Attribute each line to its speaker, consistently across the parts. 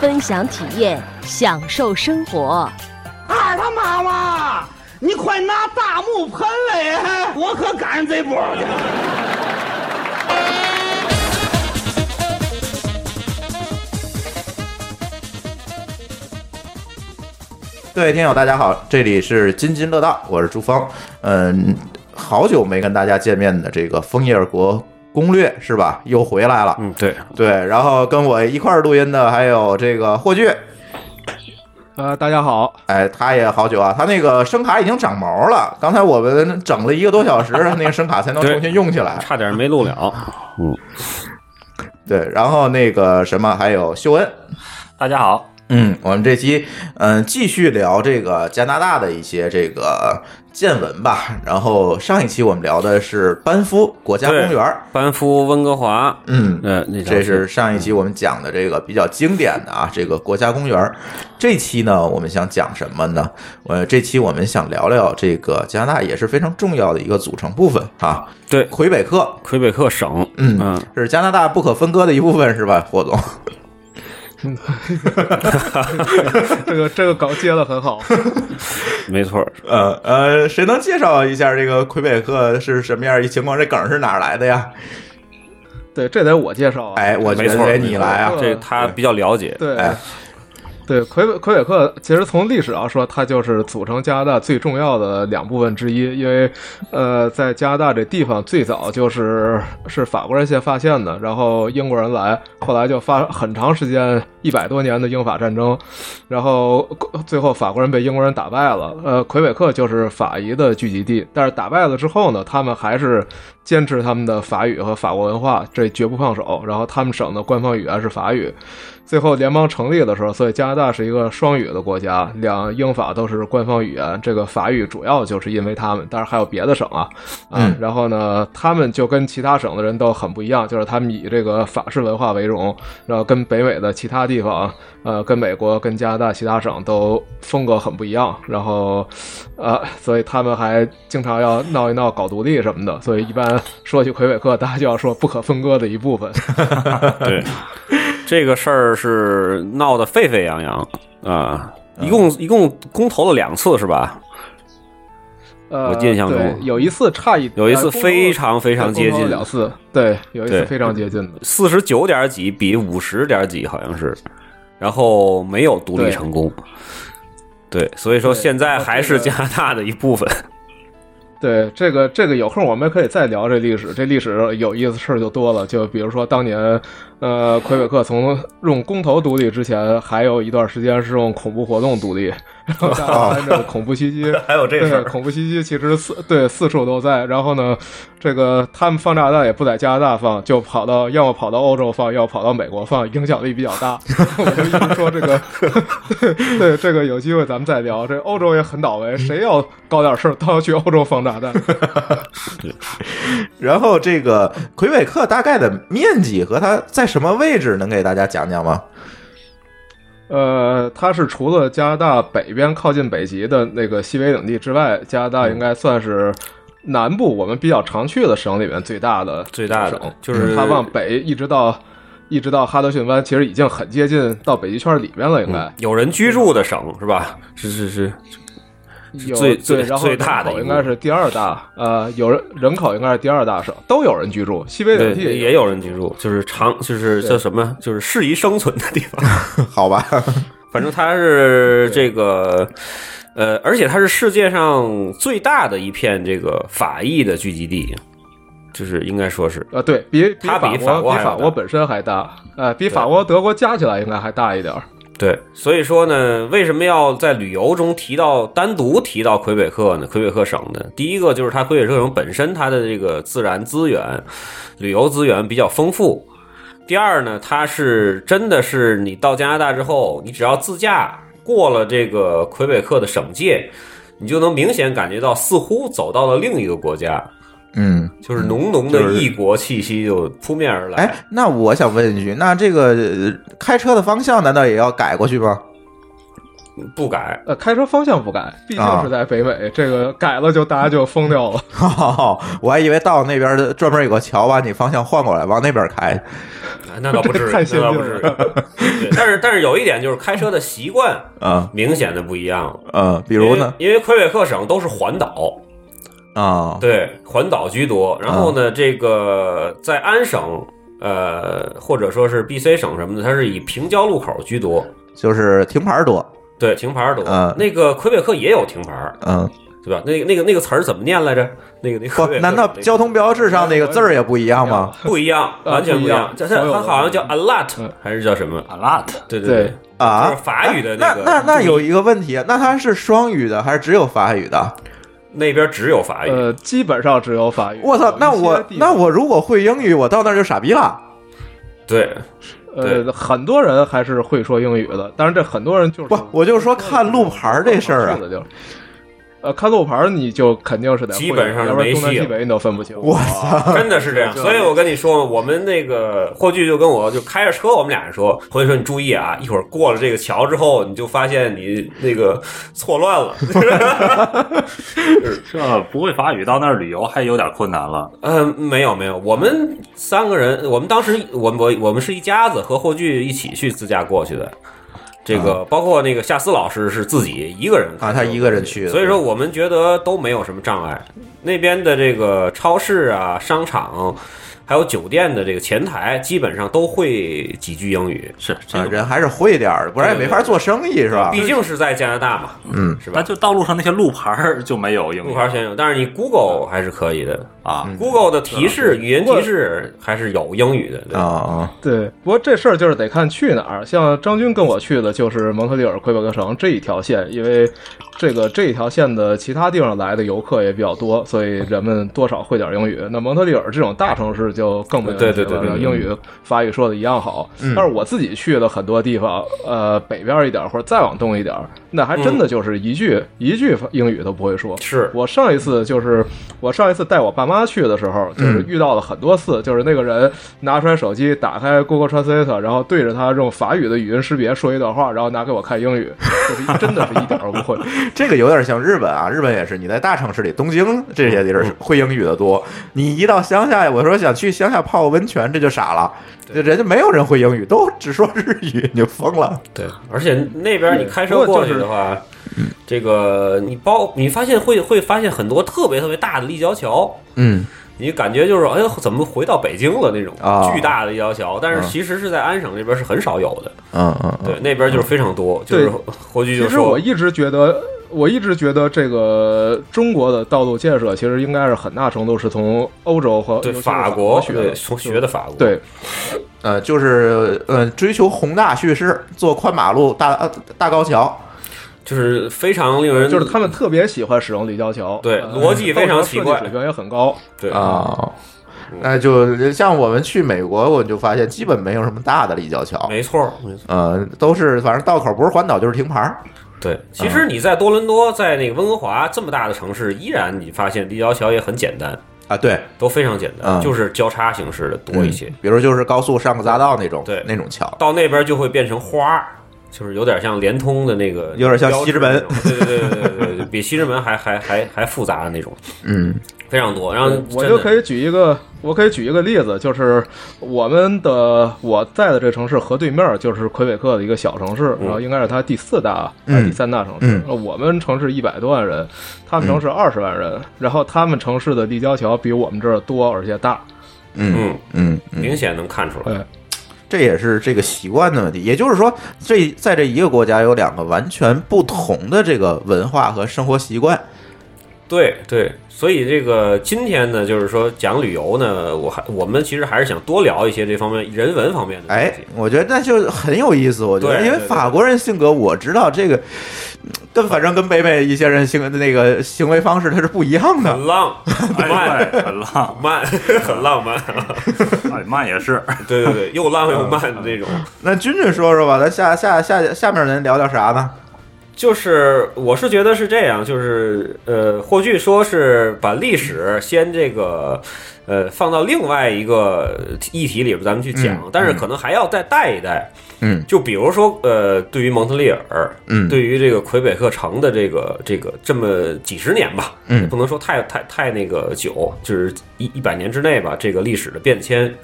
Speaker 1: 分享体验，享受生活。
Speaker 2: 二他妈妈，你快拿大木盆来，我可赶上这波去。
Speaker 3: 各位听友，大家好，这里是津津乐道，我是朱峰。嗯，好久没跟大家见面的这个枫叶国攻略是吧？又回来了。
Speaker 4: 嗯，对，
Speaker 3: 对，然后跟我一块儿录音的还有这个霍炬，
Speaker 5: 呃，大家好，
Speaker 3: 哎，他也好久啊，他那个声卡已经长毛了。刚才我们整了一个多小时，那个声卡才能重新用起来，
Speaker 4: 差点没录了。嗯，
Speaker 3: 对，然后那个什么，还有秀恩，
Speaker 4: 大家好。
Speaker 3: 嗯，我们这期嗯继续聊这个加拿大的一些这个见闻吧。然后上一期我们聊的是班夫国家公园，
Speaker 4: 班夫温哥华，
Speaker 3: 嗯，
Speaker 4: 呃，
Speaker 3: 这是嗯上一期我们讲的这个比较经典的啊，这个国家公园。这期呢，我们想讲什么呢？呃，这期我们想聊聊这个加拿大也是非常重要的一个组成部分啊。
Speaker 4: 对，
Speaker 3: 魁北克，
Speaker 4: 魁北克省，
Speaker 3: 嗯，嗯是加拿大不可分割的一部分，是吧，霍总？
Speaker 5: 这个这个稿接的很好，
Speaker 4: 没错。
Speaker 3: 呃呃，谁能介绍一下这个魁北克是什么样一情况？这梗是哪来的呀？
Speaker 5: 对，这得我介绍啊。
Speaker 3: 哎，我觉
Speaker 4: 得
Speaker 3: 得你来啊，
Speaker 2: 呃
Speaker 4: 这他比较了解。
Speaker 5: 对，
Speaker 3: 哎、
Speaker 5: 对，魁北魁北克其实从历史上说，它就是组成加拿大最重要的两部分之一，因为呃，在加拿大这地方最早就是是法国人先发现的，然后英国人来，后来就发很长时间。一百多年的英法战争，然后最后法国人被英国人打败了。呃，魁北克就是法裔的聚集地，但是打败了之后呢，他们还是坚持他们的法语和法国文化，这绝不放手。然后他们省的官方语言是法语。最后联邦成立的时候，所以加拿大是一个双语的国家，两英法都是官方语言。这个法语主要就是因为他们，当然还有别的省啊，嗯，然后呢，他们就跟其他省的人都很不一样，就是他们以这个法式文化为荣，然后跟北美的其他。地方，呃，跟美国、跟加拿大其他省都风格很不一样，然后，呃， 所以他们还经常要闹一闹搞独立什么的，所以一般说起魁北克，大家就要说不可分割的一部分。
Speaker 4: 对，这个事儿是闹得沸沸扬扬
Speaker 2: 嗯
Speaker 4: 啊、呃，一共一共公投了两次是吧？
Speaker 5: 呃，
Speaker 4: 我印象中
Speaker 5: 有一次差一，呃
Speaker 4: 有一次非常非常接近
Speaker 5: 两次，对，有一次非常接近的，
Speaker 4: 四十九点几比五十点几好像是，然后没有独立成功，对，对所以说现在还是加拿大的一部分。
Speaker 5: 对这个，这个有空我们可以再聊这历史。这历史有意思事儿就多了，就比如说当年，呃，魁北克从用公投独立之前，还有一段时间是用恐怖活动独立，然后大
Speaker 4: 哦
Speaker 5: 家按照恐怖 袭击，
Speaker 3: 还有这事儿，
Speaker 5: 恐怖袭击其实四对四处都在。然后呢，这个他们放炸弹也不在加拿大放，就跑到要么跑到欧洲放，要么跑到美国放，影响力比较大。 我就一直说这个，对这个有机会咱们再聊。这欧洲也很倒霉，谁要搞点事儿都要去欧洲放炸。炸弹，
Speaker 3: 然后这个魁北克大概的面积和它在什么位置，能给大家讲讲吗？
Speaker 5: 呃，它是除了加拿大北边靠近北极的那个西北领地之外，加拿大应该算是南部我们比较常去的省里面最大的
Speaker 4: 最大的，
Speaker 5: 就是它往北一直到一直到哈德逊湾，其实已经很接近到北极圈里面了，应该、嗯、
Speaker 4: 有人居住的省是吧？是是是。
Speaker 5: 有
Speaker 4: 最
Speaker 5: 最然后
Speaker 4: 最大的
Speaker 5: 应该是第二大，呃，有人人口应该是第二大省，都有人居住。西北领地
Speaker 4: 也有人居住，就是长就是叫什么，就是适宜生存的地方，
Speaker 3: 好吧？
Speaker 4: 反正它是这个，呃，而且它是世界上最大的一片这个法裔的聚集地。就是应该说是
Speaker 5: 啊，对比
Speaker 4: 它
Speaker 5: 比
Speaker 4: 法
Speaker 5: 国比法国本身还大，呃，比法国德国加起来应该还大一点儿。
Speaker 4: 对，所以说呢，为什么要在旅游中提到单独提到魁北克呢？魁北克省呢，第一个就是它魁北克省本身它的这个自然资源、旅游资源比较丰富。第二呢，它是真的是你到加拿大之后，你只要自驾过了这个魁北克的省界，你就能明显感觉到似乎走到了另一个国家，
Speaker 3: 嗯，
Speaker 4: 就是浓浓的异国气息就扑面而来。
Speaker 3: 哎，那我想问一句，那这个呃开车的方向难道也要改过去吗？
Speaker 4: 不改，
Speaker 5: 呃，开车方向不改，毕竟
Speaker 3: 啊
Speaker 5: 是在北美，这个改了就大家就疯掉了。
Speaker 3: 我还以为到那边的专门有个桥把你方向换过来，往那边开。
Speaker 4: 哎那倒不至于，
Speaker 5: 太先
Speaker 4: 那倒
Speaker 5: 进
Speaker 4: 不至于。对但是但是有一点就是开车的习惯
Speaker 3: 嗯
Speaker 4: 明显的不一样了。
Speaker 3: 嗯，比如呢？
Speaker 4: 因为因为魁北克省都是环岛，
Speaker 3: 啊，
Speaker 4: 对，环岛居多。然后呢，这个在安省，呃，或者说是 BC 省什么的，它是以平交路口居多，
Speaker 3: 就是停牌多。
Speaker 4: 对，停牌儿多。
Speaker 3: 嗯
Speaker 4: 那个魁北克也有停牌儿，
Speaker 3: 嗯，
Speaker 4: 对吧？那个那个那个词儿怎么念来着？那个那个
Speaker 3: 不
Speaker 4: 魁北，克
Speaker 3: 难道
Speaker 4: 那个
Speaker 3: 交通标志上那个字儿也不一样吗？
Speaker 4: 不一样，
Speaker 5: 呃
Speaker 4: 完全
Speaker 5: 不一
Speaker 4: 一样
Speaker 5: 样？
Speaker 4: 它
Speaker 5: 所有的
Speaker 4: 它好像叫 alert
Speaker 5: 嗯
Speaker 4: 还是叫什么？
Speaker 6: a lot，
Speaker 4: 对
Speaker 5: 对
Speaker 4: 对，
Speaker 3: 啊
Speaker 4: 就是，法语的
Speaker 3: 那
Speaker 4: 个。
Speaker 3: 那那有一个问题，那它是双语的还是只有法语的？
Speaker 4: 那边只有法语。
Speaker 5: 呃，基本上只有法语。
Speaker 3: 哎我操，那
Speaker 5: 有一
Speaker 3: 我
Speaker 5: 些地方
Speaker 3: 那我如果会英语，我到那儿就傻逼了。
Speaker 4: 对，对
Speaker 5: 呃，很多人还是会说英语的，但是这很多人就是
Speaker 3: 不，我就说看路牌儿这事儿啊
Speaker 5: 是，的就是呃，看路牌儿你就肯定是得会的，
Speaker 4: 基本上是
Speaker 5: 要不然
Speaker 4: 没戏
Speaker 5: 东南西
Speaker 4: 了
Speaker 5: 北你都分不清。
Speaker 3: 我操，
Speaker 4: 真的是这样，所以我跟你说，我们那个霍炬就跟我就开着车，我们俩人说，霍炬说你注意啊，一会儿过了这个桥之后，你就发现你那个错乱了。
Speaker 6: 这不会法语到那儿旅游还有点困难了。
Speaker 4: 嗯，没有没有，我们三个人，我们当时我们我我们是一家子和霍炬一起去自驾过去的，这个包括那个夏思老师是自己一个人
Speaker 3: 啊，他一个人去的，
Speaker 4: 所以说，我们觉得都没有什么障碍。那边的这个超市啊、商场，还有酒店的这个前台，基本上都会几句英语，
Speaker 6: 是这
Speaker 3: 啊
Speaker 6: 个
Speaker 3: 人还是会点儿的，不然也没法做生意，是吧？
Speaker 4: 毕竟是在加拿大嘛，
Speaker 3: 啊嗯，
Speaker 4: 是吧
Speaker 6: 那？就道路上那些路牌儿就没有英
Speaker 4: 路
Speaker 6: 语
Speaker 4: 牌嗯先有，但是你 Google 还是可以的
Speaker 6: 啊，
Speaker 4: ，Google 的提示、
Speaker 5: 啊
Speaker 4: 语音提示还是有英语的。对
Speaker 3: 啊，啊，
Speaker 5: 对，不过这事儿就是得看去哪儿。像张军跟我去的就是蒙特利尔、魁北克城这一条线，因为这个这一条线的其他地方来的游客也比较多，所以人们多少会点英语。那蒙特利尔这种大城市就更没问题
Speaker 4: 对
Speaker 5: 了，
Speaker 4: 对对对对嗯
Speaker 5: 英语、法语说的一样好。但是我自己去的很多地方，呃，北边一点或者再往东一点，那还
Speaker 4: 嗯
Speaker 5: 真的就是一句、一句英语都不会说。
Speaker 4: 是
Speaker 5: 我上一次就是我上一次带我爸妈去的时候，
Speaker 4: 嗯
Speaker 5: 就是遇到了很多次，就是那个人拿出来手机，打开 Google Translate，然后对着他用法语的语音识别说一段话，然后拿给我看英语，就是一真的是一点儿都不 会。
Speaker 3: 这个有点像日本啊，日本也是，你在大城市里，东京这些地儿是会英语的多，你一到乡下，我说想去乡下泡个温泉，这就傻了，这人家没有人会英语，都只说日语，你就疯了。
Speaker 4: 对，而且那边你开车
Speaker 5: 不过
Speaker 4: 过
Speaker 5: 就
Speaker 4: 去
Speaker 5: 是
Speaker 4: 的话，这个你包你发现会会发现很多特别特别大的立交桥，
Speaker 3: 嗯，
Speaker 4: 你感觉就是哎呦，怎么回到北京了那种
Speaker 3: 啊
Speaker 4: 巨大的一条桥，但
Speaker 5: 嗯
Speaker 4: 是其实是在安省这边是很少有的，
Speaker 3: 嗯嗯嗯，
Speaker 4: 对，那边就是非常多，就是霍炬
Speaker 5: 嗯其
Speaker 4: 就
Speaker 5: 实
Speaker 4: 说
Speaker 5: 我一直觉得。我一直觉得这个中国的道路建设其实应该是很大程度是从欧洲和
Speaker 4: 对
Speaker 5: 尤其是
Speaker 4: 法
Speaker 5: 国
Speaker 4: 国
Speaker 5: 学
Speaker 4: 对
Speaker 5: 的，
Speaker 4: 从学的法国，
Speaker 5: 对，
Speaker 3: 呃，就是呃，追求宏大叙事，做宽马路、大呃大高桥，
Speaker 4: 就是非常令人
Speaker 5: 就是他们特别喜欢使用立交桥，
Speaker 4: 对
Speaker 5: 呃
Speaker 4: 逻辑非常奇怪
Speaker 5: 设计水平也很高。
Speaker 4: 对
Speaker 3: 啊。那就像我们去美国，我就发现基本没有什么大的立交桥，
Speaker 4: 没错没错，
Speaker 3: 呃，都是反正道口不是环岛就是停牌儿。
Speaker 4: 对，其实你在多伦多，在那个温哥华这么大的城市，依然你发现立交桥也很简单，
Speaker 3: 啊，对，
Speaker 4: 都非常简
Speaker 5: 嗯
Speaker 4: 单，
Speaker 3: 啊
Speaker 4: 就是交叉形式的多一些，
Speaker 3: 嗯比如就是高速上个匝道那种，
Speaker 4: 对
Speaker 3: 那种桥，
Speaker 4: 到那边就会变成花儿，就是有点像联通的那个，
Speaker 3: 有点像西直门
Speaker 4: 对对对对对对，比西直门还还还还复杂的那种，
Speaker 3: 嗯
Speaker 4: 非常多。然后
Speaker 5: 我我
Speaker 4: 啊真
Speaker 5: 就
Speaker 4: 的
Speaker 5: 可以举一个，我可以举一个例子，就是我们的我在的这城市河对面就是魁北克的一个小城
Speaker 4: 嗯
Speaker 5: 市，然后应该是它第四大还是第三大城市
Speaker 3: 嗯。
Speaker 5: 呃我们城市一百多万人，他们城市二十万人，然后他们城市的立交桥比我们这儿多而且大。
Speaker 3: 嗯
Speaker 4: 嗯，
Speaker 3: 嗯嗯，
Speaker 4: 明显能看出来。
Speaker 5: 哎，
Speaker 3: 这也是这个习惯的问题。也就是说，这在这一个国家有两个完全不同的这个文化和生活习惯。
Speaker 4: 对对，所以这个今天呢，就是说讲旅游呢，我还我们其实还是想多聊一些这方面人文方面的
Speaker 3: 哎
Speaker 4: 东西。，
Speaker 3: 我觉得那就很有意思。我觉得，
Speaker 4: 对
Speaker 3: 因为
Speaker 4: 对对
Speaker 3: 法国人性格，我知道这个嗯跟反正跟北美一些人性格的那个行为方式它是不一样的。
Speaker 4: 很 浪
Speaker 6: 哎，
Speaker 4: 慢
Speaker 6: 对，很浪，
Speaker 4: 慢， 很浪漫。
Speaker 6: 哎，慢也是。
Speaker 4: 对对对，又浪又慢的那种。
Speaker 3: 那君君说说吧，咱下下下下面咱聊聊啥呢？
Speaker 4: 就是呃我是觉得是这样，就是呃，霍炬说是把历史先这个呃放到另外一个议题里边咱们去讲，
Speaker 3: 嗯
Speaker 4: 但是可能还要再带一带。
Speaker 3: 嗯
Speaker 4: 就比如说呃，对于蒙特利尔，
Speaker 3: 嗯
Speaker 4: 对于这个魁北克城的这个这个这么几十年吧，
Speaker 3: 嗯
Speaker 4: 也不能说太太太那个久，就是一一百年之内吧，这个历史的变迁。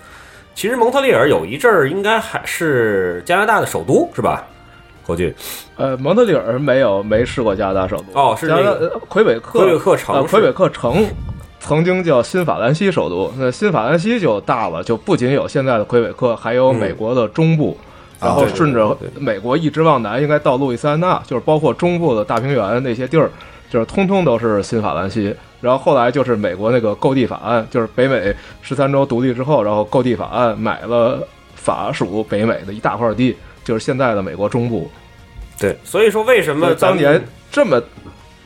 Speaker 4: 其实蒙特利尔有一阵儿应该还是加拿大的首都，是吧？霍炬，
Speaker 5: 呃，蒙特利尔没有没试过加拿大首都
Speaker 4: 哦是
Speaker 5: 加拿大
Speaker 4: 那个
Speaker 5: 呃魁北克
Speaker 4: 魁北克城
Speaker 5: 呃
Speaker 4: 是
Speaker 5: 魁北克城曾经叫新法兰西首都，那新法兰西就大了，就不仅有现在的魁北克，还有美国的中部。然后
Speaker 3: 对
Speaker 5: 顺着
Speaker 4: 嗯啊对对
Speaker 5: 美国一直往南，应该到路易斯安那，就是包括中部的大平原那些地儿，就是通通都是新法兰西。然后后来就是美国那个购地法案，就是北美十三州独立之后，然后购地法案买了法属北美的一大块地，就是现在的美国中部。
Speaker 4: 对，所以说为什么
Speaker 5: 那当
Speaker 4: 咱们
Speaker 5: 年这么，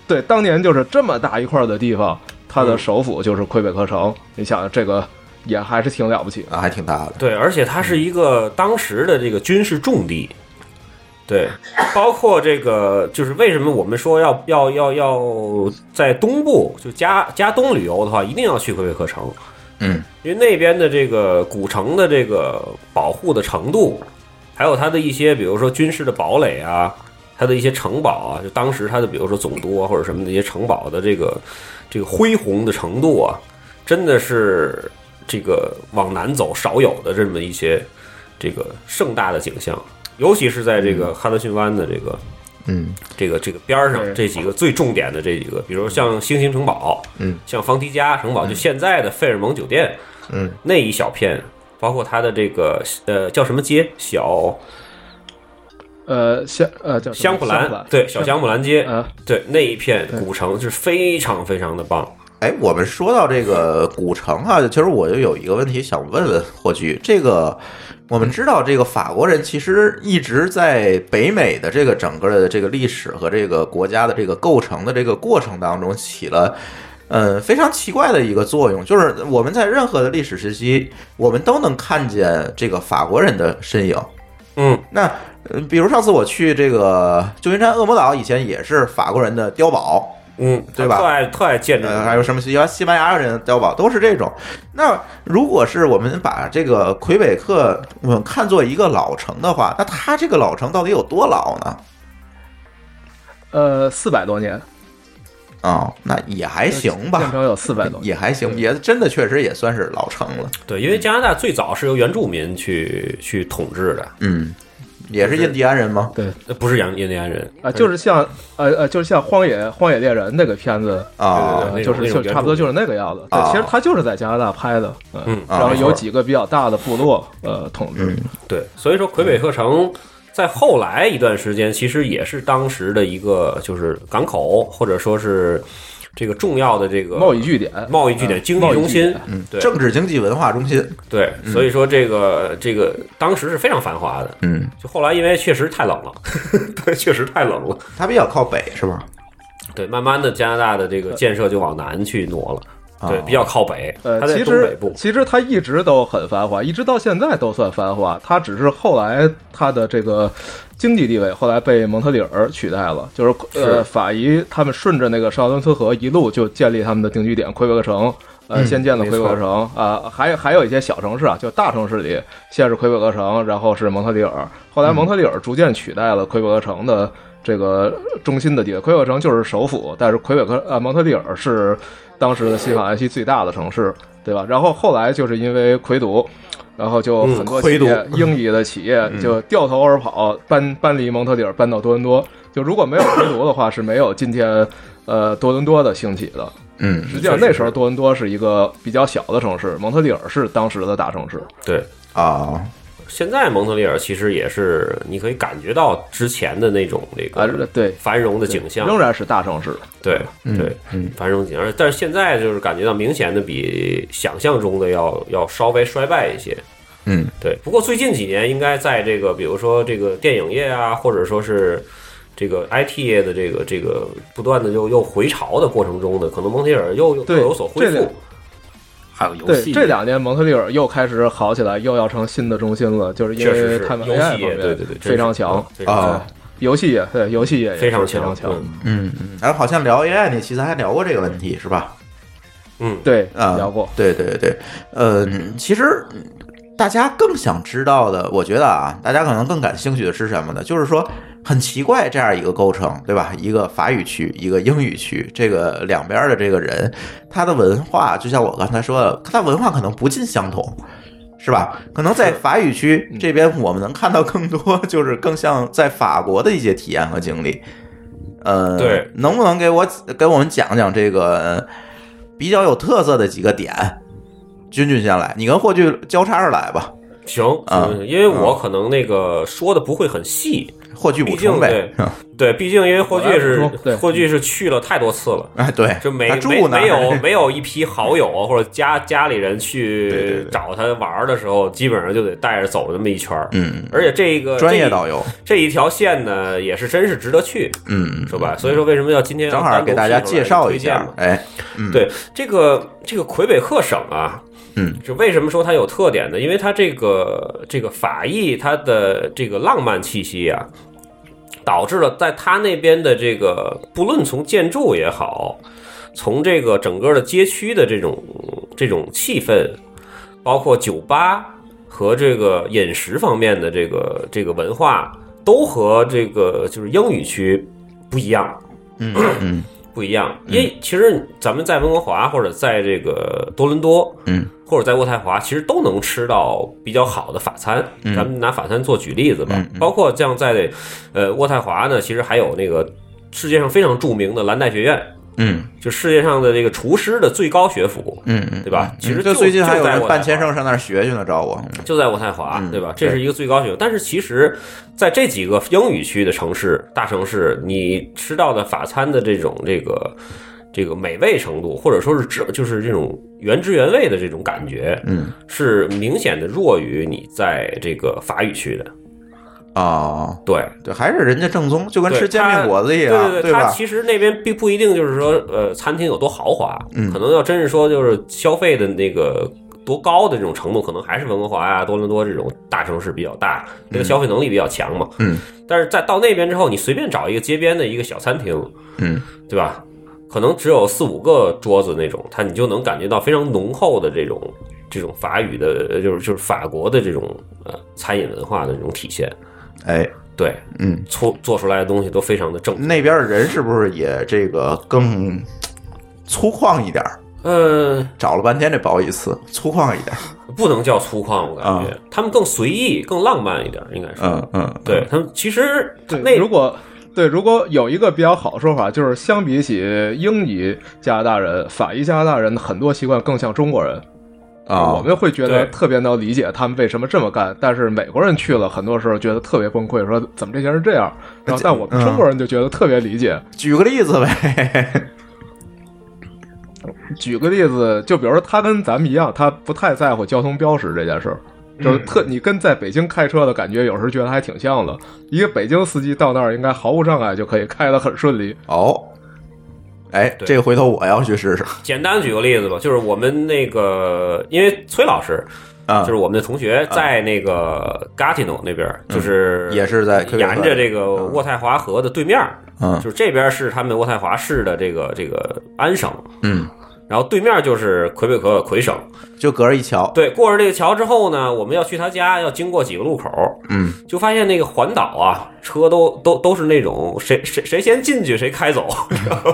Speaker 5: 对，当年就是这么大一块儿的地方，它
Speaker 4: 嗯
Speaker 5: 的首府就是魁北克城。你想，这个也还是挺了不起的。
Speaker 3: 啊，还挺大的。
Speaker 4: 对，而且它是一个当时的这个军事重地，对，包括这个就是为什么我们说要要要要在东部就加加东旅游的话，一定要去魁北克城，
Speaker 3: 嗯，
Speaker 4: 因为那边的这个古城的这个保护的程度，还有它的一些比如说军事的堡垒啊，它的一些城堡啊，就当时它的比如说总督啊或者什么的一些城堡的这个这个恢宏的程度啊，真的是这个往南走少有的这么一些这个盛大的景象，尤其是在这个哈德逊湾的这个
Speaker 3: 嗯
Speaker 4: 这个这个边儿上
Speaker 5: 对
Speaker 4: 这几个最重点的这几个，比如像星星城堡，
Speaker 3: 嗯，
Speaker 4: 像方迪加城堡，就现在的费尔蒙酒店
Speaker 3: 嗯，
Speaker 4: 那一小片。包括它的这个呃叫什么街，小
Speaker 5: 呃，香呃叫什么
Speaker 4: 香普兰，
Speaker 5: 普兰
Speaker 4: 对，小香普兰街，
Speaker 5: 呃，
Speaker 4: 对那一片古城是非常非常的棒。
Speaker 3: 哎，我们说到这个古城啊，其实我就有一个问题想问问霍炬，这个我们知道，这个法国人其实一直在北美的这个整个的这个历史和这个国家的这个构成的这个过程当中起了。嗯，非常奇怪的一个作用，就是我们在任何的历史时期，我们都能看见这个法国人的身影。
Speaker 4: 嗯，
Speaker 3: 那呃比如上次我去这个旧金山恶魔岛，以前也是法国人的碉堡，
Speaker 4: 嗯，
Speaker 3: 对吧
Speaker 4: 特爱特爱见
Speaker 3: 呃，还有
Speaker 4: 着，
Speaker 3: 什么西班西班牙人碉堡都是这种。那如果是我们把这个魁北克我们看作一个老城的话，那它这个老城到底有多老呢？
Speaker 5: 呃，四百多年，
Speaker 3: 啊、那也还行吧
Speaker 5: 建，成有四百多年。
Speaker 3: 也还行，也真的确实也算是老城了。
Speaker 4: 对，因为加拿大最早是由原住民去去统治的，
Speaker 3: 嗯，也是印第安人吗？
Speaker 4: 呃不是洋印第安人
Speaker 5: 啊，就是像呃呃，就是像《荒野荒野猎人》那个片子，
Speaker 3: 啊、
Speaker 4: 对对对那种
Speaker 5: 呃就是
Speaker 4: 那种
Speaker 5: 就差不多
Speaker 4: 原著
Speaker 5: 就是那个样子。对
Speaker 3: 啊，
Speaker 5: 其实它就是在加拿大拍的，呃
Speaker 4: 嗯
Speaker 3: 啊嗯
Speaker 5: 然后
Speaker 3: 没错
Speaker 5: 有几个比较大的部落呃统治，
Speaker 4: 对，所以说魁北克城在后来一段时间，其实也是当时的一个就是港口，或者说是这个重要的这个
Speaker 5: 贸易据点，
Speaker 4: 贸易据点、经济
Speaker 5: 贸易
Speaker 4: 中
Speaker 5: 据
Speaker 4: 心
Speaker 5: 点。嗯
Speaker 4: 嗯，对
Speaker 3: 政治经济文化中心。
Speaker 4: 对，所以说这个这个当时是非常繁华的。
Speaker 3: 嗯，
Speaker 4: 就后来因为确实太冷 了，对，确实太冷了。
Speaker 3: 它比较靠北是吧？
Speaker 4: 对，慢慢的加拿大的这个建设就往南去挪
Speaker 5: 啊
Speaker 4: 了，对
Speaker 3: 哦，
Speaker 4: 比较靠北，它
Speaker 5: 呃，
Speaker 4: 在
Speaker 5: 其
Speaker 4: 东
Speaker 5: 实
Speaker 4: 北部。
Speaker 5: 其实它一直都很繁华，一直到现在都算繁华。它只是后来它的这个经济地位后来被蒙特利尔取代了，就是
Speaker 4: 是
Speaker 5: 呃法医他们顺着那个绍伦斯河一路就建立他们的定居点魁北克城。呃，先建的魁北克城啊、还有还有一些小城市啊，就大城市里，先是魁北克城，然后是蒙特利尔，后来蒙特利尔逐渐取代了魁北克城的这个中心的地位。魁北克城就是首府，但是魁北克呃蒙特利尔是当时的西法兰西最大的城市，对吧？然后后来就是因为魁独，然后就很多企
Speaker 3: 嗯魁嗯
Speaker 5: 业、
Speaker 3: 独
Speaker 5: 英裔的企业就掉头而跑，搬搬离蒙特利尔，搬到多伦多。就如果没有魁独的话，是没有今天呃多伦多的兴起的。
Speaker 3: 嗯，
Speaker 5: 实际上
Speaker 4: 确实
Speaker 5: 那时候多伦多是一个比较小的城市，蒙特利尔是当时的大城市。
Speaker 4: 对，
Speaker 3: 啊、
Speaker 4: 现在蒙特利尔其实也是，你可以感觉到之前的那种这
Speaker 5: 啊
Speaker 4: 个，
Speaker 5: 对，
Speaker 4: 繁荣的景象，
Speaker 5: 仍然是大城市。
Speaker 4: 对
Speaker 5: 嗯
Speaker 4: 对，繁荣景象。但是现在就是感觉到明显的比想象中的要要稍微衰败一些。
Speaker 3: 嗯，
Speaker 4: 对。不过最近几年，应该在这个比如说这个电影业啊，或者说是这个 IT 业的这个这个不断的又又回潮的过程中呢，可能蒙特利尔又又又
Speaker 5: 对
Speaker 4: 有所恢
Speaker 5: 这
Speaker 4: 复
Speaker 5: 两。
Speaker 6: 还有游
Speaker 5: 对
Speaker 6: 戏，，
Speaker 5: 这两年蒙特利尔又开始好起来，又要成新的中心了，就是因
Speaker 4: 确实
Speaker 5: 为
Speaker 4: 是
Speaker 5: 他们
Speaker 4: 游
Speaker 5: AI
Speaker 4: 戏
Speaker 5: 方
Speaker 4: 业，
Speaker 5: 面
Speaker 4: 对对对，
Speaker 5: 非常强。
Speaker 4: 真是嗯
Speaker 3: 啊，
Speaker 5: 游戏业对游戏业也是
Speaker 4: 非常
Speaker 5: 非常
Speaker 4: 强
Speaker 5: 强。
Speaker 4: 嗯
Speaker 3: 嗯，嗯，然后好像聊 AI 那期咱还聊过这个问题是吧？
Speaker 4: 嗯，
Speaker 5: 对，
Speaker 3: 啊，
Speaker 5: 聊过。
Speaker 3: 对对对，呃，嗯其实嗯大家更想知道的，我觉得啊，大家可能更感兴趣的是什么呢？就是说，很奇怪这样一个构成，对吧？一个法语区，一个英语区，这个两边的这个人，他的文化，就像我刚才说的，他文化可能不尽相同。是吧？可能在法语区
Speaker 4: 嗯
Speaker 3: 这边，我们能看到更多，就是更像在法国的一些体验和经历。呃，
Speaker 4: 对，
Speaker 3: 能不能给我给我们讲讲这个呃比较有特色的几个点？君君先来，你跟霍炬交叉着来吧。
Speaker 4: 行，
Speaker 3: 啊
Speaker 4: 嗯因为我可能那个说的不会很细，
Speaker 3: 霍炬补
Speaker 4: 毕竟
Speaker 3: 充呗。
Speaker 4: 对对，毕竟因为霍炬是
Speaker 5: 我来补充对
Speaker 4: 霍炬是去了太多次了。
Speaker 3: 哎，对，
Speaker 4: 就没
Speaker 3: 他住
Speaker 4: 没
Speaker 3: 哪儿
Speaker 4: 没有没有一批好友啊或者家家里人
Speaker 3: 对对
Speaker 4: 去
Speaker 3: 对
Speaker 4: 找他玩儿的时候，基本上就得带着走那么一圈儿。
Speaker 3: 嗯，
Speaker 4: 而且这个
Speaker 3: 专业
Speaker 4: 这一
Speaker 3: 导游，
Speaker 4: 这一条线呢，也是真是值得去，
Speaker 3: 嗯，
Speaker 4: 是吧？所以说为什么要今天要
Speaker 3: 正
Speaker 4: 单
Speaker 3: 好
Speaker 4: 独
Speaker 3: 给大家
Speaker 4: 提出来
Speaker 3: 介绍
Speaker 4: 推
Speaker 3: 一
Speaker 4: 荐
Speaker 3: 下
Speaker 4: 嘛。
Speaker 3: 哎，嗯，
Speaker 4: 对这个这个魁北克省啊，
Speaker 3: 嗯，
Speaker 4: 是为什么说它有特点呢？因为它这个这个法裔它的这个浪漫气息啊，导致了在它那边的这个不论从建筑也好，从这个整个的街区的这种这种气氛，包括酒吧和这个饮食方面的这个这个文化，都和这个就是英语区不一样。
Speaker 3: 嗯嗯
Speaker 4: 不一样，因为其实咱们在温哥华或者在这个多伦多，
Speaker 3: 嗯，
Speaker 4: 或者在渥太华，其实都能吃到比较好的法餐。
Speaker 3: 嗯
Speaker 4: 咱们拿法餐做举例子吧，
Speaker 3: 嗯嗯
Speaker 4: 包括像在呃渥太华呢，其实还有那个世界上非常著名的蓝带学院，
Speaker 3: 嗯
Speaker 4: 就世界上的这个厨师的最高学府，
Speaker 3: 嗯嗯，
Speaker 4: 对吧
Speaker 3: 嗯
Speaker 4: 其实
Speaker 3: 就
Speaker 4: 就
Speaker 3: 最近还
Speaker 4: 就
Speaker 3: 有
Speaker 4: 在
Speaker 3: 人
Speaker 4: 我
Speaker 3: 办
Speaker 4: 那
Speaker 3: 签
Speaker 4: 块儿
Speaker 3: 证上那儿学去呢，找我。
Speaker 4: 就在渥太华，
Speaker 3: 嗯
Speaker 4: 对吧？
Speaker 3: 对
Speaker 4: 这是一个最高学府。但是其实，在这几个英语区的城市、大城市，你吃到的法餐的这种这个这个美味程度，或者说是质，就是这种原汁原味的这种感觉，
Speaker 3: 嗯
Speaker 4: 是明显的弱于你在这个法语区的。
Speaker 3: 哦，
Speaker 4: 对，
Speaker 3: 对，还是人家正宗，就跟
Speaker 4: 嗯对
Speaker 3: 吃煎
Speaker 4: 它
Speaker 3: 饼果子一样，
Speaker 4: 对对它
Speaker 3: 吧？
Speaker 4: 其实那边并不一定就是说，呃，餐厅有多豪华，
Speaker 3: 嗯
Speaker 4: 可能要真是说就是消费的那个多高的这种程度，可能还是温哥华呀、多伦多这种大城市比较大，这个消费能力比较强嘛。
Speaker 3: 嗯，
Speaker 4: 但是在到那边之后，你随便找一个街边的一个小餐厅，
Speaker 3: 嗯，
Speaker 4: 对吧？可能只有四五个桌子那种，它你就能感觉到非常浓厚的这种这种法语的，呃就是就是法国的这种呃餐饮文化的这种体现。
Speaker 3: 哎，
Speaker 4: 对，
Speaker 3: 嗯，
Speaker 4: 做做出来的东西都非常的正宗。
Speaker 3: 那边的人是不是也这个更粗犷一点儿？
Speaker 4: 呃，
Speaker 3: 找了半天这褒义词，粗犷一点儿。
Speaker 4: 不能叫粗犷，我感
Speaker 3: 啊
Speaker 4: 觉、他们更随意、更浪漫一点，应该是。
Speaker 3: 嗯嗯，
Speaker 4: 对他们其实那
Speaker 5: 对，如果对，如果有一个比较好的说法，就是相比起英裔加拿大人、法裔加拿大人，很多习惯更像中国人。
Speaker 3: 啊，
Speaker 5: 我们会觉得
Speaker 4: 对
Speaker 5: 特别能理解他们为什么这么干，但是美国人去了，很多时候觉得特别崩溃，说怎么这些人这样。然后，但我
Speaker 3: 嗯
Speaker 5: 们中国人就觉得特别理解。
Speaker 3: 举个例子呗。
Speaker 5: 举个例子，就比如说他跟咱们一样，他不太在乎交通标识这件事儿，
Speaker 3: 嗯
Speaker 5: 就是特你跟在北京开车的感觉，有时候觉得还挺像的。一个北京司机到那儿应该毫无障碍就可以开得很顺利，
Speaker 3: 哦，哎，
Speaker 4: 对
Speaker 3: 这个回头我要去试试。
Speaker 4: 简单举个例子吧，就是我们那个，因为崔老师、
Speaker 3: 啊，嗯
Speaker 4: 就是我们的同学，在那个 Gatineau 那边，就是
Speaker 3: 也是在魁北克
Speaker 4: 沿着这个
Speaker 3: 啊
Speaker 4: 渥太华河的对面，
Speaker 3: 嗯
Speaker 4: 就是这边是他们渥太华市的这个这个安省，
Speaker 3: 嗯，
Speaker 4: 然后对面就是魁北克魁省。
Speaker 3: 就隔着一桥。
Speaker 4: 对，过了这个桥之后呢，我们要去他家，要经过几个路口，
Speaker 3: 嗯，
Speaker 4: 就发现那个环岛啊，车都都都是那种谁谁谁先进去谁 开走，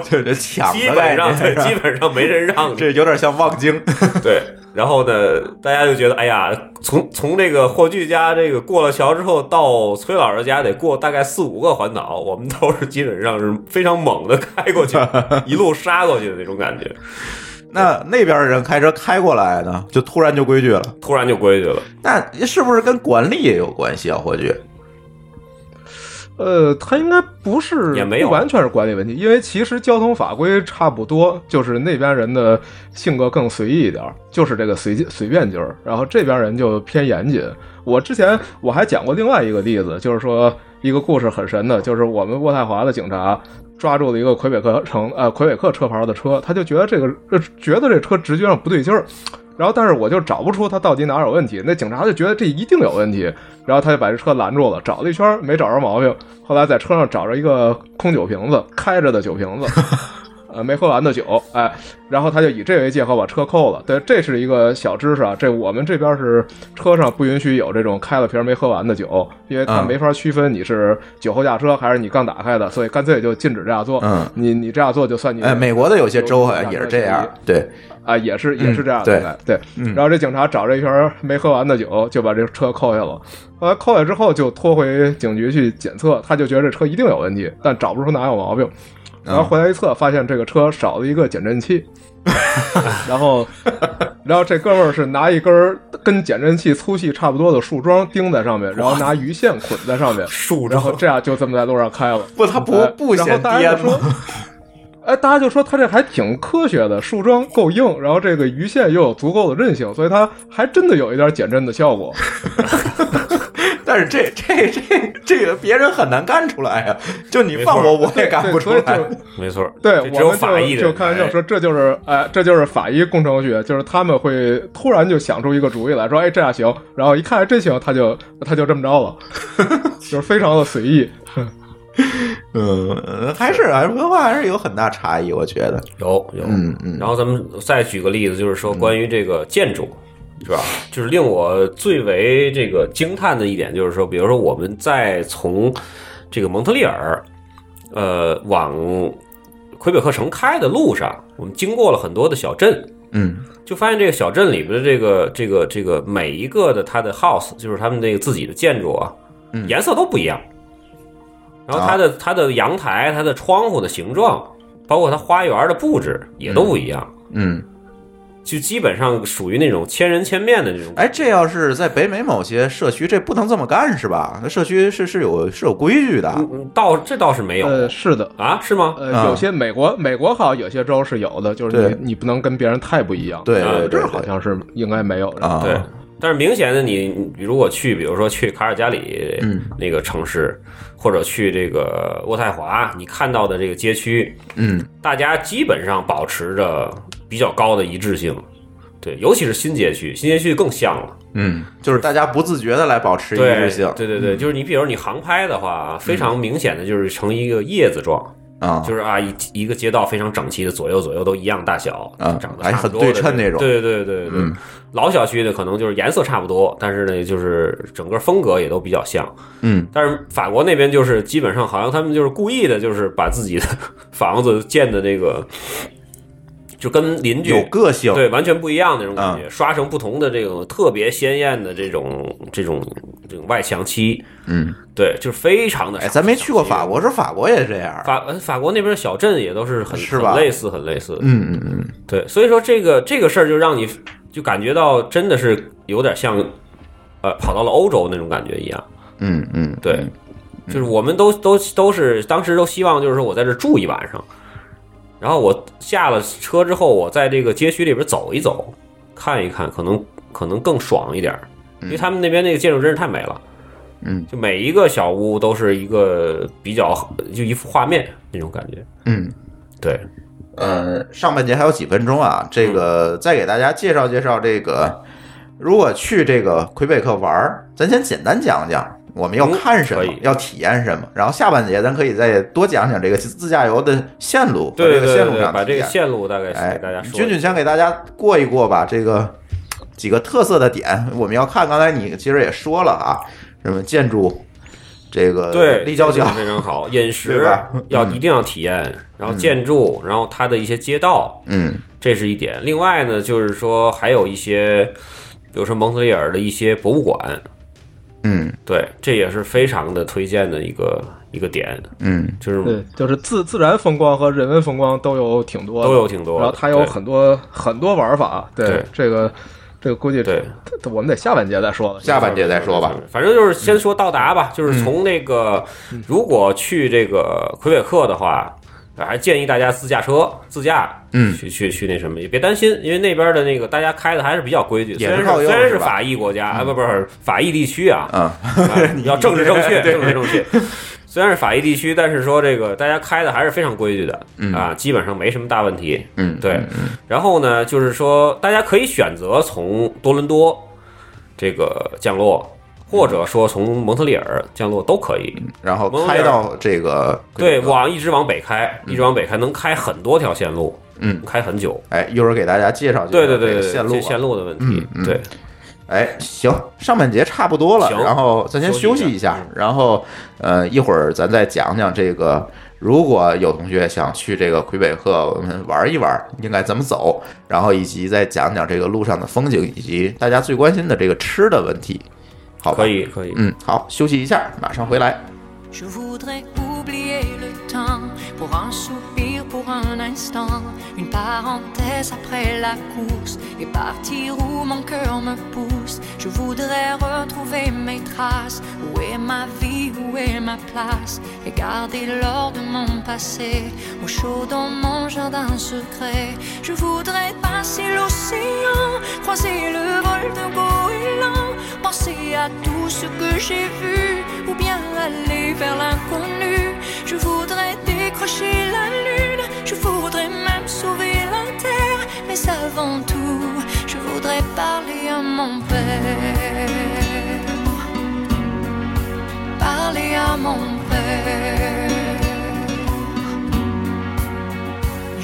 Speaker 3: 就这抢
Speaker 4: 基
Speaker 3: 的概
Speaker 4: 本
Speaker 3: 念
Speaker 4: 上对
Speaker 3: 是吧
Speaker 4: 基本上没人让你。
Speaker 3: 这有点像望京。
Speaker 4: 对，然后呢，大家就觉得哎呀，从从这个霍炬家这个过了桥之后到崔老师家得过大概四五个环岛，我 们都是基本上是非常猛的开过去，一路杀过去的那种感觉。
Speaker 3: 那那边的人开车开过来呢，就突然就规矩了。
Speaker 4: 突然就规矩了。
Speaker 3: 那是不是跟管理也有关系啊？霍炬，
Speaker 5: 呃，它应该不是
Speaker 4: 也没有
Speaker 5: 不完全是管理问题，因为其实交通法规差不多，就是那边人的性格更随意一点儿，就是这个随随便劲儿，然后这边人就偏严谨。我之前我还讲过另外一个例子，就是说一个故事很神的，就是我们渥太华的警察抓住了一个魁北克城呃魁北克车牌的车，他就觉得这个呃觉得这车直觉上不对劲儿，然后但是我就找不出他到底哪有问题，那警察就觉得这一定有问题，然后他就把这车拦住了，找了一圈没找着毛病，后来在车上找着一个空酒瓶子，开着的酒瓶子。 呃，没喝完的酒，哎，然后他就以这为借口把车扣了。对，这是一个小知识啊，这我们这边是车上不允许有这种开了瓶没喝完的酒，因为他
Speaker 3: 嗯
Speaker 5: 没法区分你是酒后驾车还是你刚打开的，所以干脆就禁止这样做。
Speaker 3: 嗯
Speaker 5: 你你这样做就算你
Speaker 3: 哎，美国的有些州好像也是这样，对，
Speaker 5: 啊，也是也是这样的，
Speaker 3: 对
Speaker 5: 对
Speaker 3: 嗯
Speaker 5: 然后这警察找这一瓶儿没喝完的酒，就把这车扣下了。后来扣下之后，就拖回警局去检测，他就觉得这车一定有问题，但找不出哪有毛病。然后回来一测，发现这个车少了一个减震器。然后，然后这哥们儿是拿一根儿跟减震器粗细差不多的树桩钉在上面，然后拿鱼线捆在上面，
Speaker 4: 树
Speaker 5: 然后这样就这么在路上开了。
Speaker 3: 不，他不
Speaker 5: 哎
Speaker 3: 不
Speaker 5: 然
Speaker 3: 嫌
Speaker 5: 后大家
Speaker 3: 颠
Speaker 5: 就
Speaker 3: 吗
Speaker 5: 说？，哎，大家就说他这还挺科学的，树桩够硬，然后这个鱼线又有足够的韧性，所以它还真的有一点减震的效 果。
Speaker 3: 但是这这这这个别人很难干出来呀，就你放我我也干不出
Speaker 5: 对
Speaker 3: 来
Speaker 5: 所以。就
Speaker 4: 没错，
Speaker 5: 对，
Speaker 4: 这只有
Speaker 5: 我
Speaker 4: 法
Speaker 5: 们
Speaker 4: 医
Speaker 5: 就
Speaker 4: 的
Speaker 5: 就
Speaker 4: 人
Speaker 5: 开玩
Speaker 4: 哎
Speaker 5: 笑说，这就是哎，这就是法医工程学，就是他们会突然就想出一个主意来说，哎，这样行，然后一看还真行，他就他就这么着了， 就是非常的随意。
Speaker 3: 嗯，还是还是文化还是有很大差异，我觉得。
Speaker 4: 有有，
Speaker 3: 嗯嗯
Speaker 4: 然后咱们再举个例子，就是说关于这个建筑，是吧？就是令我最为这个惊叹的一点，就是说，比如说我们在从这个蒙特利尔，呃，往魁北克城开的路上，我们经过了很多的小镇，
Speaker 3: 嗯
Speaker 4: 就发现这个小镇里边的这个这个这个每一个的它的 house，就是他们那个自己的建筑啊，
Speaker 3: 嗯啊
Speaker 4: 颜色都不一样。然后它的、它的阳台、它的窗户的形状，包括它花园的布置也都不一样，
Speaker 3: 嗯，
Speaker 4: 就基本上属于那种千人千面的那种。
Speaker 3: 哎，这要是在北美某些社区，这不能这么干是吧？那社区是是有是有规矩的。
Speaker 4: 嗯，嗯倒这倒是没有、
Speaker 5: 呃，是的，
Speaker 4: 啊，是吗？
Speaker 5: 呃，
Speaker 3: 啊
Speaker 5: 有些美国美国好像有些州是有的，就是
Speaker 3: 对
Speaker 5: 你你不能跟别人太不一样。
Speaker 3: 对
Speaker 5: 啊
Speaker 3: 对
Speaker 5: 这
Speaker 3: 对
Speaker 5: 儿好像是应该没有的。
Speaker 3: 啊，
Speaker 4: 对，但是明显的你，你如果去，比如说去卡尔加里
Speaker 3: 嗯
Speaker 4: 那个城市，或者去这个渥太华，你看到的这个街区，
Speaker 3: 嗯
Speaker 4: 大家基本上保持着比较高的一致性，对，尤其是新街区，新街区更像了，
Speaker 3: 嗯，就是大家不自觉的来保持一
Speaker 4: 对
Speaker 3: 致性。嗯
Speaker 4: 对对对，就是你比如你航拍的话，非常明显的就是成一个叶子状，
Speaker 3: 啊，
Speaker 4: 就是啊一一个街道非常整齐的，左右左右都一样大小，
Speaker 3: 嗯
Speaker 4: 长得
Speaker 3: 还
Speaker 4: 差不
Speaker 3: 很
Speaker 4: 多的
Speaker 3: 对称那种嗯
Speaker 4: 对对对对对，老小区的可能就是颜色差不多，但是呢，就是整个风格也都比较像。
Speaker 3: 嗯，
Speaker 4: 但是法国那边就是基本上好像他们就是故意的，就是把自己的 房子建的这个就跟邻居
Speaker 3: 有个性。啊
Speaker 4: 对完全不一样那种感觉，刷成不同的这种特别鲜艳的这种这种这种外墙漆，
Speaker 3: 嗯，
Speaker 4: 对，就是非常的。
Speaker 3: 哎，咱没去过法，国，是法国也这样。
Speaker 4: 法呃法国那边小镇也都是很
Speaker 3: 是吧
Speaker 4: 很类似很类似，
Speaker 3: 嗯嗯嗯，
Speaker 4: 对，所以说这个这个事儿就让你就感觉到真的是有点像，呃，跑到了欧洲那种感觉一样。
Speaker 3: 嗯嗯，
Speaker 4: 对，就是我们都都都是当时都希望，就是说我在这住一晚上，然后我下了车之后，我在这个街区里边走一走，看一看，可能可能更爽一点儿，因为他们那边那个建筑真是太美了。
Speaker 3: 嗯，
Speaker 4: 就每一个小屋都是一个比较就一幅画面那种感觉。
Speaker 3: 嗯。
Speaker 4: 对，
Speaker 3: 呃，上半节还有几分钟啊，这个再给大家介绍介绍这个，如果去这个魁北克玩儿，咱先简单讲讲我们要看什么，
Speaker 4: 嗯可以
Speaker 3: 要体验什么，然后下半节咱可以再多讲讲这个自驾游的线路和
Speaker 4: 对对
Speaker 3: 这个
Speaker 4: 对
Speaker 3: 线路
Speaker 4: 对，
Speaker 3: 上
Speaker 4: 把这
Speaker 3: 体
Speaker 4: 个
Speaker 3: 验。
Speaker 4: 线路大概
Speaker 3: 哎
Speaker 4: 给大家，说一下。
Speaker 3: 君君先给大家过一过吧，这个几个特色的点，我们要看。刚才你其实也说了啊，什么建筑，这个
Speaker 4: 对，
Speaker 3: 呃立交
Speaker 4: 这个
Speaker 3: 桥，
Speaker 4: 非常 好，饮
Speaker 3: 对
Speaker 4: 食
Speaker 3: 吧嗯
Speaker 4: 要一定要体验，然后建筑，然后它的一些街道，
Speaker 3: 嗯
Speaker 4: 这是一点。另外呢，就是说还有一些，比如说蒙特利尔的一些博物馆，
Speaker 3: 嗯
Speaker 4: 对，这也是非常的推荐的一个一个点，
Speaker 3: 嗯
Speaker 4: 就是
Speaker 5: 对，就是自自然风光和人文风光都有挺多的，
Speaker 4: 都有挺多的
Speaker 5: 然后它有
Speaker 4: 对
Speaker 5: 很多很多玩法，对
Speaker 4: 对
Speaker 5: 这个这个估计
Speaker 4: 对
Speaker 5: 这这我们得下半节再说了。
Speaker 3: 下半节再说吧。
Speaker 4: 反正就是先说到达吧，就是从那个如果去这个魁北克的话，还建议大家自驾车自驾，
Speaker 3: 嗯
Speaker 4: 去去去那什么，也别担心，因为那边的那个大家开的还是比较规矩，虽
Speaker 3: 也是
Speaker 4: 然
Speaker 3: 靠右
Speaker 4: 虽然是
Speaker 3: 是吧
Speaker 4: 法裔国家啊，不不是法裔地区啊，
Speaker 3: 嗯
Speaker 4: 啊你要政治正确，政治正确。虽然是法裔地区，但是说这个大家开的还是非常规矩的，啊，基本上没什么大问题。
Speaker 3: 嗯，
Speaker 4: 对，然后呢，就是说大家可以选择从多伦多这个降落，或者说从蒙特利尔降落都可以。
Speaker 3: 然后开到这个
Speaker 4: 对，往一直往北开，一直往北开，能开很多条线路，
Speaker 3: 嗯，
Speaker 4: 开很久。
Speaker 3: 哎，一会儿给大家介绍介
Speaker 4: 对对
Speaker 3: 绍这
Speaker 4: 对
Speaker 3: 个
Speaker 4: 对，
Speaker 3: 线
Speaker 4: 这
Speaker 3: 路
Speaker 4: 线
Speaker 3: 吧。
Speaker 4: 路的问题，
Speaker 3: 嗯
Speaker 4: 对，
Speaker 3: 哎，行，上半节差不多了，
Speaker 4: 行
Speaker 3: 然后咱先休息一下
Speaker 4: 休息一下，
Speaker 3: 然后呃，一会儿咱再讲讲这个。如果有同学想去这个魁北克，我们玩一玩，应该怎么走，然后以及再讲讲这个路上的风景，以及大家最关心的这个吃的问题，好吧？
Speaker 4: 可，以可以。
Speaker 3: 嗯，好，休息一下，马上回来。
Speaker 7: Je voudrais oublier le temps pour un soupir, pour un instant, une parenthèse après la course et partir où mon cœur me pousse. Je voudrais retrouver mes traces, où est ma vie, où est ma place, et garder l'or de mon passé au chaud dans mon jardin secret. Je voudrais passer l'océan, croiser le vol de goéland, penser à tout ce que j'ai vu, ou bien aller vers l'inconnu. Je voudrais décrocher la lune, je voudrais même sauver la terre, mais avant tout, je voudrais parler à mon père parler à mon père.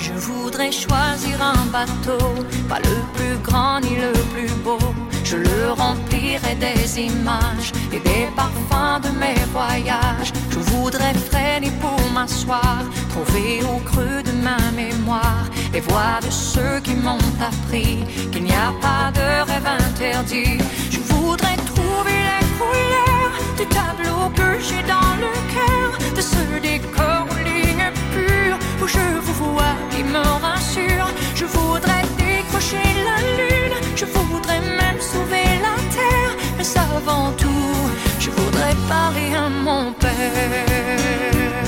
Speaker 7: Je voudrais choisir un bateau, pas le plus grand ni le plus beau. Je le remplirai des images et des parfums de mes voyages. Je voudrais freiner pour m'asseoir, trouver au creux de ma mémoire les voix de ceux qui m'ont appris qu'il n'y a pas de rêve interdit. Je voudrais trouver les couleurs du tableau que j'ai dans le cœur, de ce décor aux lignes pures où je vous vois qui me rassure. Je voudrais décrocher la lune, je voudrais même sauver la terre, mais avant tout, je voudrais parler à mon père.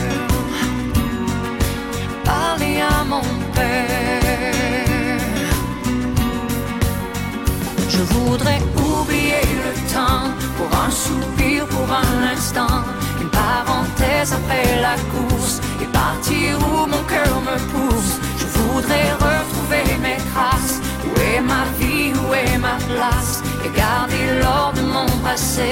Speaker 7: Parler à mon père. Je voudrais oublier le temps pour un soupir, pour un instant, une parenthèse après la course et partir où mon cœur me pousse. Je voudrais retrouver mes traces. Où est ma vie, où est ma place Et garder l'or de mon passé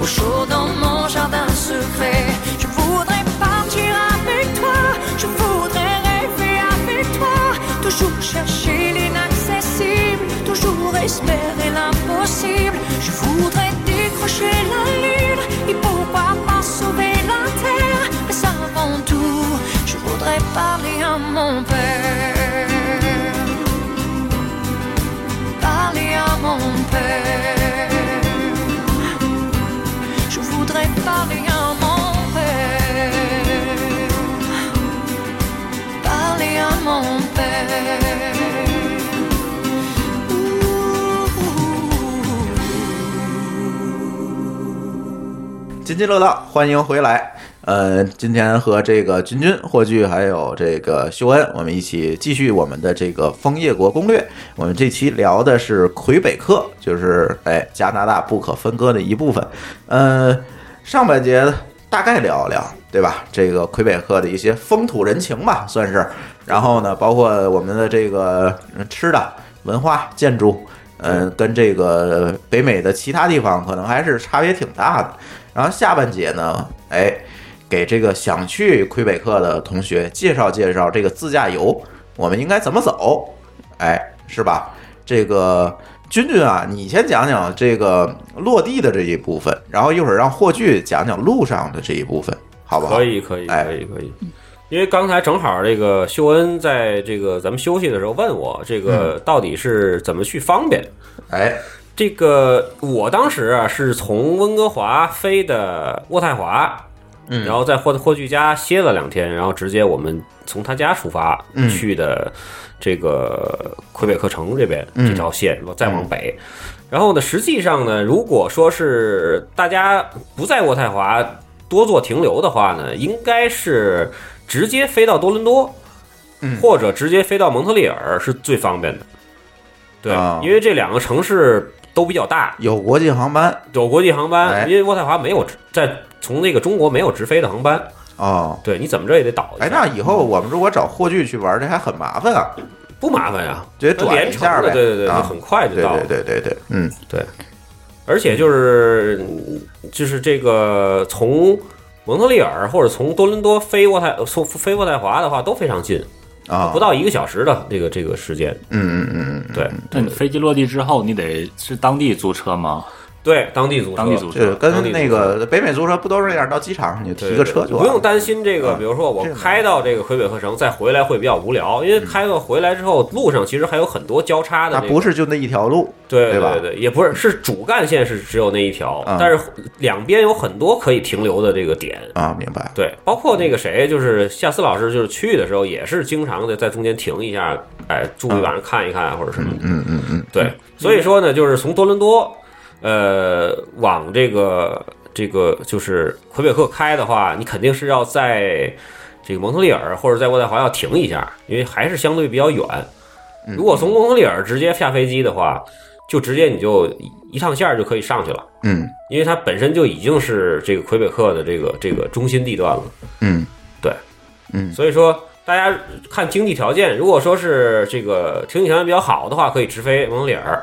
Speaker 7: au chaud dans mon jardin secret. Je voudrais partir avec toi. Je voudrais rêver avec toi. Toujours chercher l'inaccessible. Toujours espérer l'impossible. Je voudrais décrocher la lune. Et pourquoi pas sauver la terre Mais avant tout, je voudrais parler à mon père. Parler à mon père. Je voudrais parler à mon père. Parler à mon père.
Speaker 3: 津津乐道，欢迎回来。呃，今天和这个君君、霍炬还有这个秀恩，我们一起继续我们的这个枫叶国攻略。我们这期聊的是魁北克，就是哎加拿大不可分割的一部分。呃，上半节大概聊一聊，对吧？这个魁北克的一些风土人情吧，算是。然后呢，包括我们的这个嗯吃的、文化、建筑，嗯、跟这个北美的其他地方可能还是差别挺大的。然后下半节呢，哎，给这个想去魁北克的同学介绍介绍这个自驾游，我们应该怎么走，哎，是吧？这个君君啊，你先讲讲这个落地的这一部分，然后一会儿让霍炬讲讲路上的这一部分，好不好？
Speaker 4: 可以，可以，
Speaker 3: 哎
Speaker 4: 可以，可以。因为刚才正好这个秀恩
Speaker 3: 嗯
Speaker 4: 在这个咱们休息的时候问我，这个到底是怎么去方便？
Speaker 3: 哎，
Speaker 4: 这个我当时啊是从温哥华飞的渥太华，
Speaker 3: 嗯
Speaker 4: 然后在霍霍炬家歇了两天，然后直接我们从他家出发、
Speaker 3: 嗯
Speaker 4: 去的这个魁北克城这边、
Speaker 3: 嗯
Speaker 4: 这条线，再往北。然后呢，实际上呢，如果说是大家不在渥太华多做停留的话呢，应该是直接飞到多伦多，
Speaker 3: 嗯
Speaker 4: 或者直接飞到蒙特利尔是最方便的。对，
Speaker 3: 啊
Speaker 4: 因为这两个城市都比较大，
Speaker 3: 有国际航班
Speaker 4: 有国际航
Speaker 3: 哎
Speaker 4: 班。因为渥太华没有直在从那个中国没有直飞的航班，
Speaker 3: 哦。
Speaker 4: 对你怎么着也得倒一下。
Speaker 3: 哎，那以后我们如果找货剧去玩，这还很麻烦啊，
Speaker 4: 不麻烦呀，
Speaker 3: 直接转
Speaker 4: 连
Speaker 3: 一
Speaker 4: 程
Speaker 3: 下
Speaker 4: 的，
Speaker 3: 呗。
Speaker 4: 对对对，
Speaker 3: 啊
Speaker 4: 就很快就
Speaker 3: 对
Speaker 4: 到了。
Speaker 3: 对对对对，嗯
Speaker 4: 而且就是就是这个从蒙特利尔或者从多伦多飞渥太从飞渥太华的话都非常近，
Speaker 3: 啊，
Speaker 4: 不到一个小时的这个这个时间。
Speaker 3: 嗯，嗯嗯嗯嗯，
Speaker 4: 对
Speaker 6: 那你飞机落地之后，你得是当地租车吗？
Speaker 4: 对，当地租车，
Speaker 6: 当地租
Speaker 3: 就是
Speaker 6: 车，
Speaker 3: 跟那个北美租车不都是那样，到机场你就
Speaker 4: 对
Speaker 3: 提个车就
Speaker 4: 不
Speaker 3: 完
Speaker 4: 用
Speaker 3: 了。
Speaker 4: 担心这个。
Speaker 3: 嗯
Speaker 4: 比如说我
Speaker 3: 这个
Speaker 4: 开到这个魁北克城再回来会比较无聊，因为开到回来之后路上其实还有很多交叉的
Speaker 3: 那
Speaker 4: 这个，
Speaker 3: 不是就那一条路，
Speaker 4: 对
Speaker 3: 对吧
Speaker 4: 对对，也不是是主干线是只有那一条，
Speaker 3: 嗯
Speaker 4: 但是两边有很多可以停留的这个点。
Speaker 3: 啊，明白？
Speaker 4: 对，包括那个谁，就是夏思老师，就是去的时候也是经常的在中间停一下，哎，住一晚上看一看或者什么的。
Speaker 3: 嗯嗯嗯，
Speaker 4: 对，所以说呢，就是从多伦多，呃，往这个这个就是魁北克开的话，你肯定是要在这个蒙特利尔或者在渥太华要停一下，因为还是相对比较远。如果从蒙特利尔直接下飞机的话，就直接你就一一趟线儿就可以上去了，
Speaker 3: 嗯
Speaker 4: 因为它本身就已经是这个魁北克的这个这个中心地段了。
Speaker 3: 嗯
Speaker 4: 所以说，大家看经济条件，如果说是这个经济条件比较好的话，可以直飞蒙特利尔，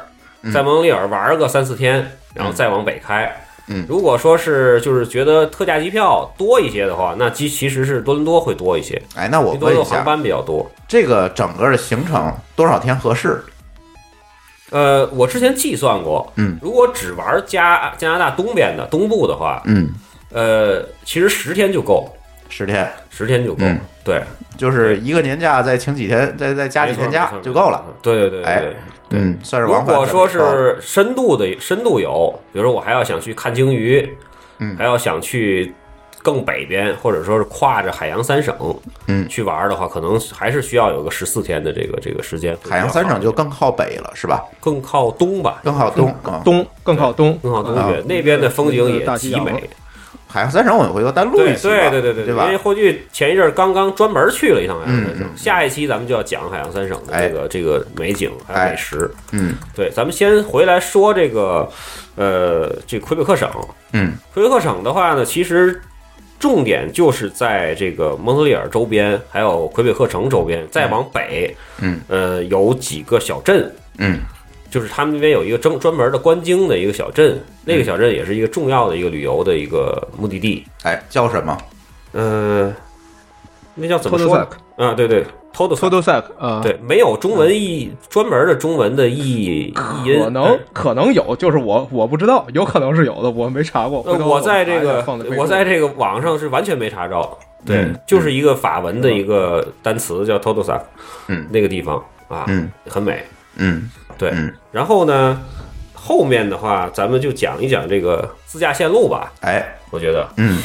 Speaker 4: 在蒙特利尔玩个三四天，然后再往北开。
Speaker 3: 嗯
Speaker 4: 如果说是就是觉得特价机票多一些的话，那其其实是多伦多会多一些，
Speaker 3: 哎，那我
Speaker 4: 多伦
Speaker 3: 问
Speaker 4: 多
Speaker 3: 一
Speaker 4: 航
Speaker 3: 下，
Speaker 4: 班比较多。
Speaker 3: 这个整个的行程多少天合适？
Speaker 4: 呃，我之前计算过，
Speaker 3: 嗯
Speaker 4: 如果只玩加加拿大东边的东部的话，
Speaker 3: 嗯，
Speaker 4: 呃，其实十天就够，
Speaker 3: 十天，
Speaker 4: 十天就够。
Speaker 3: 嗯
Speaker 4: 对，
Speaker 3: 就是一个年假，再请几天，再再加几天假
Speaker 4: 没错
Speaker 3: 就够了。。
Speaker 4: 没错对对对对
Speaker 3: 哎
Speaker 4: 对。
Speaker 3: 嗯，算是
Speaker 4: 如
Speaker 3: 往返
Speaker 4: 果说
Speaker 3: 准备到
Speaker 4: 是
Speaker 3: 了
Speaker 4: 深度的深度游，比如说我还要想去看鲸鱼，
Speaker 3: 嗯
Speaker 4: 还要想去更北边，或者说是跨着海洋三省，
Speaker 3: 嗯
Speaker 4: 去玩的话，可能还是需要有个十四天的这个这个时间。
Speaker 3: 海洋三省就更靠北了，是吧？
Speaker 4: 更靠东吧，
Speaker 3: 更靠东
Speaker 4: 嗯
Speaker 3: 啊。
Speaker 5: 东更靠东，
Speaker 4: 更靠东
Speaker 3: 啊
Speaker 4: 边、那边的风景也
Speaker 5: 大西
Speaker 4: 极
Speaker 5: 洋
Speaker 4: 美。
Speaker 3: 海洋三省，我们回头单录
Speaker 4: 对
Speaker 3: 一期吧
Speaker 4: 对对对
Speaker 3: 对，
Speaker 4: 因
Speaker 3: 吧
Speaker 4: 为？霍炬前一阵儿刚刚专门去了一趟海洋三
Speaker 3: 嗯
Speaker 4: 省，下一期咱们就要讲海洋三省的
Speaker 3: 哎
Speaker 4: 这个这个美景还有
Speaker 3: 哎
Speaker 4: 美食。
Speaker 3: 嗯
Speaker 4: 对，咱们先回来说这个，呃，这魁北克省。
Speaker 3: 嗯
Speaker 4: 魁北克省的话呢，其实重点就是在这个蒙特利尔周边，还有魁北克城周边，再往北，
Speaker 3: 嗯，
Speaker 4: 呃，有几个小镇，
Speaker 3: 嗯
Speaker 4: 就是他们那边有一个专专门的观鲸的一个小镇，那
Speaker 3: 嗯
Speaker 4: 个小镇也是一个重要的一个旅游的一个目的地。
Speaker 3: 哎，叫什么？
Speaker 4: 呃，那叫怎
Speaker 5: 托
Speaker 4: 么
Speaker 5: 德
Speaker 4: 说
Speaker 5: 塞
Speaker 4: 呢？啊，对对，偷的
Speaker 5: 托德塞克啊，，
Speaker 4: 对，没有中文译专门的中文的译译音，
Speaker 5: 可能可能有，就是我我不知道，有可能是有的，我没查过。
Speaker 4: 呃
Speaker 5: 回，头
Speaker 4: 我在这
Speaker 5: 查一
Speaker 4: 个
Speaker 5: 下放备注
Speaker 4: 我在这个网上是完全没查着，对，
Speaker 3: 嗯
Speaker 4: 就是一个法文的一个单词叫 t o t o s a
Speaker 3: 嗯
Speaker 4: 那个地方啊，
Speaker 3: 嗯
Speaker 4: 很美，
Speaker 3: 嗯
Speaker 4: 对。
Speaker 3: 嗯，
Speaker 4: 然后呢，后面的话咱们就讲一讲这个自驾线路吧，
Speaker 3: 哎，
Speaker 4: 我觉得，
Speaker 3: 嗯，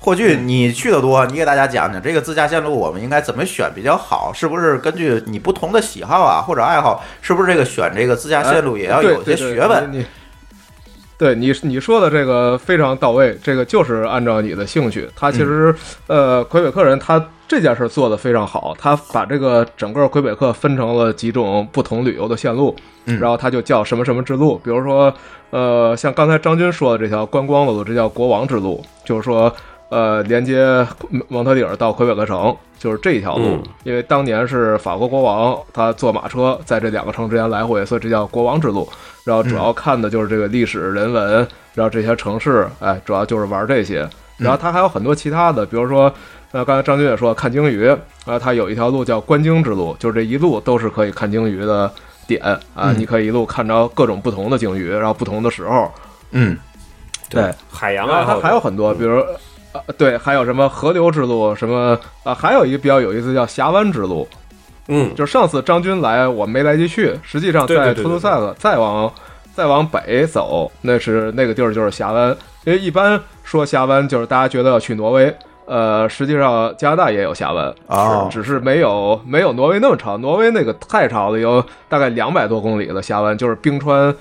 Speaker 3: 霍炬，你去的多，你给大家讲讲这个自驾线路，我们应该怎么选比较好？是不是根据你不同的喜好啊或者爱好，是不是这个选这个自驾线路也要
Speaker 4: 哎
Speaker 5: 对
Speaker 3: 有些
Speaker 5: 对对
Speaker 3: 学问？
Speaker 5: 你你对你你说的这个非常到位，这个就是按照你的兴趣。他
Speaker 3: 嗯
Speaker 5: 其实、呃，魁北克人他这件事做得非常好，他把这个整个魁北克分成了几种不同旅游的线路，
Speaker 3: 嗯
Speaker 5: 然后他就叫什么什么之路，比如说呃，像刚才张军说的这条观光的路，这叫国王之路，就是说。呃，连接蒙蒙特利尔到魁北克城，就是这一条路，
Speaker 4: 嗯
Speaker 5: 因为当年是法国国王他坐马车在这两个城之间来回，所以这叫国王之路。然后主要看的就是这个历史、人文，然后这些城市，哎，主要就是玩这些。然后它还有很多其他的，比如说，呃，刚才张军也说看鲸鱼，啊，它有一条路叫观鲸之路，就是这一路都是可以看鲸鱼的点啊，你可以一路看着各种不同的鲸鱼，然后不同的时候，
Speaker 3: 嗯
Speaker 5: 对，
Speaker 4: 海洋啊
Speaker 5: 然
Speaker 4: 爱
Speaker 5: 后
Speaker 4: 好嗯
Speaker 5: 它还有很多，比如。呃，对，还有什么河流之路，什么啊，还有一个比较有意思叫峡湾之路，
Speaker 4: 嗯，
Speaker 5: 就是上次张军来，我没来及去。实际上
Speaker 4: 对对
Speaker 5: 在
Speaker 4: 对
Speaker 5: 托图塞克再往再往北走，那是那个地儿就是峡湾。因为一般说峡湾，就是大家觉得要去挪威，呃，实际上加拿大也有峡湾，
Speaker 3: 哦
Speaker 5: 只只是没有没有挪威那么长。挪威那个太长了，有大概两百多公里的峡湾，就是冰川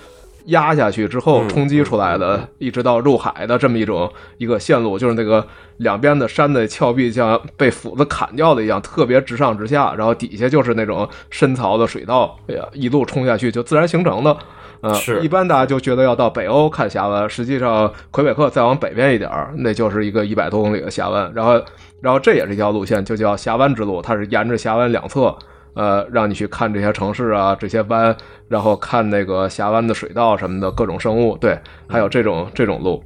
Speaker 5: 压下去之后
Speaker 4: 嗯
Speaker 5: 冲击出来的，一直到入海的这么一种一个线路，就是那个两边的山的峭壁像被斧子砍掉的一样，特别直上直下，然后底下就是那种深槽的水道，哎呀，一路冲下去就自然形成的。呃，
Speaker 4: 是
Speaker 5: 一般大家就觉得要到北欧看峡湾，实际上魁北克再往北边一点儿，那就是一个一百多公里的峡湾。然后，然后这也是一条路线，就叫峡湾之路，它是沿着峡湾两侧，呃，让你去看这些城市啊，这些湾，然后看那个峡湾的水道什么的各种生物，对，还有这种这种路。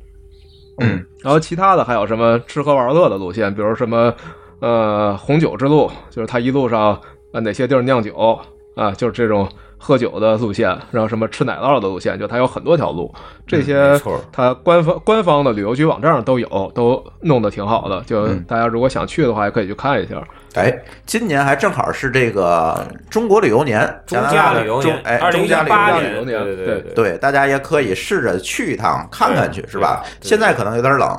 Speaker 3: 嗯，
Speaker 5: 然后其他的还有什么吃喝玩乐的路线，比如什么呃红酒之路，就是它一路上呃哪些地儿酿酒啊、就是这种喝酒的路线，然后什么吃奶酪的路线，就它有很多条路，这
Speaker 4: 嗯
Speaker 5: 些
Speaker 4: 没错
Speaker 5: 它官方官方的旅游局网站上都有，都弄得挺好的，就
Speaker 3: 嗯
Speaker 5: 大家如果想去的话，也可以去看一下。
Speaker 3: 哎，今年还正好是这个中国旅游年，
Speaker 4: 中
Speaker 3: 加拿
Speaker 4: 加
Speaker 3: 大
Speaker 4: 旅游
Speaker 3: 中
Speaker 4: 年，
Speaker 3: 哎，
Speaker 4: 二零
Speaker 3: 中
Speaker 4: 一
Speaker 3: 加旅游
Speaker 4: 八
Speaker 5: 旅
Speaker 4: 年，
Speaker 5: 游年
Speaker 4: 对
Speaker 5: 对
Speaker 4: 对。
Speaker 3: 对，大家也可以试着去一趟看看去，是吧？
Speaker 4: 对
Speaker 3: 现在可能有点冷，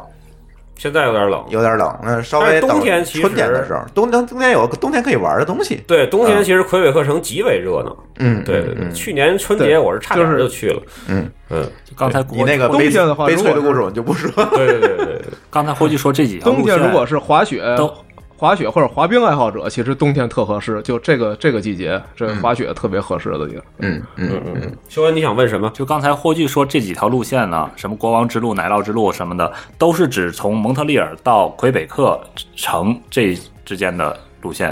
Speaker 4: 现在有点冷，
Speaker 3: 有点冷，那稍
Speaker 4: 但
Speaker 3: 微
Speaker 4: 是冬
Speaker 3: 等
Speaker 4: 天其
Speaker 3: 春天的
Speaker 4: 实
Speaker 3: 时候，冬天冬天有冬天可以玩的东西，
Speaker 4: 对，冬天
Speaker 3: 嗯
Speaker 4: 其实魁北克城极为热闹。
Speaker 3: 嗯，
Speaker 4: 对对
Speaker 3: 嗯
Speaker 4: 对，
Speaker 3: 嗯
Speaker 4: 去年春
Speaker 5: 对
Speaker 4: 节我是差点
Speaker 5: 就是
Speaker 4: 就去了。
Speaker 3: 嗯
Speaker 4: 嗯，
Speaker 6: 刚才
Speaker 3: 你那个
Speaker 5: 冬
Speaker 3: 悲
Speaker 5: 天的话
Speaker 3: 悲
Speaker 5: 如
Speaker 3: 催
Speaker 5: 果
Speaker 3: 的
Speaker 5: 是
Speaker 3: 故事我们就不说了，
Speaker 4: 对对对对对，
Speaker 6: 刚才伙计说这几条
Speaker 5: 冬
Speaker 6: 路
Speaker 5: 天
Speaker 6: 线，
Speaker 5: 如果是滑雪，
Speaker 6: 都
Speaker 5: 滑雪或者滑冰爱好者，其实冬天特合适，就这个这个季节，这滑雪特别合适的地儿。
Speaker 3: 嗯嗯，
Speaker 4: 嗯嗯。修文，你想问什么？
Speaker 6: 就刚才霍炬说这几条路线呢，什么国王之路、奶酪之路什么的，都是指从蒙特利尔到魁北克城这之间的路线，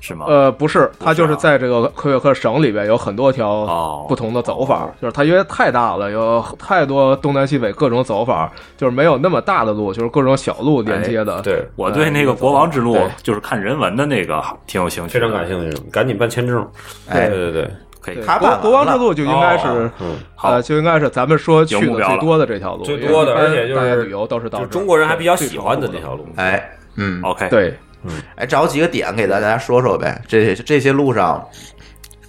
Speaker 6: 是
Speaker 4: 啊
Speaker 6: 吗？
Speaker 5: 呃，不是，它就是
Speaker 6: 啊
Speaker 5: 在这个魁北克省里边有很多条
Speaker 6: 哦
Speaker 5: 不同的走法，就是它因为太大了，有太多东南西北各种走法，就是没有那么大的路，就是各种小路连接的。
Speaker 4: 哎对，
Speaker 6: 我对那个国王之路
Speaker 5: 对，
Speaker 6: 就是看人文的那个挺有兴趣，
Speaker 4: 非常感。兴趣，赶紧办签证。
Speaker 3: 哎
Speaker 4: 对对对，
Speaker 6: 可以
Speaker 5: 对，
Speaker 3: 他
Speaker 6: 看，
Speaker 5: 国
Speaker 3: 办
Speaker 5: 国
Speaker 3: 完
Speaker 5: 王之
Speaker 3: 了
Speaker 5: 路就应该
Speaker 4: 哦
Speaker 5: 是，
Speaker 4: 嗯，
Speaker 5: 呃，就应该是咱们说去
Speaker 6: 有
Speaker 5: 的
Speaker 6: 目标
Speaker 5: 最
Speaker 6: 了
Speaker 5: 多的这条路，
Speaker 4: 最多的
Speaker 5: 因为
Speaker 4: 而且
Speaker 5: 一般
Speaker 4: 就是
Speaker 5: 大家旅游都是到
Speaker 4: 就
Speaker 5: 这儿
Speaker 4: 中国人还比较
Speaker 5: 对
Speaker 4: 喜欢的
Speaker 5: 最
Speaker 4: 这
Speaker 5: 常
Speaker 4: 条路。
Speaker 3: 哎，嗯，
Speaker 6: OK，，
Speaker 5: 对。
Speaker 3: 哎，找几个点给大家说说呗。这这些路上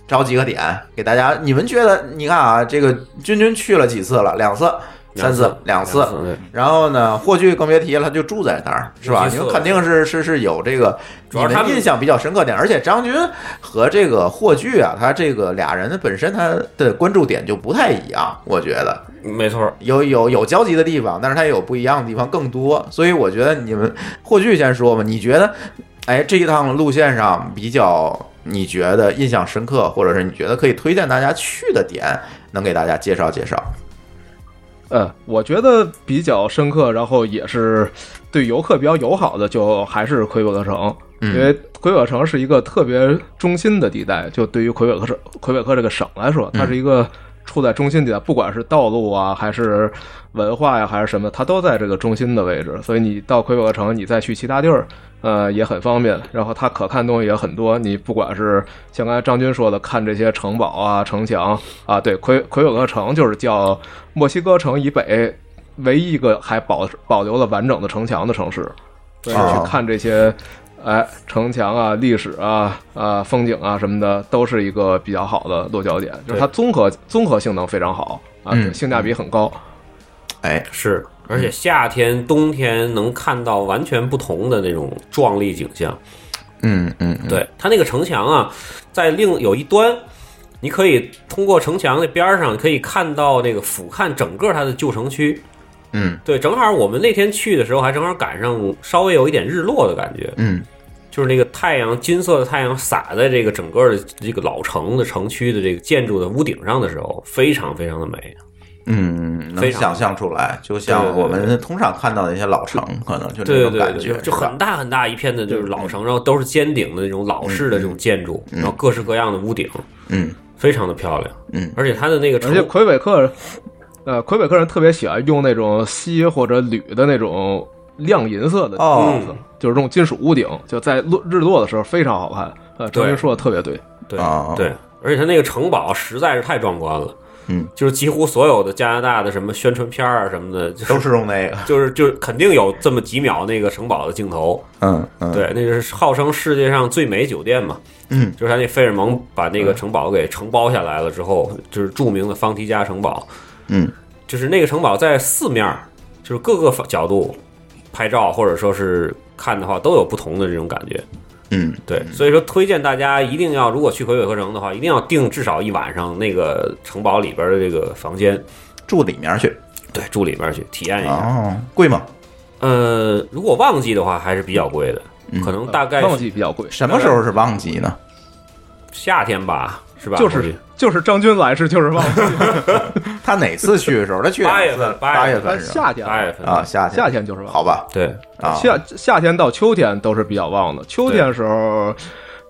Speaker 3: 找几个点给大家，你们觉得？你看啊，这个君君去了几次了？两次、三
Speaker 4: 次
Speaker 3: 次、两次。
Speaker 4: 对
Speaker 3: 然后呢，霍炬更别提了，他就住在那儿，是吧？
Speaker 4: 有几
Speaker 3: 你
Speaker 4: 次
Speaker 3: 们肯定是是是有这个，
Speaker 4: 主
Speaker 3: 你
Speaker 4: 要是他
Speaker 3: 们
Speaker 4: 们
Speaker 3: 印象比较深刻点。而且张军和这个霍炬啊，他这个俩人本身他的关注点就不太一样，我觉得。
Speaker 4: 没错，
Speaker 3: 有有有交集的地方，但是它也有不一样的地方更多。所以我觉得你们霍炬先说吧，你觉得，哎，这一趟路线上比较你觉得印象深刻，或者是你觉得可以推荐大家去的点，能给大家介绍介绍？
Speaker 5: 嗯，我觉得比较深刻，然后也是对游客比较友好的，就还是魁北克城，因为魁北克城是一个特别中心的地带。就对于魁北克省、魁北克这个省来说，它是一个处在中心地带，不管是道路啊，还是文化呀、还是什么，它都在这个中心的位置。所以你到魁北克城，你再去其他地儿，呃，也很方便。然后它可看东西也很多，你不管是像刚才张军说的，看这些城堡啊、城墙啊，对，魁魁北克城就是叫墨西哥城以北唯一一个还保保留了完整的城墙的城市。对，
Speaker 3: 啊
Speaker 5: 去看这些。哎，城墙啊、历史啊、啊风景啊什么的，都是一个比较好的落脚点，就是它综合综合性能非常好啊，
Speaker 3: 嗯
Speaker 5: 性价比很高。
Speaker 3: 哎，
Speaker 4: 是，而且夏天、冬天能看到完全不同的那种壮丽景象。
Speaker 3: 嗯嗯，嗯，
Speaker 4: 对，它那个城墙啊，在另有一端，你可以通过城墙的边儿上，可以看到那个俯瞰整个它的旧城区。
Speaker 3: 嗯
Speaker 4: 对，正好我们那天去的时候，还正好赶上稍微有一点日落的感觉，
Speaker 3: 嗯
Speaker 4: 就是那个太阳金色的太阳洒在这个整个的这个老城的城区的这个建筑的屋顶上的时候，非常非常的美。
Speaker 3: 嗯，能
Speaker 4: 非常
Speaker 3: 想象出来，就像
Speaker 4: 对对对
Speaker 3: 我们通常看到的一些老城，可能就
Speaker 4: 对
Speaker 3: 那
Speaker 4: 对
Speaker 3: 种
Speaker 4: 对
Speaker 3: 感
Speaker 4: 对
Speaker 3: 觉嗯
Speaker 4: 就，就很大很大一片的，就是老城，然后都是尖顶的那种老式的这种建筑，然后各式各样的屋顶，
Speaker 3: 嗯
Speaker 4: 非常的漂亮。
Speaker 3: 嗯
Speaker 4: 而且它的那个城
Speaker 5: 而且魁北克，呃，魁北克人特别喜欢用那种锡或者铝的那种亮银色的，
Speaker 3: 哦
Speaker 4: 嗯
Speaker 5: 就是这种金属屋顶，就在落日落的时候非常好看。呃，张
Speaker 4: 对
Speaker 5: 云说的特别对，
Speaker 4: 对
Speaker 3: 啊
Speaker 4: 对，而且它那个城堡实在是太壮观了。
Speaker 3: 嗯，
Speaker 4: 就是几乎所有的加拿大的什么宣传片儿啊什么的， 就是
Speaker 3: 都是用那个，
Speaker 4: 就是就是肯定有这么几秒那个城堡的镜头，
Speaker 3: 嗯嗯，
Speaker 4: 对，那就是号称世界上最美酒店嘛，
Speaker 3: 嗯，
Speaker 4: 就是他那费尔蒙把那个城堡给承包下来了之后，就是著名的方提加城堡，
Speaker 3: 嗯，
Speaker 4: 就是那个城堡在四面儿，就是各个角度拍照或者说是看的话，都有不同的这种感觉，
Speaker 3: 嗯
Speaker 4: 对，所以说推荐大家一定要，如果去魁北克城的话，一定要订至少一晚上那个城堡里边的这个房间，
Speaker 3: 住里面去
Speaker 4: 对，住里边去体验一下。
Speaker 5: 啊
Speaker 3: 哦，贵吗？
Speaker 4: 呃，如果旺季的话，还是比较贵的，可能大概
Speaker 5: 嗯呃旺季比较贵，
Speaker 3: 什么时候是旺季呢？
Speaker 4: 夏天吧，是吧？
Speaker 5: 就
Speaker 4: 估计
Speaker 5: 是就是张军来是就是旺 季，
Speaker 3: 他哪次去的时候？他去
Speaker 4: 八月份
Speaker 3: 两次
Speaker 4: 八
Speaker 3: 八
Speaker 4: 月
Speaker 3: 月
Speaker 4: 份
Speaker 3: 份是吧
Speaker 5: 夏天
Speaker 4: 八月份
Speaker 3: 啊，夏天
Speaker 5: 夏天就是旺季
Speaker 3: 好吧
Speaker 4: 对，
Speaker 3: 啊，
Speaker 5: 夏夏天到秋天都是比较旺的。秋天时候，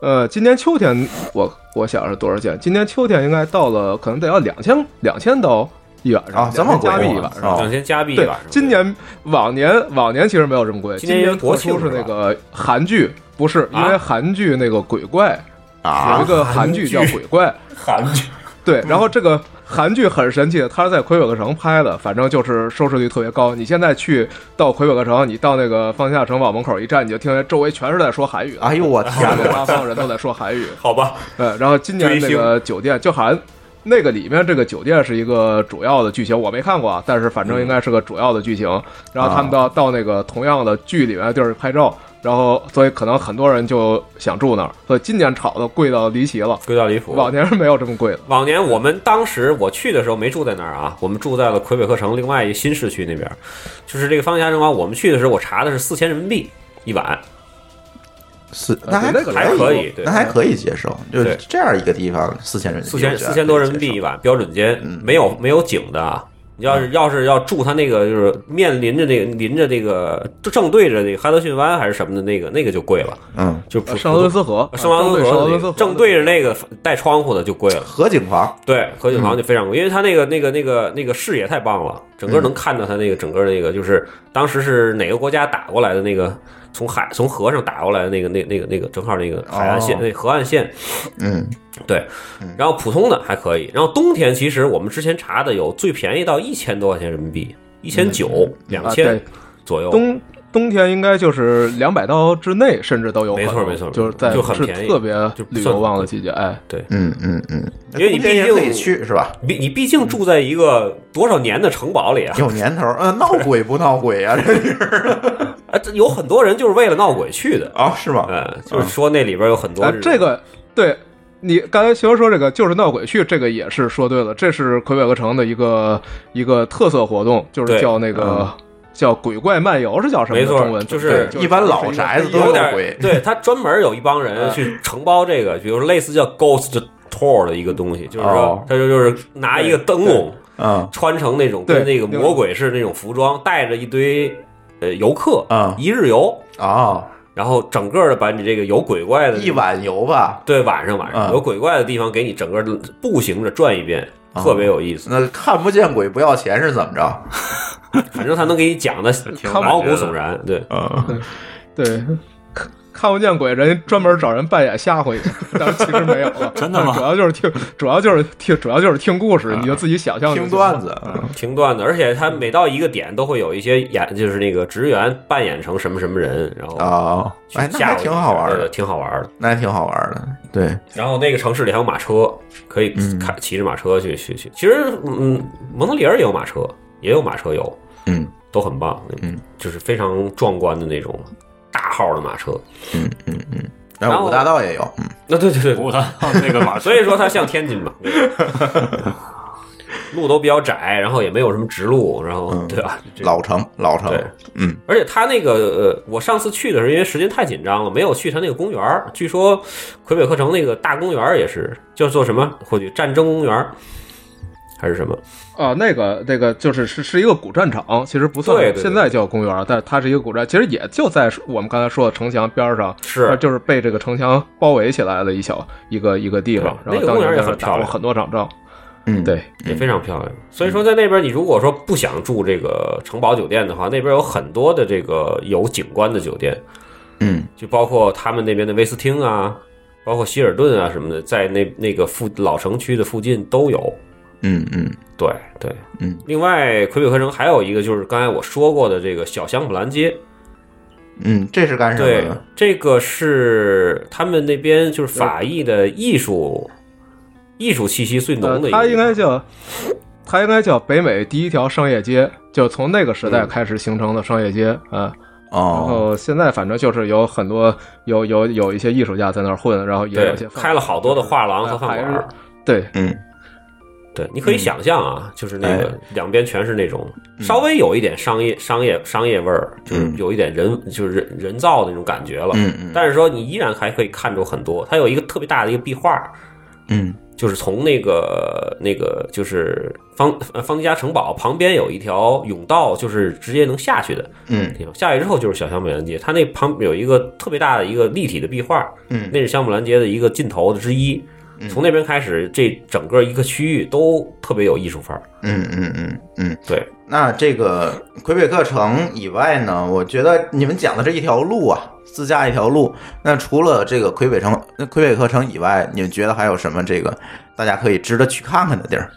Speaker 5: 呃，今年秋天我我想是多少钱？今年秋天应该到了，可能得要两千两千刀一晚上，
Speaker 3: 啊这么
Speaker 5: 2000加
Speaker 3: 贵
Speaker 5: 币
Speaker 3: 吗
Speaker 5: 一晚上。
Speaker 3: 哦
Speaker 4: 两千加币
Speaker 5: 对
Speaker 4: 吧。，
Speaker 5: 今年往年往年其实没有这么贵，
Speaker 4: 今
Speaker 5: 今
Speaker 4: 年因为
Speaker 5: 年
Speaker 4: 国
Speaker 5: 特
Speaker 4: 庆
Speaker 5: 殊是那
Speaker 4: 是吧
Speaker 5: 个韩剧，不是因
Speaker 4: 啊
Speaker 5: 为韩剧那个鬼怪有一
Speaker 3: 啊，
Speaker 5: 个韩剧叫《鬼 怪》，
Speaker 4: 韩剧
Speaker 5: 对，然后这个韩剧很神奇，它是在魁北克城拍的，反正就是收视率特别高。你现在去到魁北克城，你到那个方夏城堡门口一站，你就听见周围全是在说韩语的，
Speaker 3: 哎呦我
Speaker 5: 四
Speaker 3: 天
Speaker 5: 面
Speaker 3: 哪，
Speaker 5: 八方人都在说韩语。
Speaker 4: 好吧，
Speaker 5: 对，呃然后今年那个酒店就好像那个里面这个酒店是一个主要的剧情，我没看过，啊，但是反正应该是个主要的剧情。然后他们到、
Speaker 4: 啊
Speaker 5: 到那个同样的剧里面的地儿拍照，然后所以可能很多人就想住那儿，所以今年炒的贵到离奇了，
Speaker 4: 贵到离谱。
Speaker 5: 往年是没有这么贵的。
Speaker 4: 往年我们当时我去的时候没住在那儿啊，我们住在了魁北克城另外一新市区那边，就是这个方家城堡。我们去的时候我查的是四千人民币一晚，
Speaker 3: 是那还
Speaker 5: 那个
Speaker 4: 还可以，对
Speaker 3: 那，还可以接受，就是
Speaker 4: 对
Speaker 3: 这样一个地方，四千人民币
Speaker 4: 四千
Speaker 3: 我觉得
Speaker 4: 四千多
Speaker 3: 可以
Speaker 4: 人民
Speaker 3: 接
Speaker 4: 币
Speaker 3: 受
Speaker 4: 一晚，标准间，没有没有景的啊。你要是要是要住他那个就是面临着那个临着这个正对着那个哈德逊湾还是什么的那个那个就贵了，
Speaker 3: 嗯，
Speaker 4: 就普
Speaker 5: 圣劳伦斯河，
Speaker 4: 呃圣劳伦斯
Speaker 5: 圣劳
Speaker 4: 河
Speaker 5: 伦
Speaker 4: 那
Speaker 5: 斯
Speaker 4: 个
Speaker 5: 河
Speaker 4: 正对着那个带窗户的就贵了。
Speaker 3: 河景房
Speaker 4: 对，何景房就非常贵，因为他那个那个那个那个视野太棒了，整个能看到他那个整个那个就是当时是哪个国家打过来的那个从海从河上打过来的那个那那个那个正好那个海岸线、
Speaker 3: 哦
Speaker 4: 那河岸线
Speaker 3: 嗯
Speaker 4: 对，
Speaker 5: 嗯
Speaker 4: 然后普通的还可以，然后冬天其实我们之前查的有最便宜到一千多块钱人民币，一千九两
Speaker 5: 啊
Speaker 4: 千
Speaker 5: 对
Speaker 4: 左右，
Speaker 5: 冬冬天应该就是两百刀之内，甚至都有可能。
Speaker 4: 没错没错没错
Speaker 5: 就是在
Speaker 4: 就很
Speaker 5: 是
Speaker 4: 便宜
Speaker 5: 特别
Speaker 4: 就不
Speaker 5: 旅
Speaker 4: 算
Speaker 5: 游旺的季节。哎，
Speaker 3: 嗯嗯嗯，
Speaker 4: 因为你
Speaker 3: 冬天
Speaker 4: 毕
Speaker 3: 也可以
Speaker 4: 竟
Speaker 3: 去是吧？
Speaker 4: 你你毕竟住在一个多少年的城堡里
Speaker 5: 嗯
Speaker 4: 啊，
Speaker 3: 有年头，呃，闹鬼不闹 鬼啊？这里
Speaker 4: 啊这有很多人就是为了闹鬼去的。
Speaker 3: 啊是吗？
Speaker 4: 呃，就是说那里边有很多
Speaker 5: 哎
Speaker 4: 日，
Speaker 5: 哦这个对你刚才媳妇说这个就是闹鬼去，这个也是说对了，这是魁北克城的一个一个特色活动，就是
Speaker 4: 对
Speaker 5: 叫那个。叫鬼怪漫游是叫什么的
Speaker 4: 没错
Speaker 5: 中文
Speaker 4: 就是
Speaker 5: 对
Speaker 3: 一般老宅子都
Speaker 4: 有
Speaker 5: 有
Speaker 4: 点
Speaker 3: 闹鬼
Speaker 4: 儿，对他专门有一帮
Speaker 3: 嗯
Speaker 4: 人去承包这个，比如类似叫 ghost tour 的一个东西，就是
Speaker 3: 哦
Speaker 4: 说他就就是拿一个灯笼
Speaker 3: 嗯
Speaker 4: 穿成那种跟
Speaker 5: 对
Speaker 4: 那个
Speaker 5: 那种
Speaker 4: 魔鬼似的那种服装，带着一堆呃游客
Speaker 3: 嗯
Speaker 4: 一日游，
Speaker 3: 啊，
Speaker 4: 然后整个的把你这个有鬼怪的
Speaker 3: 一晚游吧，
Speaker 4: 对晚上晚上
Speaker 3: 嗯
Speaker 4: 有鬼怪的地方给你整个步行着转一遍，
Speaker 3: 哦
Speaker 4: 特别有意思。
Speaker 3: 那看不见鬼不要钱是怎么着？
Speaker 4: 反正他能给你讲的毛骨悚然，对。
Speaker 3: 嗯，
Speaker 5: 对，看看不见鬼，人家专门找人扮演吓唬你，但是其实没有了，
Speaker 6: 真的吗
Speaker 5: 主要就是听，主要就是听，主要就是听故事，你就自己想象就
Speaker 3: 听
Speaker 5: 行
Speaker 3: 段子，嗯
Speaker 4: 挺短的，而且他每到一个点都会有一些演，就是那个职员扮演成什么什么人，然后
Speaker 3: 啊，
Speaker 4: 去
Speaker 3: 哎，那
Speaker 4: 吓
Speaker 3: 还
Speaker 4: 唬
Speaker 3: 挺好玩
Speaker 4: 你对
Speaker 3: 的，
Speaker 4: 挺好玩的。
Speaker 3: 那还挺好玩的，对，
Speaker 4: 然后那个城市里还有马车，可以
Speaker 3: 嗯
Speaker 4: 开骑着马车去去去。其实，嗯，蒙特利尔也有马车，也有马车游，
Speaker 3: 嗯
Speaker 4: 都很棒，
Speaker 3: 嗯，
Speaker 4: 就是非常壮观的那种大号的马车。
Speaker 3: 嗯嗯嗯，
Speaker 4: 然
Speaker 3: 那
Speaker 4: 后
Speaker 3: 五大道也有，嗯
Speaker 4: 那对对对，
Speaker 6: 我他那个 马车
Speaker 4: 所以说它像天津嘛， 路都比较窄，然后也没有什么直路，然后
Speaker 3: 嗯
Speaker 4: 对吧？这
Speaker 3: 老城老城
Speaker 4: 对，
Speaker 3: 嗯
Speaker 4: 而且他那个呃，我上次去的时候，因为时间太紧张了，没有去他那个公园儿。据说魁北克城那个大公园儿也是叫做什么？或许战争公园儿还是什么？
Speaker 5: 啊。那个那个就是是是一个古战场，其实不
Speaker 4: 对
Speaker 5: 算
Speaker 4: 对对
Speaker 5: 现在叫公园，但是它是一个古战，其实也就在我们刚才说的城墙边上，
Speaker 4: 是
Speaker 5: 它就是啊被这个城墙包围起来的一小一个一个地方。
Speaker 4: 对
Speaker 5: 然
Speaker 4: 那个
Speaker 5: 后当
Speaker 4: 公园
Speaker 5: 年
Speaker 4: 也
Speaker 5: 在那
Speaker 4: 很
Speaker 5: 儿
Speaker 4: 漂
Speaker 5: 打过
Speaker 4: 亮
Speaker 5: 很多场仗，
Speaker 3: 嗯，
Speaker 5: 对。
Speaker 4: 也非常漂亮。所以说，在那边你如果说不想住这个城堡酒店的话，那边有很多的这个有景观的酒店，
Speaker 3: 嗯
Speaker 4: 就包括他们那边的威斯汀啊，包括希尔顿啊什么的，在那那个附老城区的附近都有。
Speaker 3: 嗯嗯
Speaker 4: 对对，
Speaker 3: 嗯。
Speaker 4: 另外，魁北克城还有一个就是刚才我说过的这个小香普兰街，
Speaker 3: 嗯，这是干什么
Speaker 4: 对
Speaker 3: 的？，
Speaker 4: 这个是他们那边就是法裔的艺术艺术气息最浓的一个地方。
Speaker 5: 呃它应该叫它应该叫北美第一条商业街，就从那个时
Speaker 4: 嗯
Speaker 5: 代开始形成的商业街啊。然
Speaker 3: 哦，
Speaker 5: 后现在反正就是有很多有有有一些艺术家在那儿混，然后也有
Speaker 4: 对
Speaker 5: 一些饭
Speaker 4: 开了好多的画廊和饭
Speaker 5: 还是
Speaker 4: 馆。
Speaker 5: 对，
Speaker 3: 嗯
Speaker 4: 对，你可以想象啊，就是那
Speaker 3: 哎
Speaker 4: 个两边全是那种
Speaker 3: 嗯
Speaker 4: 稍微有一点商业、商业、商业味儿，就是有一点人就是人人造的那种感觉了。
Speaker 3: 嗯嗯
Speaker 4: 但是说你依然还可以看出很多，它有一个特别大的一个壁画，
Speaker 3: 嗯
Speaker 4: 就是从那个那个就是方呃方迪加城堡旁边有一条甬道，就是直接能下去的
Speaker 3: 嗯
Speaker 4: 地方。下去之后就是小香木兰街，它那旁有一个特别大的一个立体的壁画，
Speaker 3: 嗯
Speaker 4: 那是香木兰街的一个尽头之一。从那边开始，这整个一个区域都特别有艺术范儿。
Speaker 3: 嗯嗯嗯嗯。
Speaker 4: 对，
Speaker 3: 那这个魁北克城以外呢，我觉得你们讲的这一条路啊，自驾一条路，那除了这个魁北城、那魁北克城以外，你们觉得还有什么这个大家可以值得去看看的地儿？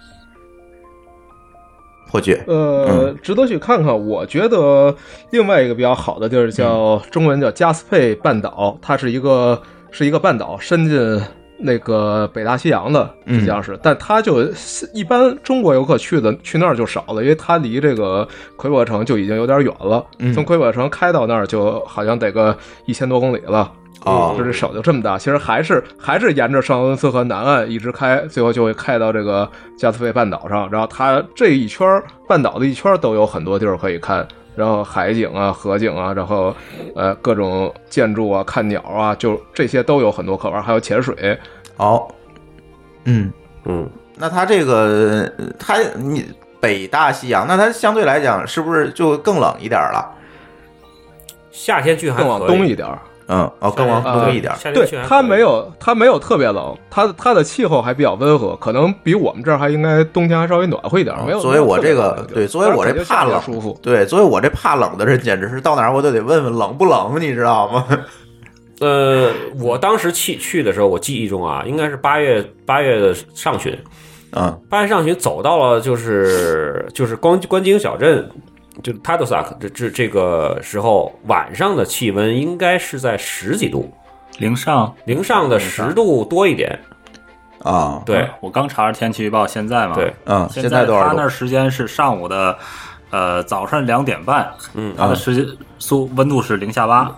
Speaker 3: 破局，
Speaker 5: 呃，值得去看看。我觉得另外一个比较好的地儿叫、
Speaker 3: 嗯
Speaker 5: 中文叫加斯佩半岛，它是一个是一个半岛，伸进那个北大西洋的，
Speaker 3: 嗯
Speaker 5: 实际上是，但它就一般中国游客去的去那儿就少了，因为它离这个魁北克城就已经有点远了，
Speaker 3: 嗯
Speaker 5: 从魁北克城开到那儿就好像得个一千多公里了。
Speaker 3: 哦
Speaker 5: 啊就是手就这么大，其实还是还是沿着圣劳伦斯河南岸一直开，最后就会开到这个加斯费半岛上。然后它这一圈儿半岛的一圈儿都有很多地儿可以看，然后海景啊、河景啊，然后呃各种建筑啊、看鸟啊，就这些都有很多可玩，还有潜水。
Speaker 3: 好，嗯，
Speaker 4: 嗯，
Speaker 3: 那它这个呃它你北大西洋，那它相对来讲是不是就更冷一点儿了？
Speaker 4: 夏天去还
Speaker 5: 更往
Speaker 4: 可以
Speaker 5: 东一点儿，
Speaker 3: 嗯，哦，更往东一点儿。
Speaker 4: 夏天
Speaker 5: 对
Speaker 4: 去还可以
Speaker 5: 它没有它没有特别冷，它的它的气候还比较温和，可能比我们这儿还应该冬天还稍微暖和一点儿。没有，
Speaker 3: 作为嗯我这个
Speaker 5: 没有特别冷的地儿
Speaker 3: 对，作为我这怕冷
Speaker 5: 但是感觉夏天舒服，。
Speaker 3: 对，作为我这怕冷的人，简直是到哪儿我都得问问冷不冷，你知道吗？
Speaker 4: 呃，我当时去去的时候，我记忆中啊，应该是八月八月的上旬，
Speaker 3: 嗯
Speaker 4: 八月上旬走到了就是就是关关京小镇，就塔多萨克这这这个时候，晚上的气温应该是在十几度，
Speaker 6: 零上
Speaker 4: 零上的十度多一点。
Speaker 3: 啊，
Speaker 4: 对，
Speaker 6: 我刚查了天气预报，现在嘛，
Speaker 4: 对，
Speaker 3: 嗯，
Speaker 6: 现
Speaker 3: 现在多
Speaker 6: 他
Speaker 3: 少
Speaker 6: 那
Speaker 3: 度
Speaker 6: 儿？时间是上午的，呃，早上两点半，
Speaker 4: 嗯
Speaker 6: 它的时间速温度是零下八，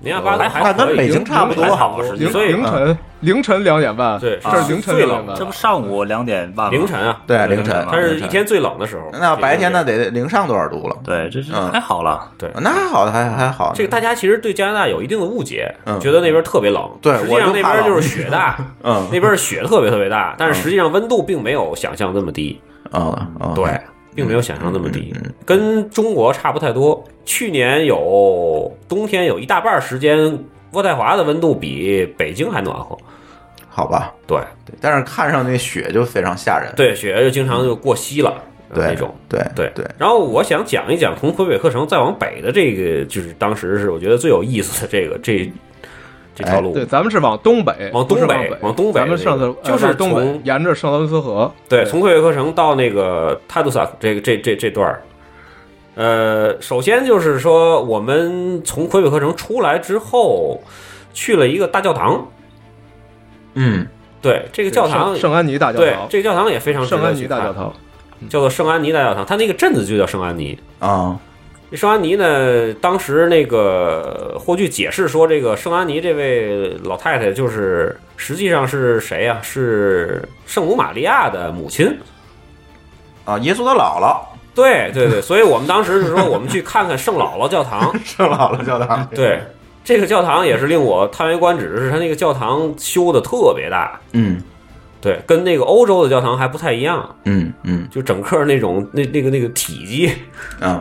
Speaker 4: 零下八度还
Speaker 3: 呃那跟
Speaker 4: 可以
Speaker 3: 北京差不多
Speaker 4: 还好时间，
Speaker 5: 凌
Speaker 4: 所以啊
Speaker 5: 凌晨凌晨两点半，
Speaker 4: 对
Speaker 5: 这
Speaker 4: 啊
Speaker 5: 是凌晨
Speaker 4: 最
Speaker 5: 两
Speaker 4: 冷
Speaker 5: 点半，
Speaker 6: 这不上午两点半吗
Speaker 4: 凌晨啊，
Speaker 3: 对，
Speaker 6: 凌
Speaker 3: 凌
Speaker 6: 晨
Speaker 3: 晨
Speaker 6: 嘛，
Speaker 4: 它是一天最冷的时候。
Speaker 3: 那白天那
Speaker 4: 呢？
Speaker 3: 得零上多少度了？
Speaker 6: 对，这是
Speaker 3: 嗯
Speaker 6: 太好了。
Speaker 4: 对，
Speaker 3: 那还好，还还好。
Speaker 4: 这个大家其实对加拿大有一定的误解，
Speaker 3: 嗯
Speaker 4: 觉得那边特别冷，
Speaker 3: 对
Speaker 4: 实际
Speaker 3: 我就
Speaker 4: 上那
Speaker 3: 怕
Speaker 4: 边
Speaker 3: 冷
Speaker 4: 就是雪大，
Speaker 3: 嗯
Speaker 4: 那边是雪特别特别大，但是实际上温度并没有想象那么低，
Speaker 3: 嗯嗯，
Speaker 4: 对，并没有想象那么低，跟中国差不太多。去年有冬天有一大半时间，渥太华的温度比北京还暖和，
Speaker 3: 好吧。
Speaker 4: 对
Speaker 3: 对，但是看上那雪就非常吓人。
Speaker 4: 对，雪就经常就过膝了
Speaker 3: 对，
Speaker 4: 那种。
Speaker 3: 对
Speaker 4: 对
Speaker 3: 对，
Speaker 4: 然后我想讲一讲从魁北克城再往北的这个，就是当时是我觉得最有意思的这个这这条路。
Speaker 5: 对，咱们是往东北，
Speaker 4: 往
Speaker 5: 不是
Speaker 4: 东北
Speaker 5: 往北，
Speaker 4: 往东北
Speaker 5: 咱们上
Speaker 4: 那
Speaker 5: 次
Speaker 4: 个就是
Speaker 5: 往东北
Speaker 4: 从，
Speaker 5: 沿着圣劳伦斯河，
Speaker 4: 对，从魁北克城到那个泰杜萨克这个这这这段儿，呃，首先就是说，我们从魁北克城出来之后，去了一个大教堂。
Speaker 3: 嗯
Speaker 4: 对，这个教堂
Speaker 5: 圣，圣安妮大教
Speaker 4: 对
Speaker 5: 堂，
Speaker 4: 这个教堂也非常值
Speaker 5: 圣
Speaker 4: 得
Speaker 5: 安妮
Speaker 4: 去
Speaker 5: 大教
Speaker 4: 看，
Speaker 5: 堂，
Speaker 4: 叫做圣安妮大教堂。它那个镇子就叫圣安妮。
Speaker 3: 啊
Speaker 4: 圣安妮呢，当时那个霍炬解释说，这个圣安妮这位老太太就是实际上是谁呀、是圣母玛利亚的母亲。
Speaker 3: 啊，耶稣的姥姥，
Speaker 4: 对对对，所以我们当时是说，我们去看看圣姥姥教堂。
Speaker 3: 圣姥姥教堂。
Speaker 4: 对，这个教堂也是令我叹为观止的是，它那个教堂修的特别大，
Speaker 3: 嗯
Speaker 4: 对，跟那个欧洲的教堂还不太一样，
Speaker 3: 嗯嗯
Speaker 4: 就整个那种那那个那个体积
Speaker 3: 嗯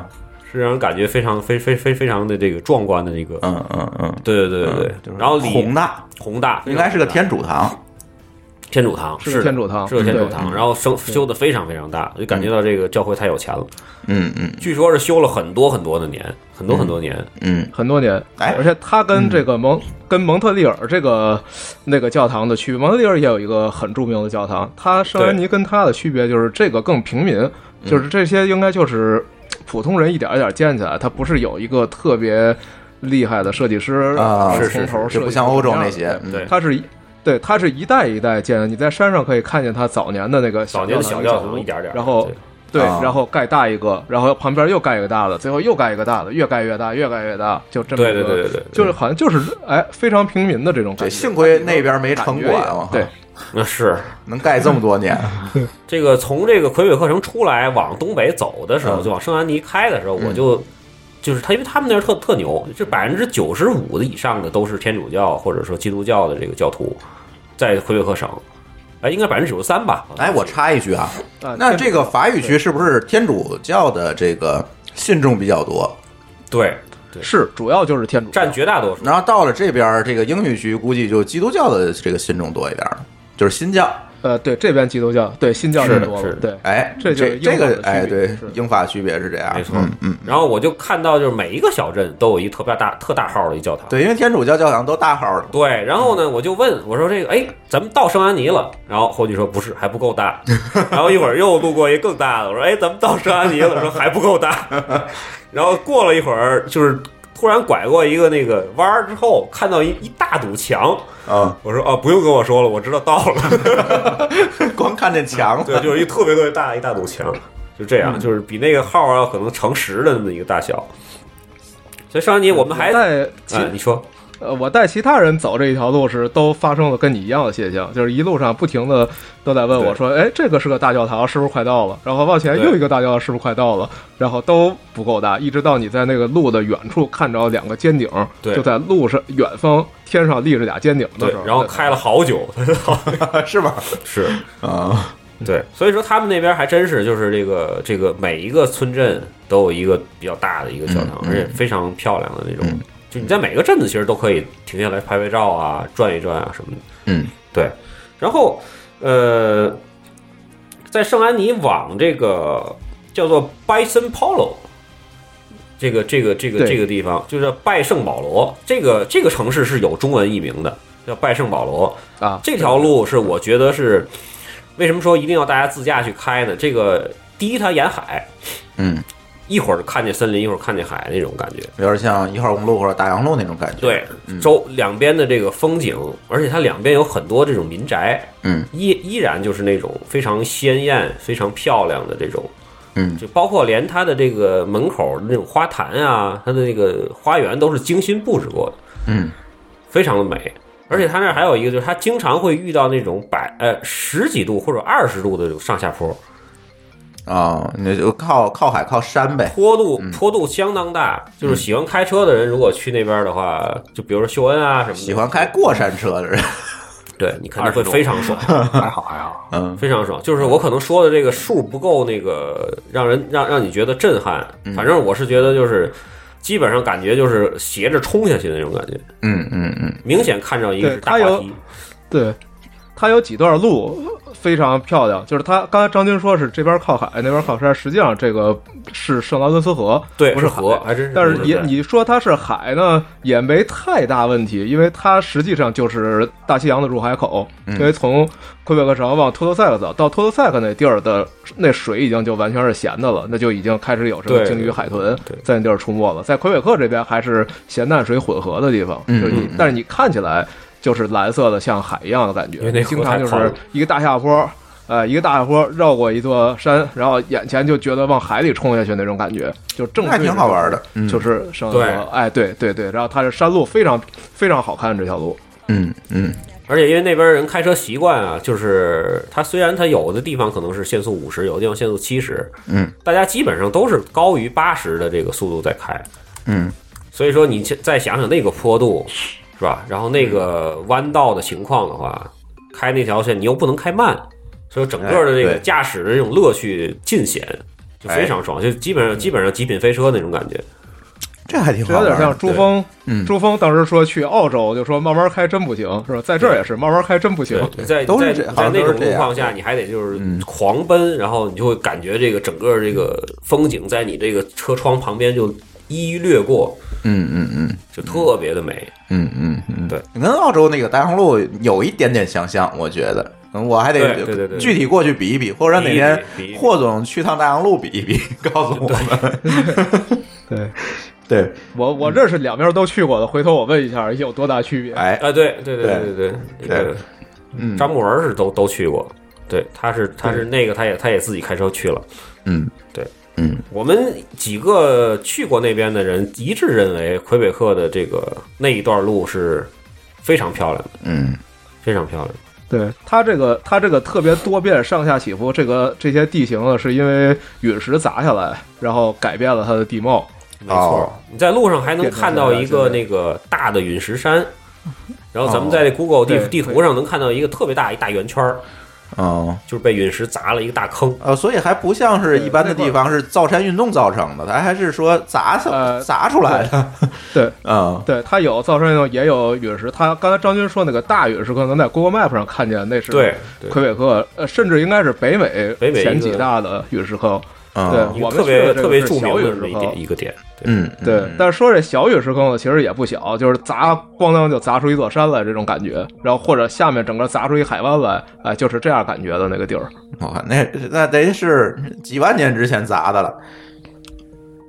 Speaker 4: 是让人感觉非常非非非非常的这个壮观的那个。
Speaker 3: 嗯嗯嗯，
Speaker 4: 对对对对
Speaker 3: 嗯就是
Speaker 4: 然后里
Speaker 3: 宏大
Speaker 4: 宏大，
Speaker 3: 应该是个天主堂。
Speaker 4: 天主堂，
Speaker 5: 是个
Speaker 4: 的
Speaker 5: 天主堂
Speaker 4: 是个天主堂，
Speaker 5: 对嗯
Speaker 4: 然后修修的非常非常大，就感觉到这个教会太有钱了。
Speaker 3: 嗯嗯
Speaker 4: 据说是修了很多很多的年，很多很多年。
Speaker 3: 嗯，
Speaker 5: 很多年，
Speaker 3: 哎
Speaker 5: 而且它跟这个蒙、跟蒙特利尔这个那个教堂的区别，蒙特利尔也有一个很著名的教堂，它圣安妮跟它的区别就是这个更平民，就是这些应该就是普通人一点一点建起来，它不是有一个特别厉害的设计师
Speaker 3: 啊
Speaker 4: 是是
Speaker 5: 从头设计
Speaker 3: 就不像欧洲那些，嗯
Speaker 4: 对，
Speaker 5: 它是一。对，它是一代一代建的。你在山上可以看见它早年的那个
Speaker 4: 早年的小
Speaker 5: 小
Speaker 4: 教
Speaker 5: 堂
Speaker 4: 堂一点点儿，
Speaker 5: 然后
Speaker 4: 对
Speaker 5: 对，
Speaker 3: 啊
Speaker 5: 然后盖大一个，然后旁边又盖一个大的，最后又盖一个大的，越盖越大，越盖越大，就这么一个
Speaker 4: 对对对对对
Speaker 5: 就是好像就是哎非常平民的这种感
Speaker 3: 对，
Speaker 5: 觉。
Speaker 3: 幸亏那边没城
Speaker 5: 感觉也
Speaker 4: 啊
Speaker 3: 管，我靠啊
Speaker 5: 对，
Speaker 4: 那嗯是
Speaker 3: 能盖这么多年，
Speaker 4: 这个从这个魁北克城出来往东北走的时候，
Speaker 3: 嗯
Speaker 4: 就往圣安妮开的时候，我就就是他，因为他们那儿特特牛，这百分之九十五的以上的都是天主教或者说基督教的这个教徒，在魁北克省，哎，应该百分之九十三吧？
Speaker 3: 哎，我插一句啊，
Speaker 5: 啊
Speaker 3: 那这个法语区是不是天主教的这个信众比较多？
Speaker 4: 对
Speaker 5: 是主要就是天主教
Speaker 4: 占绝大多数。
Speaker 3: 然后到了这边儿这个英语区，估计就基督教的这个信众多一点儿，就是新教。
Speaker 5: 呃对这边基督教对新教
Speaker 4: 是
Speaker 5: 人
Speaker 4: 的
Speaker 5: 多
Speaker 4: 是
Speaker 5: 了
Speaker 4: 的
Speaker 5: 对
Speaker 3: 哎，
Speaker 5: 这就是
Speaker 3: 这
Speaker 5: 英法的
Speaker 3: 个
Speaker 5: 区别
Speaker 3: 哎，对
Speaker 5: 是，
Speaker 3: 英法区别是这样，
Speaker 4: 没错
Speaker 3: 嗯嗯，
Speaker 4: 然后我就看到，就是每一个小镇都有一特别大、特大号的一教堂。
Speaker 3: 对，因为天主教教堂都大号的，
Speaker 4: 对，然后呢，我就问我说：“这个，哎，咱们到圣安妮了。”然后后续说：“不是，还不够大。”然后一会儿又路过一更大的，我说：“哎，咱们到圣安妮了。”说还不够大。然后过了一会儿，就是突然拐过一个那个弯儿之后，看到一一大堵墙。
Speaker 3: 嗯，
Speaker 4: 我说：“哦，不用跟我说了，我知道到了。
Speaker 3: 光看见墙”，
Speaker 4: 对，就是一特别特别大的一大堵墙，就这样，就是比那个号儿要可能乘十的那么一个大小。所以圣安妮，我们还
Speaker 5: 带其
Speaker 4: 啊，你说
Speaker 5: 呃，我带其他人走这一条路时，都发生了跟你一样的现象，就是一路上不停的都在问我
Speaker 4: 对
Speaker 5: 说：“哎，这个是个大教堂，是不是快到了？”然后往前
Speaker 4: 对
Speaker 5: 又一个大教堂，是不是快到了？然后都不够大，一直到你在那个路的远处看着两个尖顶，
Speaker 4: 对
Speaker 5: 就在路上远方天上立着俩尖顶的
Speaker 4: 对
Speaker 5: 时候，，
Speaker 4: 然后开了好久，
Speaker 3: 是吧？
Speaker 4: 是。嗯
Speaker 3: 啊，
Speaker 4: 对，所以说他们那边还真是就是这个这个每一个村镇都有一个比较大的一个教堂，
Speaker 3: 嗯嗯
Speaker 4: 而且非常漂亮的那种。
Speaker 3: 嗯
Speaker 4: 就你在每个镇子其实都可以停下来拍拍照啊、转一转啊什么的。
Speaker 3: 嗯，
Speaker 4: 对。然后呃，在圣安妮往这个叫做 Bison Polo。这个这个这个
Speaker 5: 对
Speaker 4: 这个地方就是拜圣保罗，这个这个城市是有中文译名的，叫拜圣保罗。
Speaker 5: 啊，
Speaker 4: 这条路是我觉得是为什么说一定要大家自驾去开呢？这个第一，它沿海，
Speaker 3: 嗯，
Speaker 4: 一会儿看见森林，一会儿看见海那种感觉。
Speaker 3: 有点像一号公路或者大洋路那种感觉，
Speaker 4: 对，
Speaker 3: 嗯
Speaker 4: 周两边的这个风景，而且它两边有很多这种民宅，
Speaker 3: 嗯
Speaker 4: 依依然就是那种非常鲜艳、非常漂亮的这种，
Speaker 3: 嗯
Speaker 4: 就包括连它的这个门口的那种花坛啊，它的那个花园都是精心布置过的。
Speaker 3: 嗯，
Speaker 4: 非常的美。而且它那儿还有一个，就是它经常会遇到那种百呃十几度或者二十度的这种上下坡，
Speaker 3: 啊，那就靠靠海靠山呗，
Speaker 4: 坡度坡度相当大。
Speaker 3: 嗯
Speaker 4: 就是喜欢开车的人，如果去那边的话，就比如说秀恩啊什么的，
Speaker 3: 喜欢开过山车的人，
Speaker 4: 对你肯定会非常爽，
Speaker 6: 还好还好，
Speaker 3: 嗯
Speaker 4: 非常爽。就是我可能说的这个数不够那个让人让让你觉得震撼，反正我是觉得就是基本上感觉就是斜着冲下去的那种感觉，
Speaker 3: 嗯嗯嗯，
Speaker 4: 明显看着一个
Speaker 5: 对
Speaker 4: 是大
Speaker 5: 它
Speaker 4: 滑
Speaker 5: 有
Speaker 4: 梯，
Speaker 5: 对，它有几段路非常漂亮，就是它刚才张军说是这边靠海，那边靠山，实际上这个是圣劳伦斯河，
Speaker 4: 对，
Speaker 5: 不是海
Speaker 4: 河，还真是。
Speaker 5: 但是也
Speaker 4: 对
Speaker 5: 你说它是海呢，也没太大问题，因为它实际上就是大西洋的入海口。
Speaker 4: 嗯
Speaker 5: 因为从魁北克城往托托塞克走，到托托塞克那地儿的那水已经就完全是咸的了，那就已经开始有什么
Speaker 4: 对
Speaker 5: 鲸鱼、海豚
Speaker 4: 对
Speaker 5: 在那地儿出没了。在魁北克这边还是咸淡水混合的地方，
Speaker 3: 嗯
Speaker 5: 就是你
Speaker 3: 嗯嗯，
Speaker 5: 但是你看起来就是蓝色的，像海一样的感觉
Speaker 4: 因为那，
Speaker 5: 经
Speaker 4: 河
Speaker 5: 常
Speaker 4: 太
Speaker 5: 就是
Speaker 4: 宽了
Speaker 5: 一个大下坡。呃，一个大下坡绕过一座山，然后眼前就觉得往海里冲下去那种感觉，就正
Speaker 3: 那还
Speaker 5: 对
Speaker 3: 挺
Speaker 5: 着
Speaker 3: 好玩的，嗯
Speaker 5: 就是圣
Speaker 4: 对
Speaker 5: 河，哎，对对对，然后它是山路，非常非常好看这条路，
Speaker 3: 嗯嗯
Speaker 4: 而且因为那边人开车习惯啊，就是它虽然它有的地方可能是限速五十，有的地方限速七十，
Speaker 3: 嗯，
Speaker 4: 大家基本上都是高于八十的这个速度在开，
Speaker 3: 嗯，
Speaker 4: 所以说你去再想想那个坡度是吧？然后那个弯道的情况的话，开那条线你又不能开慢，所以整个的这
Speaker 3: 哎
Speaker 4: 个
Speaker 3: 对
Speaker 4: 驾驶的这种
Speaker 3: 哎
Speaker 4: 乐趣尽显，就非常爽，就基本上基本上极品飞车那种感觉。
Speaker 3: 这还挺
Speaker 5: 这
Speaker 3: 好
Speaker 5: 有
Speaker 3: 玩的。
Speaker 5: 点像珠
Speaker 3: 对，
Speaker 5: 峰
Speaker 3: 嗯，
Speaker 5: 珠峰当时说去澳洲，就说慢慢开真不行，是吧？在这儿也是慢慢开真不行。
Speaker 3: 对
Speaker 4: 在
Speaker 3: 都
Speaker 4: 在
Speaker 3: 是这好
Speaker 4: 在
Speaker 3: 像
Speaker 4: 那
Speaker 3: 都
Speaker 4: 种
Speaker 3: 是这
Speaker 4: 路
Speaker 3: 样
Speaker 4: 况下，你还得就是
Speaker 3: 嗯
Speaker 4: 狂奔，然后你就会感觉这个整个这个风景在你这个车窗旁边就一一掠过，
Speaker 3: 嗯嗯嗯
Speaker 4: 就特别的美。
Speaker 3: 嗯嗯嗯，
Speaker 4: 对，
Speaker 3: 跟澳洲那个大红路有一点点相像，我觉得。嗯我还得
Speaker 4: 对对对对
Speaker 3: 具体过去比一比，或者哪天
Speaker 4: 比一比比一比
Speaker 3: 霍总去趟大洋路比一比， 告诉我们。
Speaker 5: 对
Speaker 3: 对，
Speaker 5: 我我认识两边都去过的，回头我问一下有多大区别。
Speaker 3: 嗯哎，
Speaker 4: 啊，对对对对对
Speaker 3: 对
Speaker 4: 对对，
Speaker 3: 嗯，
Speaker 4: 张博文是都都去过，对，他是他是那个他也他也自己开车去了。
Speaker 3: 嗯，
Speaker 4: 对，
Speaker 3: 嗯
Speaker 4: 我们几个去过那边的人一致认为魁北克的这个那一段路是非常漂亮的，
Speaker 3: 嗯
Speaker 4: 非常漂亮的。
Speaker 5: 对它这个它这个特别多变上下起伏，这个这些地形呢，是因为陨石砸下来，然后改变了它的地貌。
Speaker 4: 没错，
Speaker 3: 哦
Speaker 4: 你在路上还能看到一个那个大的陨石 山，然后咱们在这 Google 地
Speaker 5: 哦对
Speaker 4: 地图上能看到一个特别大一大圆圈儿，
Speaker 3: 哦
Speaker 4: 就是被陨石砸了一个大坑。
Speaker 3: 呃，所以还不像是一般的地方是造山运动造成的，它还是说砸出
Speaker 5: 呃
Speaker 3: 砸出来的。
Speaker 5: 对
Speaker 3: 嗯，
Speaker 5: 对，它有造山运动，也有陨石。它刚才张军说那个大陨石，可能在 Google Map 上看见，那是
Speaker 4: 对对
Speaker 5: 魁北克，呃，甚至应该是北美
Speaker 4: 北美一个
Speaker 5: 前几大的陨石坑。
Speaker 3: 嗯
Speaker 5: 对
Speaker 4: 一个
Speaker 5: 我们
Speaker 4: 特
Speaker 5: 去
Speaker 4: 别
Speaker 5: 的这个
Speaker 4: 特别
Speaker 5: 是
Speaker 4: 著名
Speaker 5: 小
Speaker 4: 的
Speaker 5: 陨
Speaker 4: 这
Speaker 5: 石
Speaker 4: 么一
Speaker 5: 坑
Speaker 4: 点一个点，对
Speaker 3: 嗯，嗯
Speaker 5: 对，但是说这小陨石坑呢，其实也不小，就是砸咣当就砸出一座山来这种感觉，然后或者下面整个砸出一海湾来，哎、就是这样感觉的那个地儿
Speaker 3: 我看嗯那那得是几万年之前砸的了。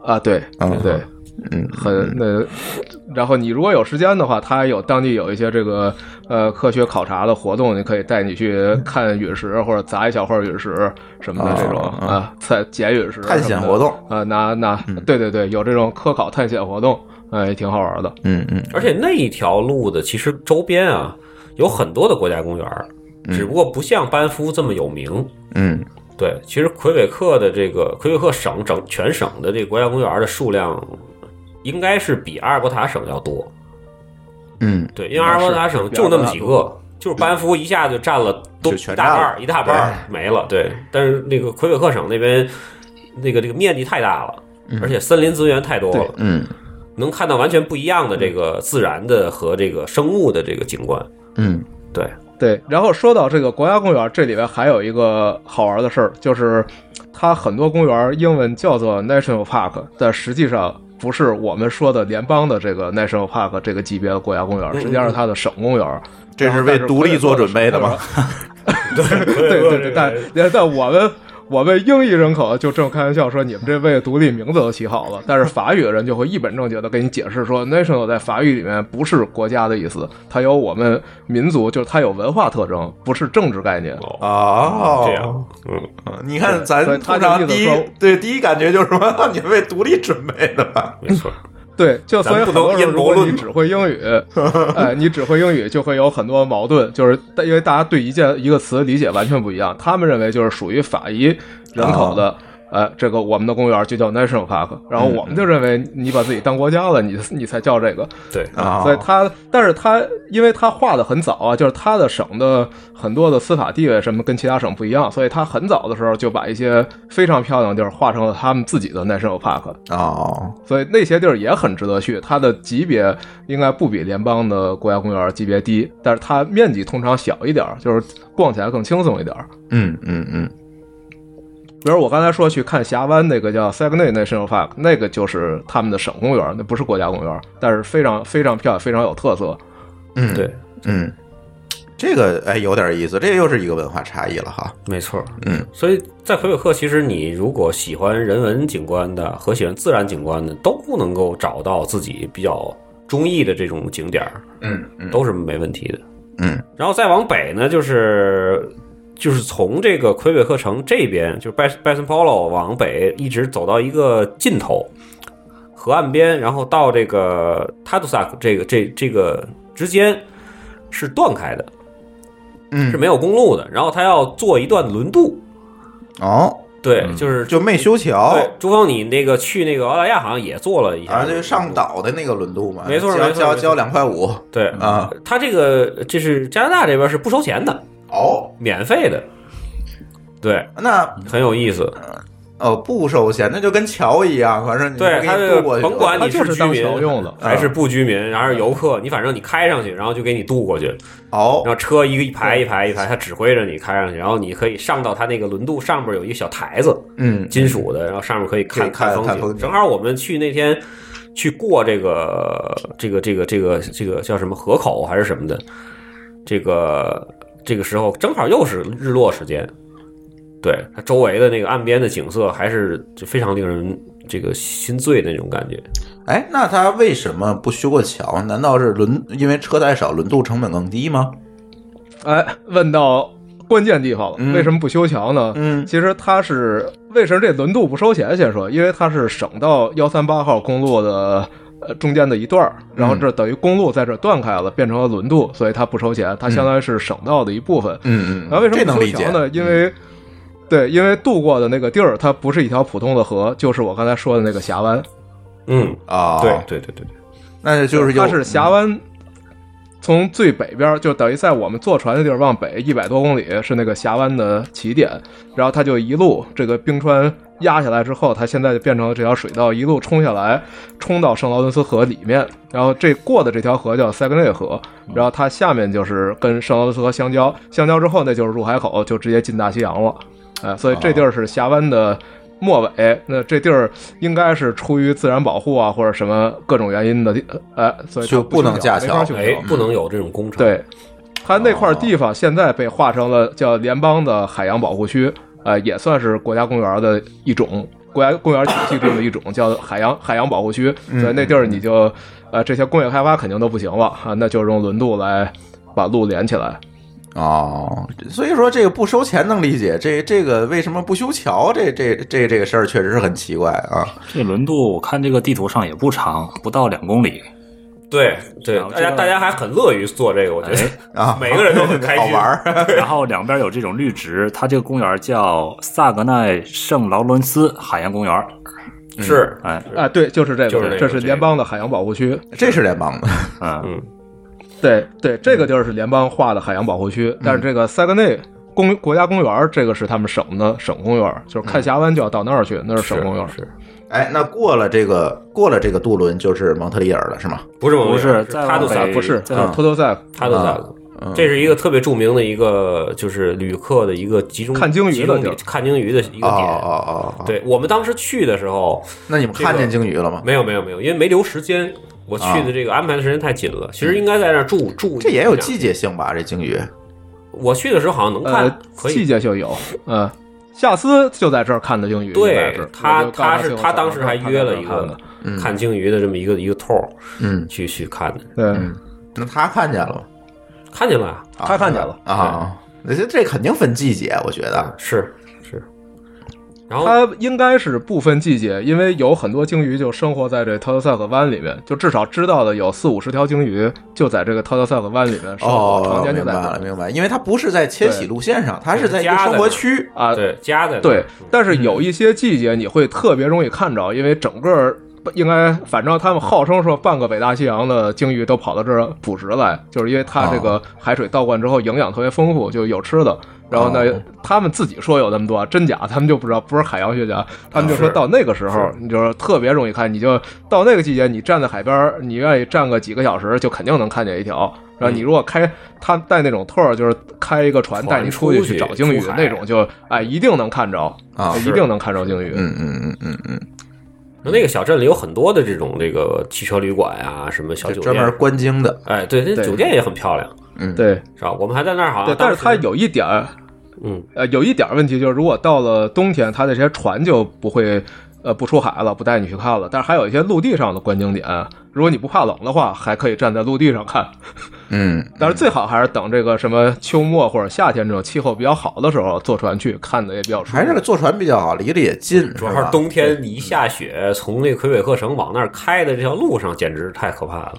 Speaker 5: 啊，对，
Speaker 3: 嗯
Speaker 5: 对，
Speaker 3: 嗯，
Speaker 5: 很那，然后你如果有时间的话，它有当地有一些这个呃科学考察的活动，你可以带你去看陨石或者砸一小块陨石什么的这种
Speaker 3: 啊啊
Speaker 5: 啊，采捡陨石
Speaker 3: 探险活动
Speaker 5: 啊，呃拿拿
Speaker 3: 嗯
Speaker 5: 对对对，有这种科考探险活动，哎，也挺好玩的。
Speaker 3: 嗯嗯
Speaker 4: 而且那一条路的其实周边啊有很多的国家公园儿，
Speaker 5: 嗯
Speaker 4: 只不过不像班夫这么有名。
Speaker 3: 嗯
Speaker 4: 对，其实魁北克的这个魁北克省整全省的这个国家公园儿的数量，应该是比阿尔伯塔省要多。
Speaker 3: 嗯，
Speaker 4: 对，因为阿尔伯塔省就那么几个，就是班夫一下就占了都
Speaker 3: 就
Speaker 4: 一
Speaker 3: 全
Speaker 4: 大半
Speaker 3: 占
Speaker 4: 儿，
Speaker 3: 了
Speaker 4: 一大半儿没了。对，但是那个魁北克省那边，那个这个面积太大了，
Speaker 5: 嗯
Speaker 4: 而且森林资源太多了，
Speaker 3: 嗯
Speaker 4: 能看到完全不一样的这个自然的和这个生物的这个景观。
Speaker 3: 嗯
Speaker 4: 对，
Speaker 5: 对，然后说到这个国家公园，这里边还有一个好玩的事儿，就是它很多公园英文叫做 national park，但实际上不是我们说的联邦的这个 national park 这个级别的国家公
Speaker 3: 嗯
Speaker 5: 园，实际上是它的省公园。
Speaker 3: 这是为独立做准备的吗？
Speaker 5: 对对对，但但我们。我们英裔人口就这么开玩笑说，你们这为独立名字都起好了，但是法语的人就会一本正经的给你解释说，national 在法语里面不是国家的意思，它有我们民族，就是它有文化特征，不是政治概念。
Speaker 3: 哦，
Speaker 4: 这样，嗯，
Speaker 3: 你看，咱
Speaker 5: 所以
Speaker 3: 通
Speaker 5: 他
Speaker 3: 常
Speaker 5: 就
Speaker 3: 第
Speaker 5: 意
Speaker 3: 一
Speaker 5: 思说
Speaker 3: 对第一感觉就是说， 你为独立准备的吧？
Speaker 4: 没错。
Speaker 5: 对，就
Speaker 4: 咱
Speaker 5: 所以
Speaker 4: 们
Speaker 5: 很
Speaker 4: 不能
Speaker 5: 多时候，
Speaker 4: 阴
Speaker 5: 如
Speaker 4: 谋
Speaker 5: 果
Speaker 4: 论
Speaker 5: 你
Speaker 4: 嘛
Speaker 5: 只会英语，哎，你只会英语就会有很多矛盾，就是因为大家对一件一个词理解完全不一样。他们认为就是属于法裔人口
Speaker 4: 啊
Speaker 5: 的，呃，这个我们的公园就叫 national park，然后我们
Speaker 4: 嗯
Speaker 5: 就认为你把自己当国家了，你你才叫这个。
Speaker 4: 对，
Speaker 3: 啊，
Speaker 5: 所以他，但是他因为他画的很早啊，就是他的省的很多的司法地位什么跟其他省不一样，所以他很早的时候就把一些非常漂亮的地儿画成了他们自己的 national park。
Speaker 3: 哦，
Speaker 5: 所以那些地儿也很值得去。它的级别应该不比联邦的国家公园级别低，但是它面积通常小一点儿，就是逛起来更轻松一点儿。
Speaker 3: 嗯嗯嗯，
Speaker 5: 比如我刚才说去看峡湾那个叫 Saguenay National Park，那个就是他们的省公园，那不是国家公园，但是非常非常漂亮，非常有特色。
Speaker 3: 嗯
Speaker 4: 对，
Speaker 3: 嗯，这个哎有点意思，这又是一个文化差异了哈。
Speaker 4: 没错。
Speaker 3: 嗯，
Speaker 4: 所以在魁北克，其实你如果喜欢人文景观的和喜欢自然景观的，都能够找到自己比较中意的这种景点儿，
Speaker 3: 嗯嗯
Speaker 4: 都是没问题的。
Speaker 3: 嗯，
Speaker 4: 然后再往北呢，就是就是从这个魁北克城这边，就是拜拜森 polo 往北一直走到一个尽头，河岸边，然后到这个塔杜萨克这个这这个之间是断开的，
Speaker 3: 嗯
Speaker 4: 是没有公路的。然后他要做一段轮渡，
Speaker 3: 哦，
Speaker 4: 对，
Speaker 5: 嗯
Speaker 4: 就是
Speaker 3: 就没修桥，
Speaker 4: 对，朱峰，你那个去那个澳大利亚好像也做了一下，
Speaker 3: 哦啊，就上岛的那个轮渡嘛，
Speaker 4: 没错
Speaker 3: 交
Speaker 4: 没错
Speaker 3: 交
Speaker 4: 没错
Speaker 3: 交两块五
Speaker 4: 对，
Speaker 3: 啊，
Speaker 4: 他这个这是加拿大这边是不收钱的，
Speaker 3: 哦，
Speaker 4: 免费的，对，
Speaker 3: 那
Speaker 4: 很有意思。
Speaker 3: 哦，不收钱，那就跟桥一样，反正你
Speaker 4: 对他
Speaker 3: 他
Speaker 4: 这个，甭管
Speaker 5: 它
Speaker 4: 你
Speaker 5: 就是
Speaker 4: 居
Speaker 5: 当
Speaker 4: 民
Speaker 5: 桥用
Speaker 3: 啊
Speaker 5: 的。
Speaker 4: 还是不居民，还是游客，你反正你开上去，然后就给你渡过去，
Speaker 3: 哦
Speaker 4: 然，后车一个一排一排一排，他指挥着你开上去，然后你可以上到他那个轮渡上边有一个小台子，
Speaker 3: 嗯，
Speaker 4: 金属的，然后上面可以看
Speaker 3: 可以看
Speaker 4: 风
Speaker 3: 看风景
Speaker 4: 正好我们去那天去过这个这个这个这个这个叫什么河口还是什么的，这个这个时候正好又是日落时间，对它周围的那个岸边的景色还是就非常令人这个心醉的那种感觉。
Speaker 3: 哎，那他为什么不修过桥？难道是轮因为车太少，轮渡成本更低吗？
Speaker 5: 哎，问到关键地方了，
Speaker 3: 嗯
Speaker 5: 为什么不修桥呢？
Speaker 3: 嗯
Speaker 5: 其实它是为什么这轮渡不收钱？先说，因为它是省道幺三八号公路的呃中间的一段儿，然后这等于公路在这断开了，变成了轮渡，所以它不收钱，它相当于是省道的一部分。
Speaker 3: 嗯嗯，
Speaker 5: 啊然后为什
Speaker 3: 这
Speaker 5: 么
Speaker 3: 能
Speaker 5: 不
Speaker 3: 理
Speaker 5: 修
Speaker 3: 解
Speaker 5: 桥呢？因为对，因为渡过的那个地儿，它不是一条普通的河，就是我刚才说的那个峡湾。
Speaker 4: 嗯，
Speaker 3: 啊，
Speaker 4: 对，对对对对，
Speaker 3: 那就是有嗯
Speaker 5: 它是峡湾，从最北边儿就等于在我们坐船的地儿往北一百多公里是那个峡湾的起点，然后它就一路这个冰川压下来之后，它现在就变成了这条水道一路冲下来，冲到圣劳伦斯河里面，然后这过的这条河叫塞格内河，
Speaker 3: 嗯
Speaker 5: 然后它下面就是跟圣劳伦斯河相交，相交之后那就是入海口，就直接进大西洋了，哎，所以这地
Speaker 3: 啊
Speaker 5: 儿是峡湾的。末尾，那这地儿应该是出于自然保护啊，或者什么各种原因的地，呃，所以它
Speaker 3: 就不
Speaker 5: 不修
Speaker 3: 能架
Speaker 5: 没法
Speaker 3: 桥
Speaker 5: 修
Speaker 4: 哎，不能有这种工程。，
Speaker 5: 对，它那块地方现在被划成了叫联邦的海洋保护区，呃，也算是国家公园的一种，国家公园体系中的一种，叫海洋海洋保护区。所以那地儿你就，呃，这些工业开发肯定都不行了啊，那就用轮渡来把路连起来。
Speaker 3: 哦，所以说这个不收钱能理解，这这个为什么不修桥？这这这这个事儿确实是很奇怪啊。
Speaker 6: 这轮渡我看这个地图上也不长，不到两公 里。
Speaker 4: 对对，
Speaker 6: 啊我
Speaker 4: 大
Speaker 6: 知
Speaker 4: 家
Speaker 6: 道
Speaker 4: 大家还很乐于做这个，我觉得
Speaker 3: 啊
Speaker 4: 每个人 都很开心。
Speaker 3: 好玩儿，
Speaker 6: 然后两边有这种绿植，它这个公园叫萨格奈圣劳伦斯海洋公园。
Speaker 4: 是，
Speaker 6: 哎，
Speaker 5: 啊，对，就是这个，
Speaker 4: 就是这个
Speaker 5: 这是联邦的海洋保护区。
Speaker 3: 这是联邦的
Speaker 6: 嗯，
Speaker 4: 嗯，
Speaker 5: 对对，这个地儿是联邦划的海洋保护区，但是这个塞格内公国家公园，这个是他们省的省公园，就是看峡湾就要到那儿去，嗯那是省公园。
Speaker 4: 是，
Speaker 3: 哎，那过了这个过了这个渡轮就是蒙特利尔了，是吗？
Speaker 4: 不是蒙
Speaker 6: 不
Speaker 4: 特利尔
Speaker 6: 是
Speaker 4: 是
Speaker 6: 再
Speaker 4: 他都
Speaker 6: 往
Speaker 4: 在
Speaker 6: 北
Speaker 5: 不是，
Speaker 6: 在
Speaker 5: 嗯托托塞
Speaker 4: 他都在
Speaker 3: 啊
Speaker 4: 了。这是一个特别著名的一个，就是旅客的一个集中
Speaker 5: 看鲸
Speaker 4: 集
Speaker 5: 鱼的
Speaker 4: 中
Speaker 5: 地
Speaker 4: 点
Speaker 5: 儿
Speaker 4: 看鲸鱼的一个
Speaker 3: 哦
Speaker 4: 点。
Speaker 3: 哦哦，哦，
Speaker 4: 对我们当时去的时候，
Speaker 3: 那你们看见鲸鱼了吗？
Speaker 4: 没有没有没有，因为没留时间，我去的这个安排的时间太紧了。其实应该在那儿住住一两，
Speaker 3: 啊这也有季节性吧？这鲸鱼
Speaker 4: 我去的时候好像能
Speaker 5: 呃
Speaker 4: 看，，可
Speaker 5: 季
Speaker 4: 以。
Speaker 5: 节就有，嗯。夏斯就在这儿看的英语，就在
Speaker 4: 对
Speaker 5: 这儿
Speaker 4: 他
Speaker 5: 我，就告诉
Speaker 4: 他是
Speaker 5: 最后
Speaker 4: 他
Speaker 5: 在这儿
Speaker 4: 当时还
Speaker 5: 看
Speaker 4: 约了一
Speaker 5: 看
Speaker 4: 个
Speaker 5: 的
Speaker 4: 看鲸鱼的这么一个一个 tour，
Speaker 3: 嗯
Speaker 4: 去去看的，
Speaker 5: 对，
Speaker 3: 那他看见了吗？
Speaker 4: 看见了啊，
Speaker 3: 啊
Speaker 5: 他看见了
Speaker 3: 啊。那这这肯定分季节，我觉得。
Speaker 4: 是是。然后
Speaker 5: 它应该是不分季节，因为有很多鲸鱼就生活在这特德塞克湾里面，就至少知道的有四五十条鲸鱼就在这个特德塞克湾里面生活，
Speaker 3: 哦
Speaker 5: 常，年
Speaker 3: 明
Speaker 5: 就
Speaker 3: 白
Speaker 5: 在这
Speaker 3: 了，
Speaker 5: 儿。
Speaker 3: 明白，因为它不是在迁徙路线上，它是在一个
Speaker 4: 家在
Speaker 3: 生活
Speaker 4: 那儿
Speaker 3: 区
Speaker 5: 啊，
Speaker 4: 对家在那儿嗯
Speaker 5: 对，但是有一些季节你会特别容易看着，因为整个应该，反正他们号称说半个北大西洋的鲸鱼都跑到这儿捕食来，就是因为它这个海水倒灌之后营养特别丰富，就有吃的。然后呢
Speaker 3: 哦，
Speaker 5: 他们自己说有那么多，真假他们就不知道，不是海洋学家，他们就说
Speaker 4: 是
Speaker 5: 到那个时候，你就是特别容易看，你就到那个季节，你站在海边儿，你愿意站个几个小时，就肯定能看见一条。然后你如果开他带那种 tour，就是开一个船
Speaker 4: 船
Speaker 5: 带你出去
Speaker 4: 出去
Speaker 5: 去找鲸鱼
Speaker 4: 出海
Speaker 5: 那种，就哎一定能看着，哎
Speaker 3: 啊。
Speaker 5: 一定能看着鲸鱼。
Speaker 3: 嗯嗯嗯嗯嗯，
Speaker 4: 那个小镇里有很多的这种这个汽车旅馆啊，什么小
Speaker 3: 就
Speaker 4: 酒
Speaker 3: 专门
Speaker 4: 店，
Speaker 3: 观鲸的。
Speaker 4: 哎，对，那
Speaker 5: 对
Speaker 4: 酒店也很漂亮，
Speaker 5: 对
Speaker 4: 是吧？我们还在那儿好
Speaker 5: 对
Speaker 4: 像，，
Speaker 5: 但是它
Speaker 4: 啊当时
Speaker 5: 有一点儿，
Speaker 4: 嗯，
Speaker 5: 呃，有一点儿问题就是，如果到了冬天，它这些船就不会，呃，不出海了，不带你去看了。但是还有一些陆地上的观景点，如果你不怕冷的话，还可以站在陆地上看。
Speaker 3: 嗯，
Speaker 5: 但是最好还是等这个什么秋末或者夏天这种气候比较好的时候，坐船去看的也比较舒服。
Speaker 3: 还是坐船比较好，离得也近，
Speaker 4: 主要
Speaker 3: 是吧嗯
Speaker 4: 是冬天你一下雪，从那个魁北克城往那儿开的这条路上，简直太可怕了。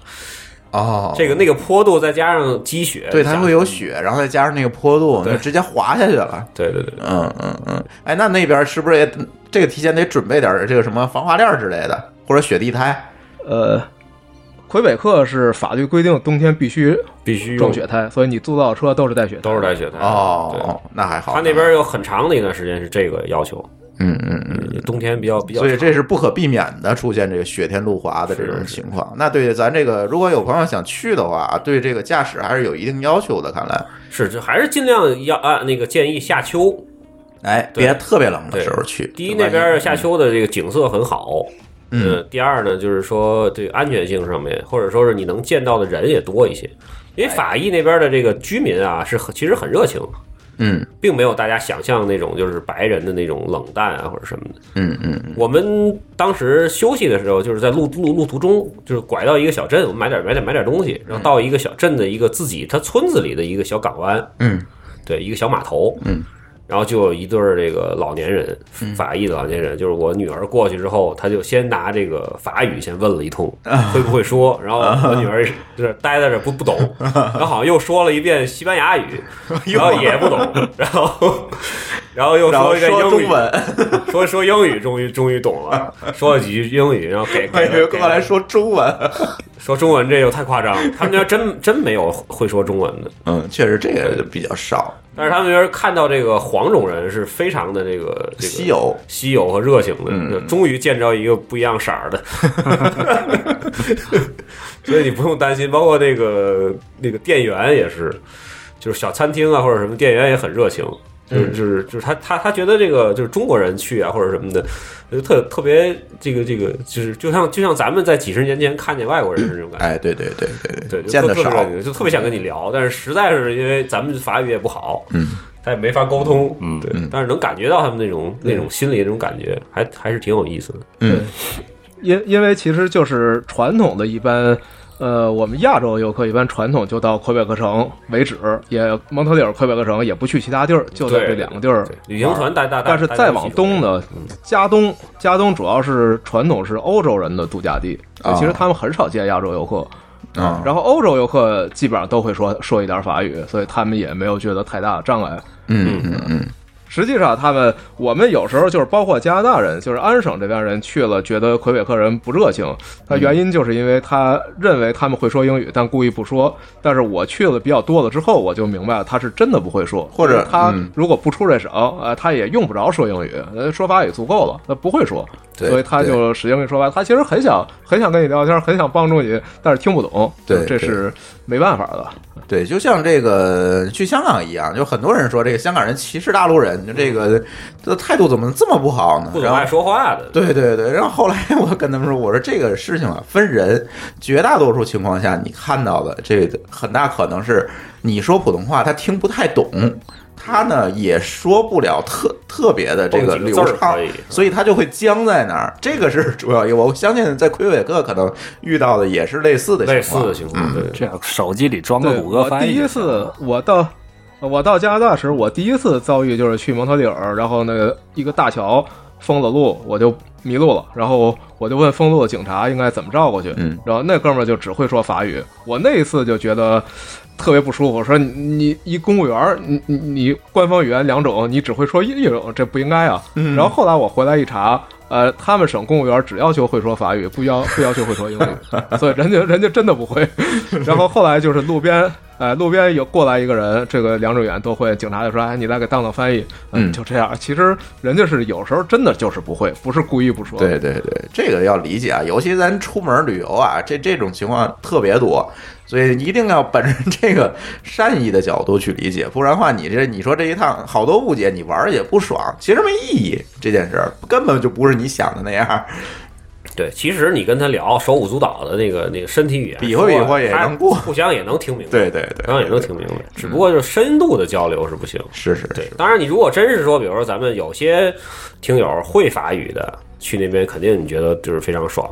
Speaker 3: 哦。
Speaker 4: 这个那个坡度再加上积雪，
Speaker 3: 对，
Speaker 4: 你
Speaker 3: 它
Speaker 4: 想
Speaker 3: 会有雪，然后再加上那个坡度，
Speaker 4: 对
Speaker 3: 就直接滑下去了。
Speaker 4: 对对对，
Speaker 3: 嗯嗯嗯，哎，那那边是不是也这个提前得准备点儿这个什么防滑链儿之类的，或者雪地胎？
Speaker 5: 呃，魁北克是法律规定冬天必须
Speaker 4: 必须用
Speaker 5: 装雪胎，所以你租到的车都是带雪胎，
Speaker 4: 都是带雪胎的。
Speaker 3: 哦，那还好。
Speaker 4: 对，他那边有很长的一段时间是这个要求，
Speaker 3: 嗯嗯嗯，
Speaker 4: 冬天比较比较
Speaker 3: 所
Speaker 4: 长，
Speaker 3: 以这是不可避免的出现这个雪天路滑的这种情况。那对咱这个如果有朋友想去的话，对这个驾驶还是有一定要求的。看来，
Speaker 4: 是这还是尽量要按、那个建议夏秋。
Speaker 3: 哎，
Speaker 4: 对
Speaker 3: 别特别冷的
Speaker 4: 对
Speaker 3: 时候去。
Speaker 4: 第一，那边儿夏秋的这个景色很好。呃
Speaker 3: 嗯，
Speaker 4: 第二呢，就是说这个安全性上面，或者说是你能见到的人也多一些，因为法医那边的这个居民啊，是很其实很热情，
Speaker 3: 嗯
Speaker 4: 并没有大家想象那种就是白人的那种冷淡啊或者什么的。
Speaker 3: 嗯嗯嗯，
Speaker 4: 我们当时休息的时候，就是在路路路途中，就是拐到一个小镇，我们买点买点买点东西，
Speaker 3: 嗯
Speaker 4: 然后到一个小镇的一个自己他村子里的一个小港湾，
Speaker 3: 嗯，
Speaker 4: 对，一个小码头，
Speaker 3: 嗯，
Speaker 4: 然后就有一对儿这个老年人，法医的老年人，就是我女儿过去之后，他就先拿这个法语先问了一通，
Speaker 3: 啊
Speaker 4: 会不会说，然后我女儿就是呆在这儿不不 懂，然后好像又说了一遍西班牙语，然后也不懂，然后然后又
Speaker 3: 然后
Speaker 4: 说一遍英
Speaker 3: 说
Speaker 4: 语，
Speaker 3: 中文，
Speaker 4: 说说英语，终于终于懂 了，说了几句英语，然后给给了给
Speaker 3: 哎过来
Speaker 4: 了
Speaker 3: 说中文。
Speaker 4: 说中文，这又太夸张了。他们那边真真没有会说中文的，
Speaker 3: 嗯，确实这个就比较少，
Speaker 4: 但是他们那边看到这个黄种人是非常的这个这个
Speaker 3: 稀有。
Speaker 4: 稀有和热情的，
Speaker 3: 嗯
Speaker 4: 就终于见着一个不一样色儿的， 所以你不用担心。包括那个那个店员也是，就是小餐厅啊或者什么，店员也很热情。
Speaker 3: 嗯
Speaker 4: 就是就是就是他他他觉得这个就是中国人去啊或者什么的，就特特别这个这个就是就像就像咱们在几十年前看见外国人是那种感觉，
Speaker 3: 哎，对对对对
Speaker 4: 对，就
Speaker 3: 见
Speaker 4: 特
Speaker 3: 得
Speaker 4: 特别
Speaker 3: 少
Speaker 4: 感。觉就特别想跟你聊，但是实在是因为咱们法语也不好，
Speaker 3: 嗯，
Speaker 4: 他也没法沟通，
Speaker 6: 嗯
Speaker 4: 对，但是能感觉到他们那种那种心里那种感觉，还还是挺有意思的。
Speaker 3: 嗯
Speaker 5: 因因为其实就是传统的一般，呃，我们亚洲游客一般传统就到魁北克城为止，也蒙特利尔、魁北克城也不去其他地儿，就在这两个地儿
Speaker 4: 对。旅行团带大，
Speaker 5: 但是
Speaker 4: 带
Speaker 5: 再往东，呢，
Speaker 4: 嗯
Speaker 5: 加东加东主要是传统是欧洲人的度假地，
Speaker 3: 啊
Speaker 5: 其实他们很少见亚洲游客。
Speaker 3: 啊，
Speaker 4: 嗯
Speaker 5: 然后欧洲游客基本上都会说说一点法语，所以他们也没有觉得太大的障碍。
Speaker 3: 嗯嗯嗯
Speaker 5: 实际上，他们我们有时候就是包括加拿大人，就是安省这边人去了，觉得魁北克人不热情。他原因就是因为他认为他们会说英语，但故意不说。但是我去了比较多了之后，我就明白了他是真的不会说，
Speaker 3: 或者
Speaker 5: 他
Speaker 3: 嗯
Speaker 5: 如果不出这省，呃，他也用不着说英语，呃，说法语足够了，他不会说，
Speaker 3: 对
Speaker 5: 所以他就使劲跟你说白。他其实很想很想跟你聊天，很想帮助你，但是听不懂，
Speaker 3: 对
Speaker 5: 这是没办法的。
Speaker 3: 嗯，对，就像这个去香港一样，就很多人说这个香港人歧视大陆人，就这个这态度怎么这么不好呢？
Speaker 4: 不怎
Speaker 3: 然
Speaker 4: 么
Speaker 3: 后
Speaker 4: 爱说话的，
Speaker 3: 对对对，然后后来 我跟他们说，我说这个事情啊，分人，绝大多数情况下，你看到的这个很大可能是你说普通话，他听不太懂，他呢也说不了特特别的这
Speaker 4: 蹦几字
Speaker 3: 流
Speaker 4: 儿
Speaker 3: 畅
Speaker 4: 可，以。嗯
Speaker 3: 所以他就会僵在那儿。这个是主要一个，我相信在魁北克可能遇到的也是类似的
Speaker 4: 类
Speaker 3: 情
Speaker 4: 似
Speaker 3: 况
Speaker 4: 的。情况，对，
Speaker 6: 这样手机里装
Speaker 5: 对，
Speaker 6: 个谷歌翻译。
Speaker 5: 我第一次我到我到加拿大时，我第一次遭遇就是去蒙特利尔，然后那个一个大桥封了路，我就迷路了，然后我就问封路的警察应该怎么绕过去，
Speaker 3: 嗯
Speaker 5: 然后那哥们儿就只会说法语，我那一次就觉得。特别不舒服，说你你一公务员儿，你你你官方语言两种，你只会说一一种，这不应该啊。
Speaker 3: 嗯
Speaker 5: 然后后来我回来一查，呃，他们省公务员只要求会说法语，不要不要求会说英 语，所以人家人家真的不会。然后后来就是路边，呃，路边有过来一个人，这个两种语言都会，警察就说，哎，你来给当当翻译，呃
Speaker 3: 嗯
Speaker 5: 就这样。其实人家是有时候真的就是不会，不是故意不说。
Speaker 3: 对对对，这个要理解啊，尤其咱出门旅游啊，这这种情况特别多，所以一定要本着这个善意的角度去理解，不然的话，你这你说这一趟好多误解，你玩儿也不爽，其实没意义，这件事儿根本就不是你想的那样，
Speaker 4: 对，其实你跟他聊手舞足蹈的那个那个身体语言，
Speaker 3: 比划比划也
Speaker 4: 他
Speaker 3: 能过
Speaker 4: 互相也能听明白，
Speaker 3: 对对对
Speaker 4: 互相也能听明白，只不过就是深度的交流是不行。
Speaker 3: 是是
Speaker 4: 对
Speaker 3: 是，，
Speaker 4: 当然你如果真是说，比如说咱们有些听友会法语的，去那边肯定你觉得就是非常爽，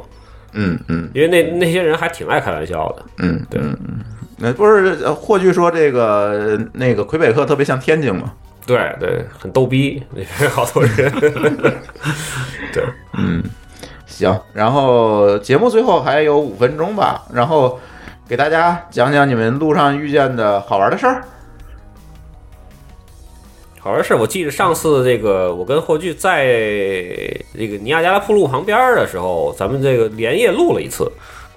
Speaker 3: 嗯嗯
Speaker 4: 因为那那些人还挺爱开玩笑的。
Speaker 3: 嗯，
Speaker 4: 对
Speaker 3: 嗯嗯，那不是呃霍炬说这个呃那个魁北克特别像天津吗？
Speaker 4: 对对，很逗 逼，那边好多人。对，
Speaker 3: 行，然后节目最后还有五分钟吧，然后给大家讲讲你们路上遇见的好玩的事儿。
Speaker 4: 好像是我记得上次这个我跟霍炬在这个尼亚加拉瀑布旁边的时候，咱们这个连夜录了一次。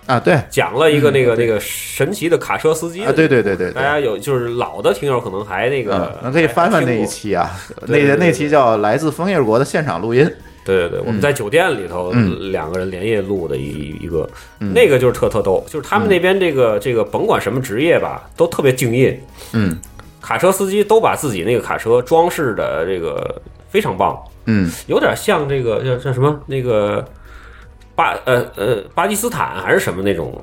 Speaker 3: 啊，对啊，
Speaker 4: 讲了一个那个那个神奇的卡车司机的
Speaker 3: 对对对对
Speaker 4: 大
Speaker 3: 对。
Speaker 4: 家有就是老的听友可能还那
Speaker 3: 嗯
Speaker 4: 个，，
Speaker 3: 那可以翻翻那
Speaker 4: 还
Speaker 3: 一
Speaker 4: 听过。
Speaker 3: 期啊，
Speaker 4: 哎对
Speaker 3: 那
Speaker 4: 对对
Speaker 3: 那期叫《来自枫叶国的现场录音》，
Speaker 4: 对对对，我们在酒店里头，
Speaker 3: 嗯
Speaker 4: 两个人连夜录的一一个，
Speaker 3: 嗯
Speaker 4: 那个就是特特逗，就是他们那边这个这个甭管什么职业吧，都特别敬业，
Speaker 3: 嗯
Speaker 4: 卡车司机都把自己那个卡车装饰的这个非常棒，
Speaker 3: 嗯
Speaker 4: 有点像这个叫叫什么那个巴呃呃巴基斯坦还是什么那种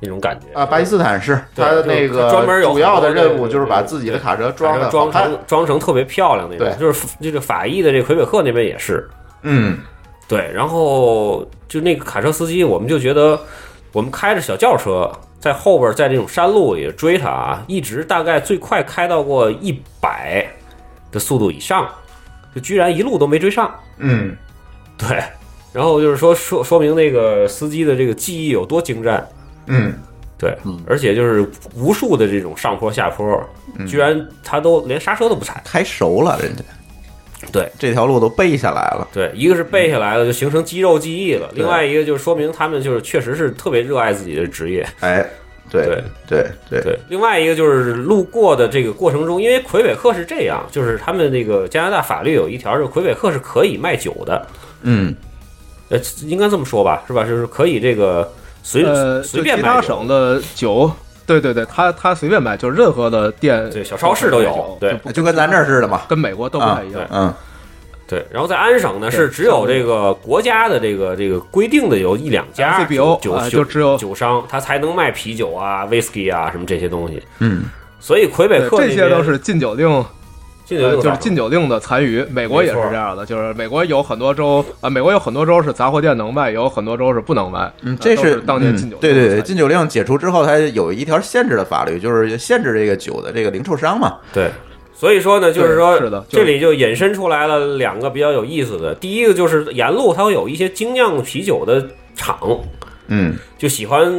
Speaker 4: 那种感觉
Speaker 3: 啊，巴基斯坦是
Speaker 4: 对
Speaker 3: 他的
Speaker 4: 就
Speaker 3: 那个
Speaker 4: 他专门有
Speaker 3: 主要的任务
Speaker 4: 对对对
Speaker 3: 就是把自己的卡车装
Speaker 4: 反
Speaker 3: 的
Speaker 4: 正装成装成特别漂亮那种，
Speaker 3: 对
Speaker 4: 就是这个法医的这魁北克那边也是，
Speaker 3: 嗯
Speaker 4: 对，然后就那个卡车司机，我们就觉得我们开着小轿车在后边，在这种山路里追他啊，一直大概最快开到过一百的速度以上，就居然一路都没追上。
Speaker 3: 嗯
Speaker 4: 对，然后就是说说说明那个司机的这个技艺有多精湛。
Speaker 3: 嗯
Speaker 4: 对，而且就是无数的这种上坡下坡，
Speaker 5: 嗯
Speaker 4: 居然他都连刹车都不踩。
Speaker 3: 开熟了，人家
Speaker 4: 对
Speaker 3: 这条路都背下来了，
Speaker 4: 对，一个是背下来了，就形成肌肉记忆了；，
Speaker 5: 嗯
Speaker 4: 另外一个就是说明他们就是确实是特别热爱自己的职业。
Speaker 3: 哎，对对对
Speaker 4: 对，另外一个就是路过的这个过程中，因为魁北克是这样，就是他们那个加拿大法律有一条，就是魁北克是可以卖酒的，
Speaker 3: 嗯
Speaker 4: 呃，应该这么说吧，是吧？就是可以这个随、
Speaker 5: 呃，
Speaker 4: 随
Speaker 5: 就
Speaker 4: 便
Speaker 5: 其
Speaker 4: 卖
Speaker 5: 他
Speaker 4: 酒。
Speaker 5: 省的酒，对对对，他他随便买，就是任何的店，
Speaker 4: 对小超市都有对
Speaker 5: 就不
Speaker 3: 就跟咱这儿似的嘛，
Speaker 5: 跟美国都不太一样。
Speaker 4: 啊
Speaker 3: 嗯
Speaker 4: 对，然后在安省呢，是只有这个国家的这个这个规定的有一两家
Speaker 5: CBO
Speaker 4: 酒、
Speaker 5: 啊
Speaker 4: 酒
Speaker 5: 就只有
Speaker 4: 酒商，他才能卖啤酒啊、whisky 啊什么这些东西。
Speaker 3: 嗯
Speaker 4: 所以魁北
Speaker 5: 对
Speaker 4: 克
Speaker 5: 这
Speaker 4: 那
Speaker 5: 些
Speaker 4: 边
Speaker 5: 都是禁酒令，
Speaker 4: 禁酒
Speaker 5: 呃
Speaker 4: 令
Speaker 5: 就
Speaker 4: 法
Speaker 5: 是禁酒令的残余。美国也是
Speaker 4: 没错
Speaker 5: 这样的，就是美国有很多州啊，美国有很多州是杂货店能卖，有很多州是不能卖。
Speaker 3: 嗯，
Speaker 4: 啊
Speaker 5: 呃
Speaker 3: 这
Speaker 5: 都
Speaker 3: 是
Speaker 5: 是当年禁酒
Speaker 3: 嗯
Speaker 5: 令
Speaker 3: 对对
Speaker 5: 的
Speaker 3: 对，
Speaker 5: 残余
Speaker 3: 禁酒令解除之后，它有一条限制的法律，就是限制这个酒的这个零售商嘛，
Speaker 4: 对，所以说呢，就是说，
Speaker 5: 对是的就
Speaker 4: 这里就引申出来了两个比较有意思的。第一个就是沿路它会有一些精酿啤酒的厂，
Speaker 3: 嗯
Speaker 4: 就喜欢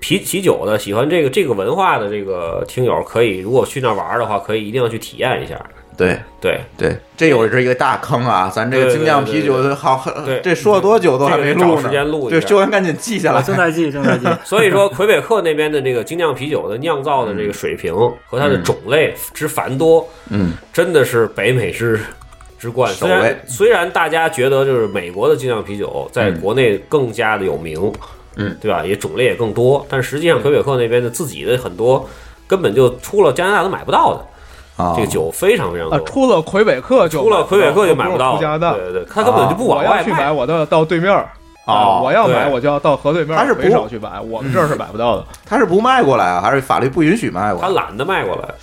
Speaker 4: 啤啤酒的、喜欢这个这个文化的这个听友，可以如果去那儿玩儿的话，可以一定要去体验一下。
Speaker 3: 对。
Speaker 4: 对，
Speaker 3: 对，这有这一个大坑啊！咱这个
Speaker 4: 对
Speaker 3: 精酿
Speaker 4: 对
Speaker 3: 啤
Speaker 4: 对
Speaker 3: 酒好
Speaker 4: 对，
Speaker 3: 这说了多久都还
Speaker 4: 这
Speaker 3: 没
Speaker 4: 个
Speaker 3: 录
Speaker 4: 找
Speaker 3: 呢
Speaker 4: 时间录。一
Speaker 3: 对，
Speaker 4: 下
Speaker 3: 说完赶紧记下
Speaker 6: 啊，
Speaker 3: 来。
Speaker 6: 正在记，正在记。
Speaker 4: 所以说魁北克那边的这个精酿啤酒的酿造的这个水平和它的种类之繁多，
Speaker 3: 嗯，
Speaker 4: 真的是北美之之冠。
Speaker 3: 首
Speaker 4: 虽
Speaker 3: 位
Speaker 4: 然虽然大家觉得就是美国的精酿啤酒在国内更加的有名，
Speaker 3: 嗯，
Speaker 4: 对吧？也种类也更多，但实际上魁北克那边的自己的很多根本就出了加拿大都买不到的，
Speaker 3: 啊
Speaker 4: 这个酒非常非常
Speaker 5: 啊，
Speaker 4: 多。
Speaker 5: 出了魁北克就
Speaker 4: 出了魁北克就
Speaker 5: 不
Speaker 4: 买
Speaker 5: 用
Speaker 4: 不到
Speaker 5: 出加拿
Speaker 4: 了，
Speaker 5: 大
Speaker 4: 对。对对，他根本就不
Speaker 5: 我
Speaker 4: 往
Speaker 5: 要
Speaker 4: 外
Speaker 5: 去买，
Speaker 4: 卖。
Speaker 5: 我都要到对面儿。啊，我
Speaker 3: 哦，
Speaker 5: 要买，
Speaker 4: 对
Speaker 5: 我就要到河对面儿。
Speaker 3: 他是不
Speaker 5: 北少去买，我们这儿是买不到的。
Speaker 3: 他是不卖过来啊，还是法律不允许卖过
Speaker 4: 他
Speaker 3: 来？
Speaker 4: 懒得卖过来，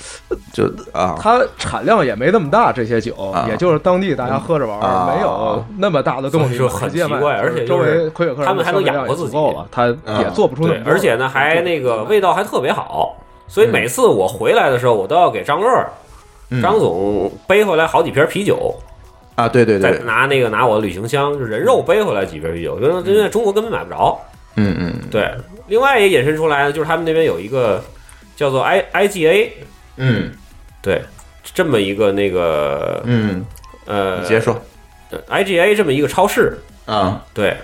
Speaker 3: 就啊，
Speaker 5: 它产量也没那么大，这些酒、
Speaker 3: 啊
Speaker 5: 也就是当地大家喝着玩儿，
Speaker 3: 啊
Speaker 5: 没有那么大的动
Speaker 4: 所
Speaker 5: 力
Speaker 4: 以说很
Speaker 5: 直接卖
Speaker 4: 奇怪而且
Speaker 5: 周
Speaker 4: 就是
Speaker 5: 围魁北克人
Speaker 4: 他们还能
Speaker 5: 消费量
Speaker 4: 养活自己
Speaker 5: 也足够了，他
Speaker 3: 啊
Speaker 5: 也做不出那
Speaker 4: 对
Speaker 5: 么，多
Speaker 4: 而且呢还那个味道还特别好，所以每次我回来的时候，我都要给张乐、
Speaker 3: 嗯
Speaker 4: 张总背回来好几瓶啤酒，
Speaker 3: 啊，对对
Speaker 4: 再
Speaker 3: 对，
Speaker 4: 拿那个拿我的旅行箱就人肉背回来几瓶啤酒，因为因为在中国根本买不着。
Speaker 3: 嗯嗯
Speaker 4: 对，另外也引申出来呢，就是他们那边有一个叫做 I I G A，
Speaker 3: 嗯
Speaker 4: 对，这么一个那个
Speaker 3: 嗯，
Speaker 4: 呃
Speaker 3: 你接着说
Speaker 4: I G A 这么一个超市，
Speaker 3: 啊，
Speaker 4: 对，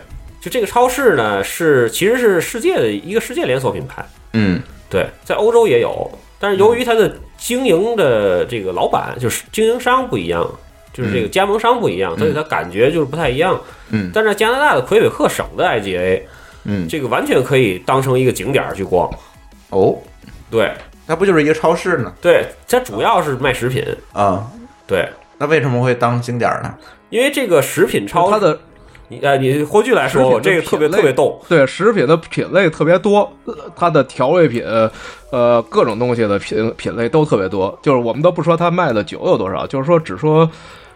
Speaker 4: 就这个超市呢是其实是世界的一个世界连锁品牌。
Speaker 3: 嗯
Speaker 4: 对，在欧洲也有，但
Speaker 5: 嗯
Speaker 4: 是由于它的经营的这个老板就是经营商不一样，就是
Speaker 5: 嗯
Speaker 4: 这个加盟商不一样，所以它感觉就是不太一样。
Speaker 3: 嗯
Speaker 4: 但是在加拿大的魁北克省的 IGA，
Speaker 3: 嗯，
Speaker 4: 这个完全可以当成一个景点儿去逛。
Speaker 3: 哦，
Speaker 4: 对
Speaker 3: 它不就是一个超市呢？
Speaker 4: 对，它主要是卖食品。
Speaker 3: 啊，
Speaker 4: 对，
Speaker 3: 那为什么会当景点呢？
Speaker 4: 因为这个食品超
Speaker 5: 它的
Speaker 4: 你呃，你霍炬来说，
Speaker 5: 食品
Speaker 4: 我
Speaker 5: 的
Speaker 4: 这个特别
Speaker 5: 品类
Speaker 4: 特别逗。
Speaker 5: 对食品的品类特别多，呃它的调味品，呃，各种东西的品品类都特别多。就是我们都不说它卖的酒有多少，就是说只说，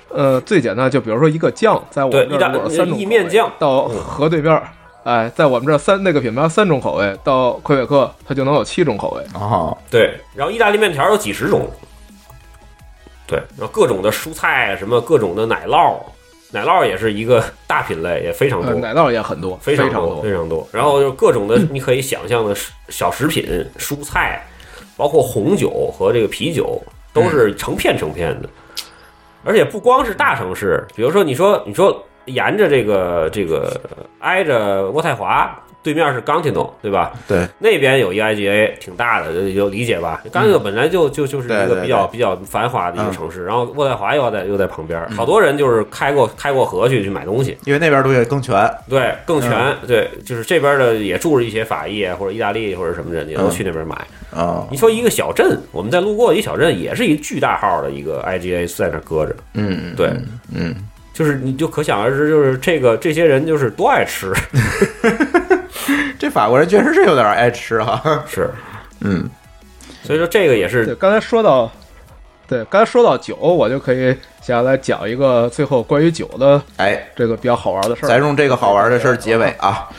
Speaker 5: 呃，最简单，就比如说一个酱，在我
Speaker 4: 对，
Speaker 5: 们
Speaker 4: 意
Speaker 5: 这
Speaker 4: 大
Speaker 5: 儿如果三种
Speaker 4: 意
Speaker 5: 口
Speaker 4: 面
Speaker 5: 味
Speaker 4: 酱，
Speaker 5: 到河对面儿，哎，在我们这儿三那个品牌三种口味，到魁北克它就能有七种口味。
Speaker 3: 哦，
Speaker 4: 对，然后意大利面条有几十种，对，然后各种的蔬菜，啊什么各种的奶酪，奶酪也是一个大品类，也非常
Speaker 5: 呃
Speaker 4: 多，
Speaker 5: 奶酪也很多，
Speaker 4: 非
Speaker 5: 常
Speaker 4: 常多，非常多。然后就是各种的你可以想象的食小食品、蔬菜，包括红酒和这个啤酒，都是成片成片的。而且不光是大城市，比如说你说你说沿着这个这个挨着渥太华对面是冈提诺，对吧？
Speaker 3: 对，
Speaker 4: 那边有一个 IGA 挺大的，就就理解吧。冈提诺本来就就就是一
Speaker 3: 嗯对
Speaker 4: 个
Speaker 3: 对
Speaker 4: 比较
Speaker 3: 对嗯
Speaker 4: 比较繁华的一个城市，然后渥太华又在又在旁边，好多人就是开过开过河去去买东西，
Speaker 3: 因为那边东西更全，
Speaker 4: 对，更全，
Speaker 3: 嗯
Speaker 4: 对，就是这边的也住着一些法裔啊或者意大利或者什么人，也都
Speaker 3: 嗯
Speaker 4: 去那边买。
Speaker 3: 啊，
Speaker 4: 你说一个小镇，我们在路过一小镇，也是一巨大号的一个 IGA 在那儿搁着，
Speaker 3: 嗯，
Speaker 4: 对，
Speaker 3: 嗯，
Speaker 4: 就是你就可想而知，就是这个这些人就是多爱吃，
Speaker 3: 这法国人确实是有点爱吃哈，
Speaker 4: 是，
Speaker 3: 嗯，
Speaker 4: 所以说这个也是
Speaker 5: 对，刚才说到，对，刚才说到酒，我就可以接下来讲一个最后关于酒的
Speaker 3: 哎，
Speaker 5: 这个比较好玩的事
Speaker 3: 咱
Speaker 5: 儿。
Speaker 3: 用这个好玩的事儿结尾啊，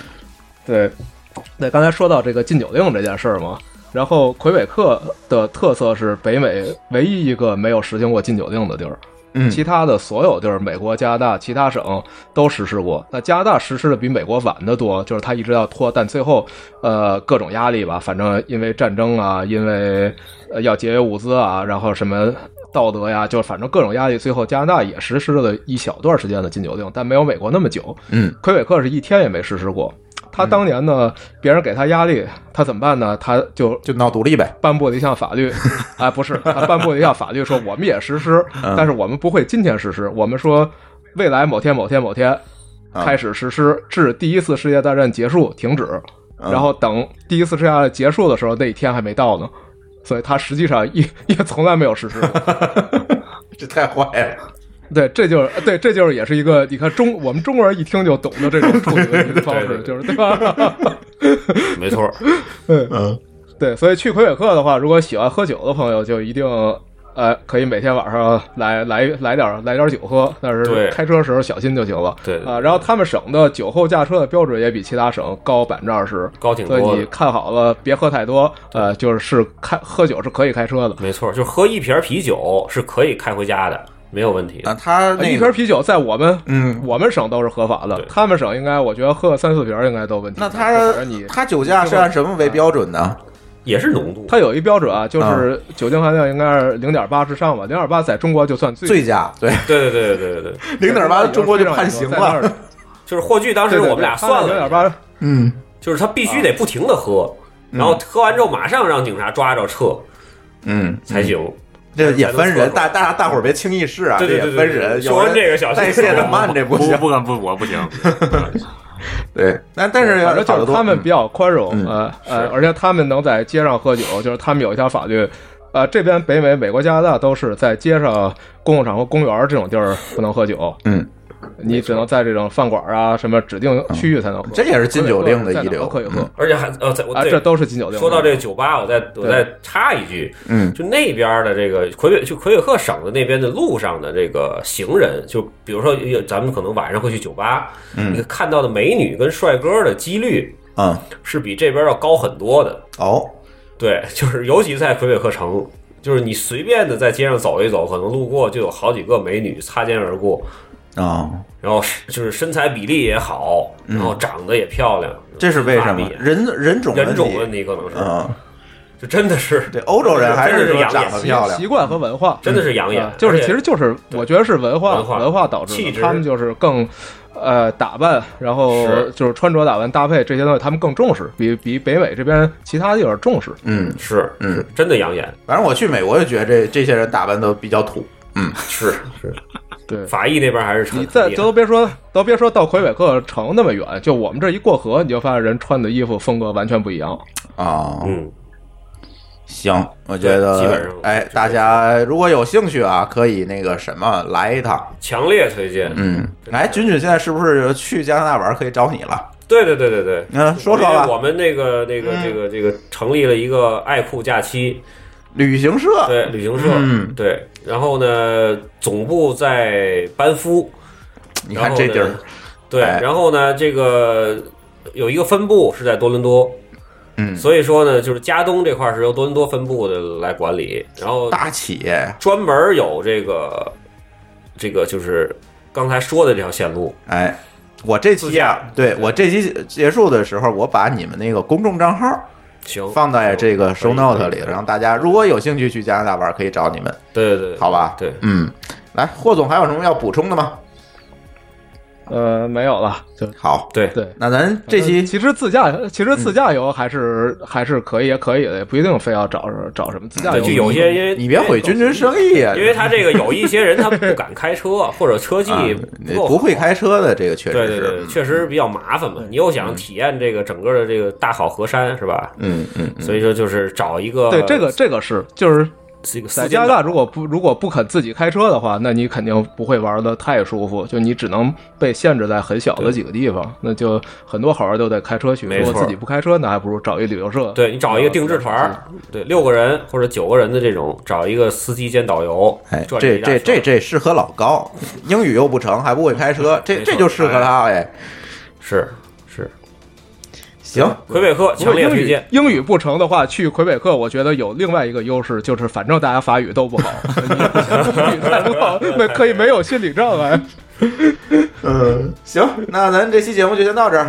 Speaker 5: 对，对，刚才说到这个禁酒令这件事儿嘛，然后魁北克的特色是北美唯一一个没有实行过禁酒令的地儿。
Speaker 3: 嗯，
Speaker 5: 其他的所有就是美国、加拿大其他省都实施过。那加拿大实施的比美国晚得多，就是他一直要拖，但最后呃各种压力吧，反正因为战争啊，因为、呃、要节约物资啊，然后什么。道德呀，就反正各种压力，最后加拿大也实施了一小段时间的禁酒令，但没有美国那么久。
Speaker 3: 嗯，
Speaker 5: 魁北克是一天也没实施过。他当年呢，别人给他压力，他怎么办呢？他就
Speaker 3: 就闹独立呗，
Speaker 5: 颁布了一项法 律，啊，不是，他颁布了一项法律，说我们也实施，但是我们不会今天实施，我们说未来某天某天某天
Speaker 3: 啊
Speaker 5: 开始实施，至第一次世界大战结束停止，然后等第一次世界大战结束的时候，那一天还没到呢，所以他实际上一也 从来没有实 施过。
Speaker 3: 这太坏了，
Speaker 5: 对，这就是对，这就是也是一个，你看中我们中国人一听就懂的这种处理问题的方式，就是 对吧？
Speaker 4: 没错儿，
Speaker 3: 嗯，
Speaker 5: 对，所以去魁北克的话，如果喜欢喝酒的朋友，就一定呃可以每天晚上来来来点儿来点儿酒喝，但
Speaker 4: 对
Speaker 5: 是开车时候小心就行了。
Speaker 4: 对
Speaker 5: 啊、然后他们省的酒后驾车的标准也比其他省高百分之二十，
Speaker 4: 高挺
Speaker 5: 所以
Speaker 4: 多
Speaker 5: 你
Speaker 4: 的，
Speaker 5: 看好了，别喝太多。呃，就是是开喝酒是可以开车的。
Speaker 4: 没错儿，就喝一瓶啤酒是可以开回家的，没有问题的
Speaker 5: 啊
Speaker 3: 那他
Speaker 5: 一
Speaker 3: 那
Speaker 5: 瓶
Speaker 3: 个，
Speaker 5: 啤酒在我们
Speaker 3: 嗯，
Speaker 5: 我们省都是合法的
Speaker 4: 对，
Speaker 5: 他们省应该我觉得喝个三四瓶儿应该都问题
Speaker 3: 那
Speaker 5: 不大。
Speaker 3: 他
Speaker 5: 反正你啊
Speaker 3: 他酒驾是按什么为标准呢？
Speaker 4: 也是浓 度，
Speaker 5: 它有一标准啊，就是酒精含量应该是零点八之上吧，零点八在中国就算最
Speaker 3: 醉驾，对，
Speaker 4: 对对对对对对，
Speaker 3: 零点八中国就判刑
Speaker 5: 在那 儿
Speaker 3: 了，
Speaker 4: 就是霍炬当时我们俩算
Speaker 5: 零
Speaker 4: 了
Speaker 5: 点
Speaker 4: 一下，
Speaker 5: 八，
Speaker 3: 嗯，
Speaker 4: 就是他必须得不停的喝，然
Speaker 5: 嗯
Speaker 4: 后喝完之后马上让警察抓着撤
Speaker 3: 嗯，
Speaker 4: 才行。
Speaker 3: 这也分
Speaker 4: 才能
Speaker 3: 人，
Speaker 4: 测出
Speaker 3: 大大大伙儿别轻易试啊，
Speaker 4: 对
Speaker 3: 这
Speaker 4: 对
Speaker 3: 也
Speaker 4: 对
Speaker 3: 分
Speaker 4: 对对
Speaker 3: 人，
Speaker 4: 说完
Speaker 3: 有人
Speaker 4: 这个小心啊
Speaker 3: 代谢的慢，这
Speaker 6: 不
Speaker 3: 不行，
Speaker 6: 不敢不，我不行。
Speaker 3: 对，但但是
Speaker 5: 反
Speaker 3: 好
Speaker 5: 正就
Speaker 3: 得
Speaker 5: 是
Speaker 3: 多
Speaker 5: 他们比较宽容，
Speaker 3: 嗯
Speaker 5: 呃呃，而且他们能在街上喝酒，就是他们有一条法律。呃，这边北美、美国、加拿大都是在街上、公共场合、公园儿这种地儿不能喝酒，
Speaker 3: 嗯，
Speaker 5: 你只能在这种饭馆啊、什么指定区域才能
Speaker 3: 嗯
Speaker 5: 喝。
Speaker 3: 这也是禁酒令的嗯
Speaker 5: 在哪
Speaker 3: 一
Speaker 5: 儿
Speaker 3: 流，
Speaker 5: 都可以喝
Speaker 4: 而且还呃，在我
Speaker 5: 啊，
Speaker 4: 对
Speaker 5: 这都是禁酒令。
Speaker 4: 说到这个酒吧，我再我再插一句，
Speaker 3: 嗯
Speaker 4: 就那边的这个魁北就魁北克省的那边的路上的这个行人，就比如说有咱们可能晚上会去酒吧，
Speaker 5: 嗯
Speaker 4: 你看到的美女跟帅哥的几率
Speaker 3: 嗯，
Speaker 4: 是比这边要高很多的。
Speaker 3: 哦，
Speaker 4: 对， 就是尤其在魁北克城，就是你随便的在街上走一走，可能路过就有好几个美女擦肩而过，
Speaker 3: 哦，
Speaker 4: 然后是就是身材比例也好，然后长得也漂亮，
Speaker 3: 这是为什
Speaker 4: 发
Speaker 3: 么
Speaker 4: 力？也
Speaker 3: 人人嗯种
Speaker 4: 人种
Speaker 3: 问
Speaker 4: 问
Speaker 3: 题，
Speaker 4: 题可能是，
Speaker 3: 嗯，
Speaker 4: 就真的是
Speaker 3: 对，欧洲人还
Speaker 4: 真的
Speaker 3: 是
Speaker 4: 是
Speaker 3: 说
Speaker 4: 养
Speaker 3: 长
Speaker 4: 眼
Speaker 3: 得漂亮
Speaker 5: 习，惯和文化，
Speaker 4: 嗯真的是养眼
Speaker 5: 啊，就是
Speaker 4: 而且
Speaker 5: 其实就是我觉得是文化
Speaker 4: 文化
Speaker 5: 导致
Speaker 4: 气
Speaker 5: 的，
Speaker 4: 质
Speaker 5: 他们就是更呃打扮，然后
Speaker 4: 是
Speaker 5: 就是穿着打扮搭配这些东西，他们更重视，比比北美这边其他地方重视。
Speaker 3: 嗯，
Speaker 4: 是
Speaker 3: 嗯
Speaker 4: 是真的养眼，
Speaker 3: 反正我去美国就觉得这这些人打扮都比较土，
Speaker 4: 是 是
Speaker 5: 对，
Speaker 4: 法医那边还是很
Speaker 5: 你再
Speaker 4: 很厉害
Speaker 5: 都别说都别说到魁北克城那么远，就我们这一过河，你就发现人穿的衣服风格完全不一样。
Speaker 3: 啊，
Speaker 4: 嗯，
Speaker 3: 行，我觉得
Speaker 4: 基本上
Speaker 3: 哎，大家如果有兴趣啊，可以那个什么来一趟。
Speaker 4: 强烈推荐。
Speaker 3: 嗯，哎，君君现在是不是去加拿大玩可以找你了？
Speaker 4: 对对对对对，
Speaker 3: 嗯，说说
Speaker 4: 因为
Speaker 3: 吧，嗯
Speaker 4: 我们那个那个这个这个成立了一个爱酷假期，
Speaker 3: 旅行社
Speaker 4: 对旅行社，
Speaker 3: 嗯
Speaker 4: 对，然后呢，总部在班夫，
Speaker 3: 你
Speaker 4: 然
Speaker 3: 看
Speaker 4: 后
Speaker 3: 这
Speaker 4: 呢
Speaker 3: 地儿，
Speaker 4: 对，
Speaker 3: 哎
Speaker 4: 然后呢，这个有一个分部是在多伦多，
Speaker 3: 嗯
Speaker 4: 所以说呢，就是加东这块儿是由多伦多分部的来管理，然后
Speaker 3: 大企业，
Speaker 4: 专门有这个这个就是刚才说的这条线路，
Speaker 3: 哎，我这期啊，对我这期结束的时候，我把你们那个公众账号
Speaker 4: 行，
Speaker 3: 放在这个
Speaker 4: 哦可以
Speaker 3: show note
Speaker 4: 可以
Speaker 3: 里，让大家如果有兴趣去加拿大玩，可以找你们，
Speaker 4: 对对对，
Speaker 3: 好吧？嗯
Speaker 4: 对。
Speaker 3: 嗯，来，霍总还有什么要补充的吗？
Speaker 5: 呃，没有了，就
Speaker 3: 好，
Speaker 4: 对，
Speaker 5: 对。
Speaker 3: 那咱这
Speaker 5: 呃
Speaker 3: 期嗯
Speaker 5: 其实自驾，其实自驾游还是、还是可以，也可以的，也不一定非要找找什么自驾
Speaker 4: 对
Speaker 5: 游。
Speaker 4: 就有些因为
Speaker 3: 你别毁君君生意啊，
Speaker 4: 因为他这个有一些人他不敢开车，或者车技
Speaker 3: 啊
Speaker 4: 不
Speaker 3: 你
Speaker 4: 够好
Speaker 3: 不会开车的，这个确
Speaker 4: 对对
Speaker 3: 实是
Speaker 4: 对，，确
Speaker 5: 嗯
Speaker 4: 实比较麻烦嘛。你又想体验这个整个的这个大好河山是吧？
Speaker 3: 嗯嗯嗯，
Speaker 4: 所以说就是找一个
Speaker 5: 对这个这个是就是
Speaker 4: 这个
Speaker 5: 在
Speaker 4: 私家
Speaker 5: 加拿大，如果不如果不肯自己开车的话，那你肯定不会玩的太舒服，就你只能被限制在很小的几个地方，那就很多好玩都得开车去。
Speaker 4: 没
Speaker 5: 如果
Speaker 4: 错
Speaker 5: 自己不开车，那还不如找一旅游社。啊
Speaker 4: 对你找一个定制团儿，
Speaker 5: 嗯
Speaker 4: 对六个人或者九个人的这种，找一个司机兼导游，
Speaker 3: 哎，
Speaker 4: 转
Speaker 3: 这
Speaker 4: 一大圈
Speaker 3: 这
Speaker 4: 儿
Speaker 3: 这这适合老高，英语又不成，还不会开车，这
Speaker 4: 没错
Speaker 3: 这就适合他哎。
Speaker 4: 是是
Speaker 3: 行，
Speaker 4: 魁北克
Speaker 5: 如果
Speaker 4: 强烈
Speaker 5: 英
Speaker 4: 推
Speaker 5: 语
Speaker 4: 荐。
Speaker 5: 英语不成的话，去魁北克，我觉得有另外一个优势，就是反正大家法语都不好， 你英语太不好，那可以没有心理障 碍。
Speaker 3: 嗯，行，那咱这期节目就先到这儿。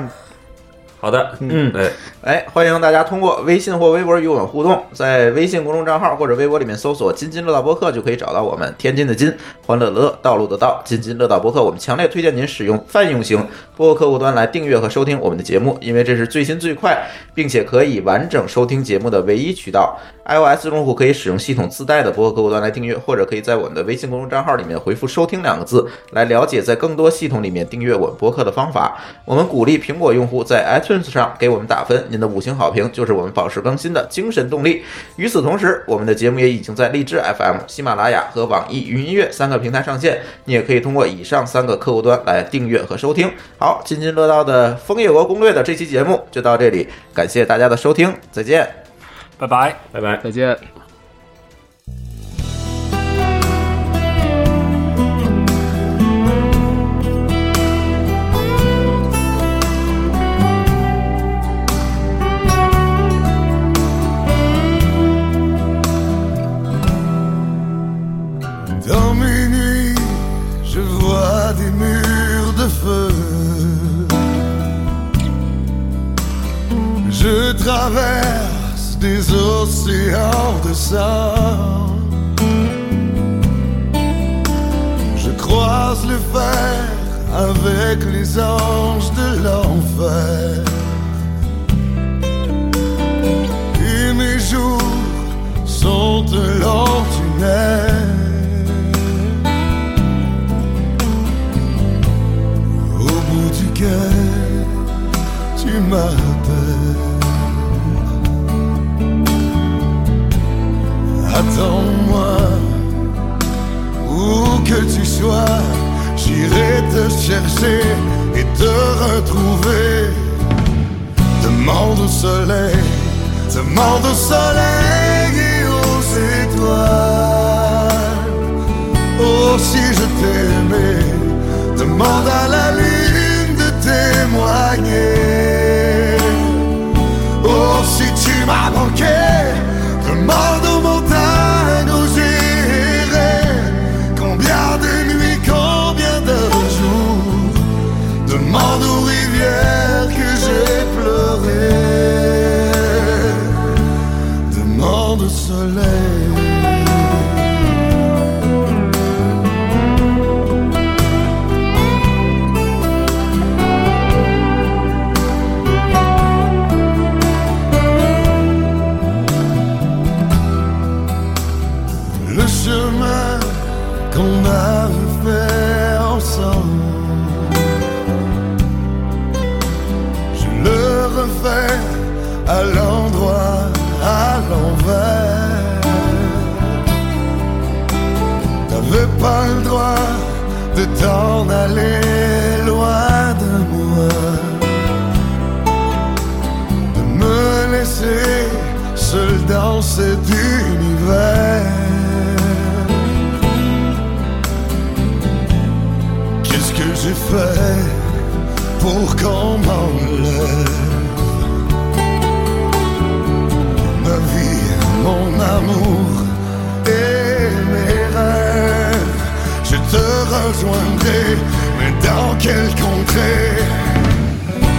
Speaker 4: 好的，
Speaker 3: 嗯
Speaker 4: 哎，
Speaker 3: 哎，欢迎大家通过微信或微博与我们互动，在微信公众账号或者微博里面搜索“津津乐道播客”就可以找到我们。天津的津，欢乐的乐，道路的道，津津乐道播客。我们强烈推荐您使用泛用型播客客户端来订阅和收听我们的节目，因为这是最新最快，并且可以完整收听节目的唯一渠道。iOS 用户可以使用系统自带的播客客户端来订阅，或者可以在我们的微信公众账号里面回复“收听”两个字，来了解在更多系统里面订阅我们播客的方法。我们鼓励苹果用户在 iTunes 上给我们打分，您的五星好评就是我们保持更新的精神动力。与此同时，我们的节目也已经在荔枝 FM、喜马拉雅和网易云音乐三个平台上线，你也可以通过以上三个客户端来订阅和收听。好，津津乐道的《枫叶国攻略》的这期节目就到这里，感谢大家的收听，再见。
Speaker 6: 拜拜。
Speaker 4: 拜拜。
Speaker 5: 再见。
Speaker 8: Dans mes nuits, je vois des murs de feu. Je traverse des océans de sang. Je croise le fer avec les anges de l'enfer. Et mes jours sont un long tunnel Au bout duquel tu m'appelles Attends-moi Où que tu sois J'irai te chercher et te retrouver Demande au soleil, demande au soleil et oh, aux étoiles. Oh, si je t'aimais, demande à la lune de témoigner. Oh, si tu m'as manqué, demande aux montagnes où j'irai. Combien de nuits, combien de jours Demande aux rivières que j'ai pleuré. Demande au soleil. Le chemin qu'on avait fait ensemble. je le refais à l'endroit, à l'envers. T'avais pas le droit de t'en aller loin de moi, de me laisser seul dans cet univers. Qu'est-ce que j'ai fait? pour qu'on m'enlève Ma vie, mon amour et mes rêves Je te rejoindrai, mais dans quelle contrée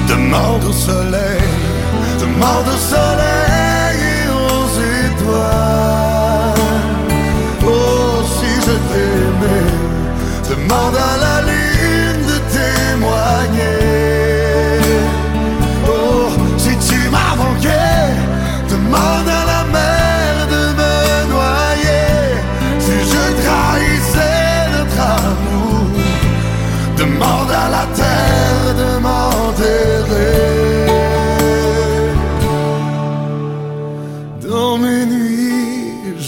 Speaker 8: Demande au soleil, demande au soleil et aux étoiles Oh, si je t'aimais, demande à la lune de témoigner Oh,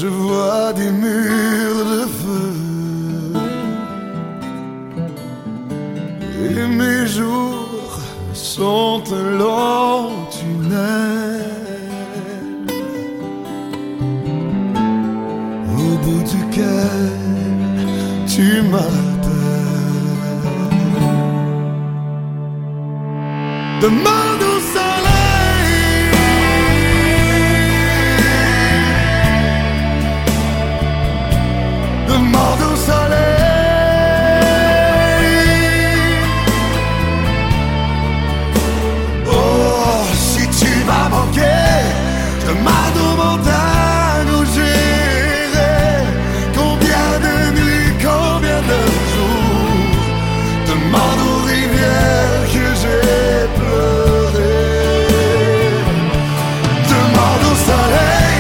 Speaker 8: toi des murs de feu. Et mes jours sont un long tunnel au bout duquel tu m'appelles. Demande au soleil Demande au soleil Oh, si tu m'as manqué Demande aux montagnes où j'irai Combien de nuits, combien de jours Demande aux rivières que j'ai pleuré. Demande au soleil,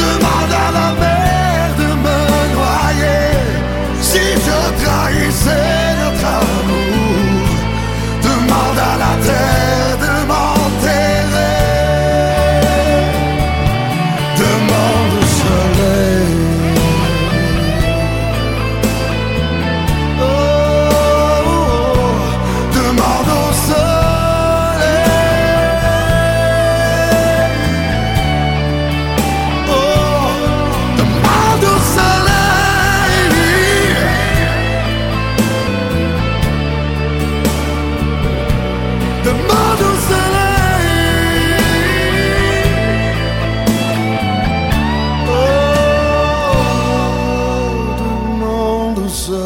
Speaker 8: demande à la mer de me noyer. Si je trahissais notre amour, demande à la terre de m'enterrer. Demande au soleil. Oh, demande au soleil. Oh, demande au soleil. Demande au soleil. Oh, demande au soleil.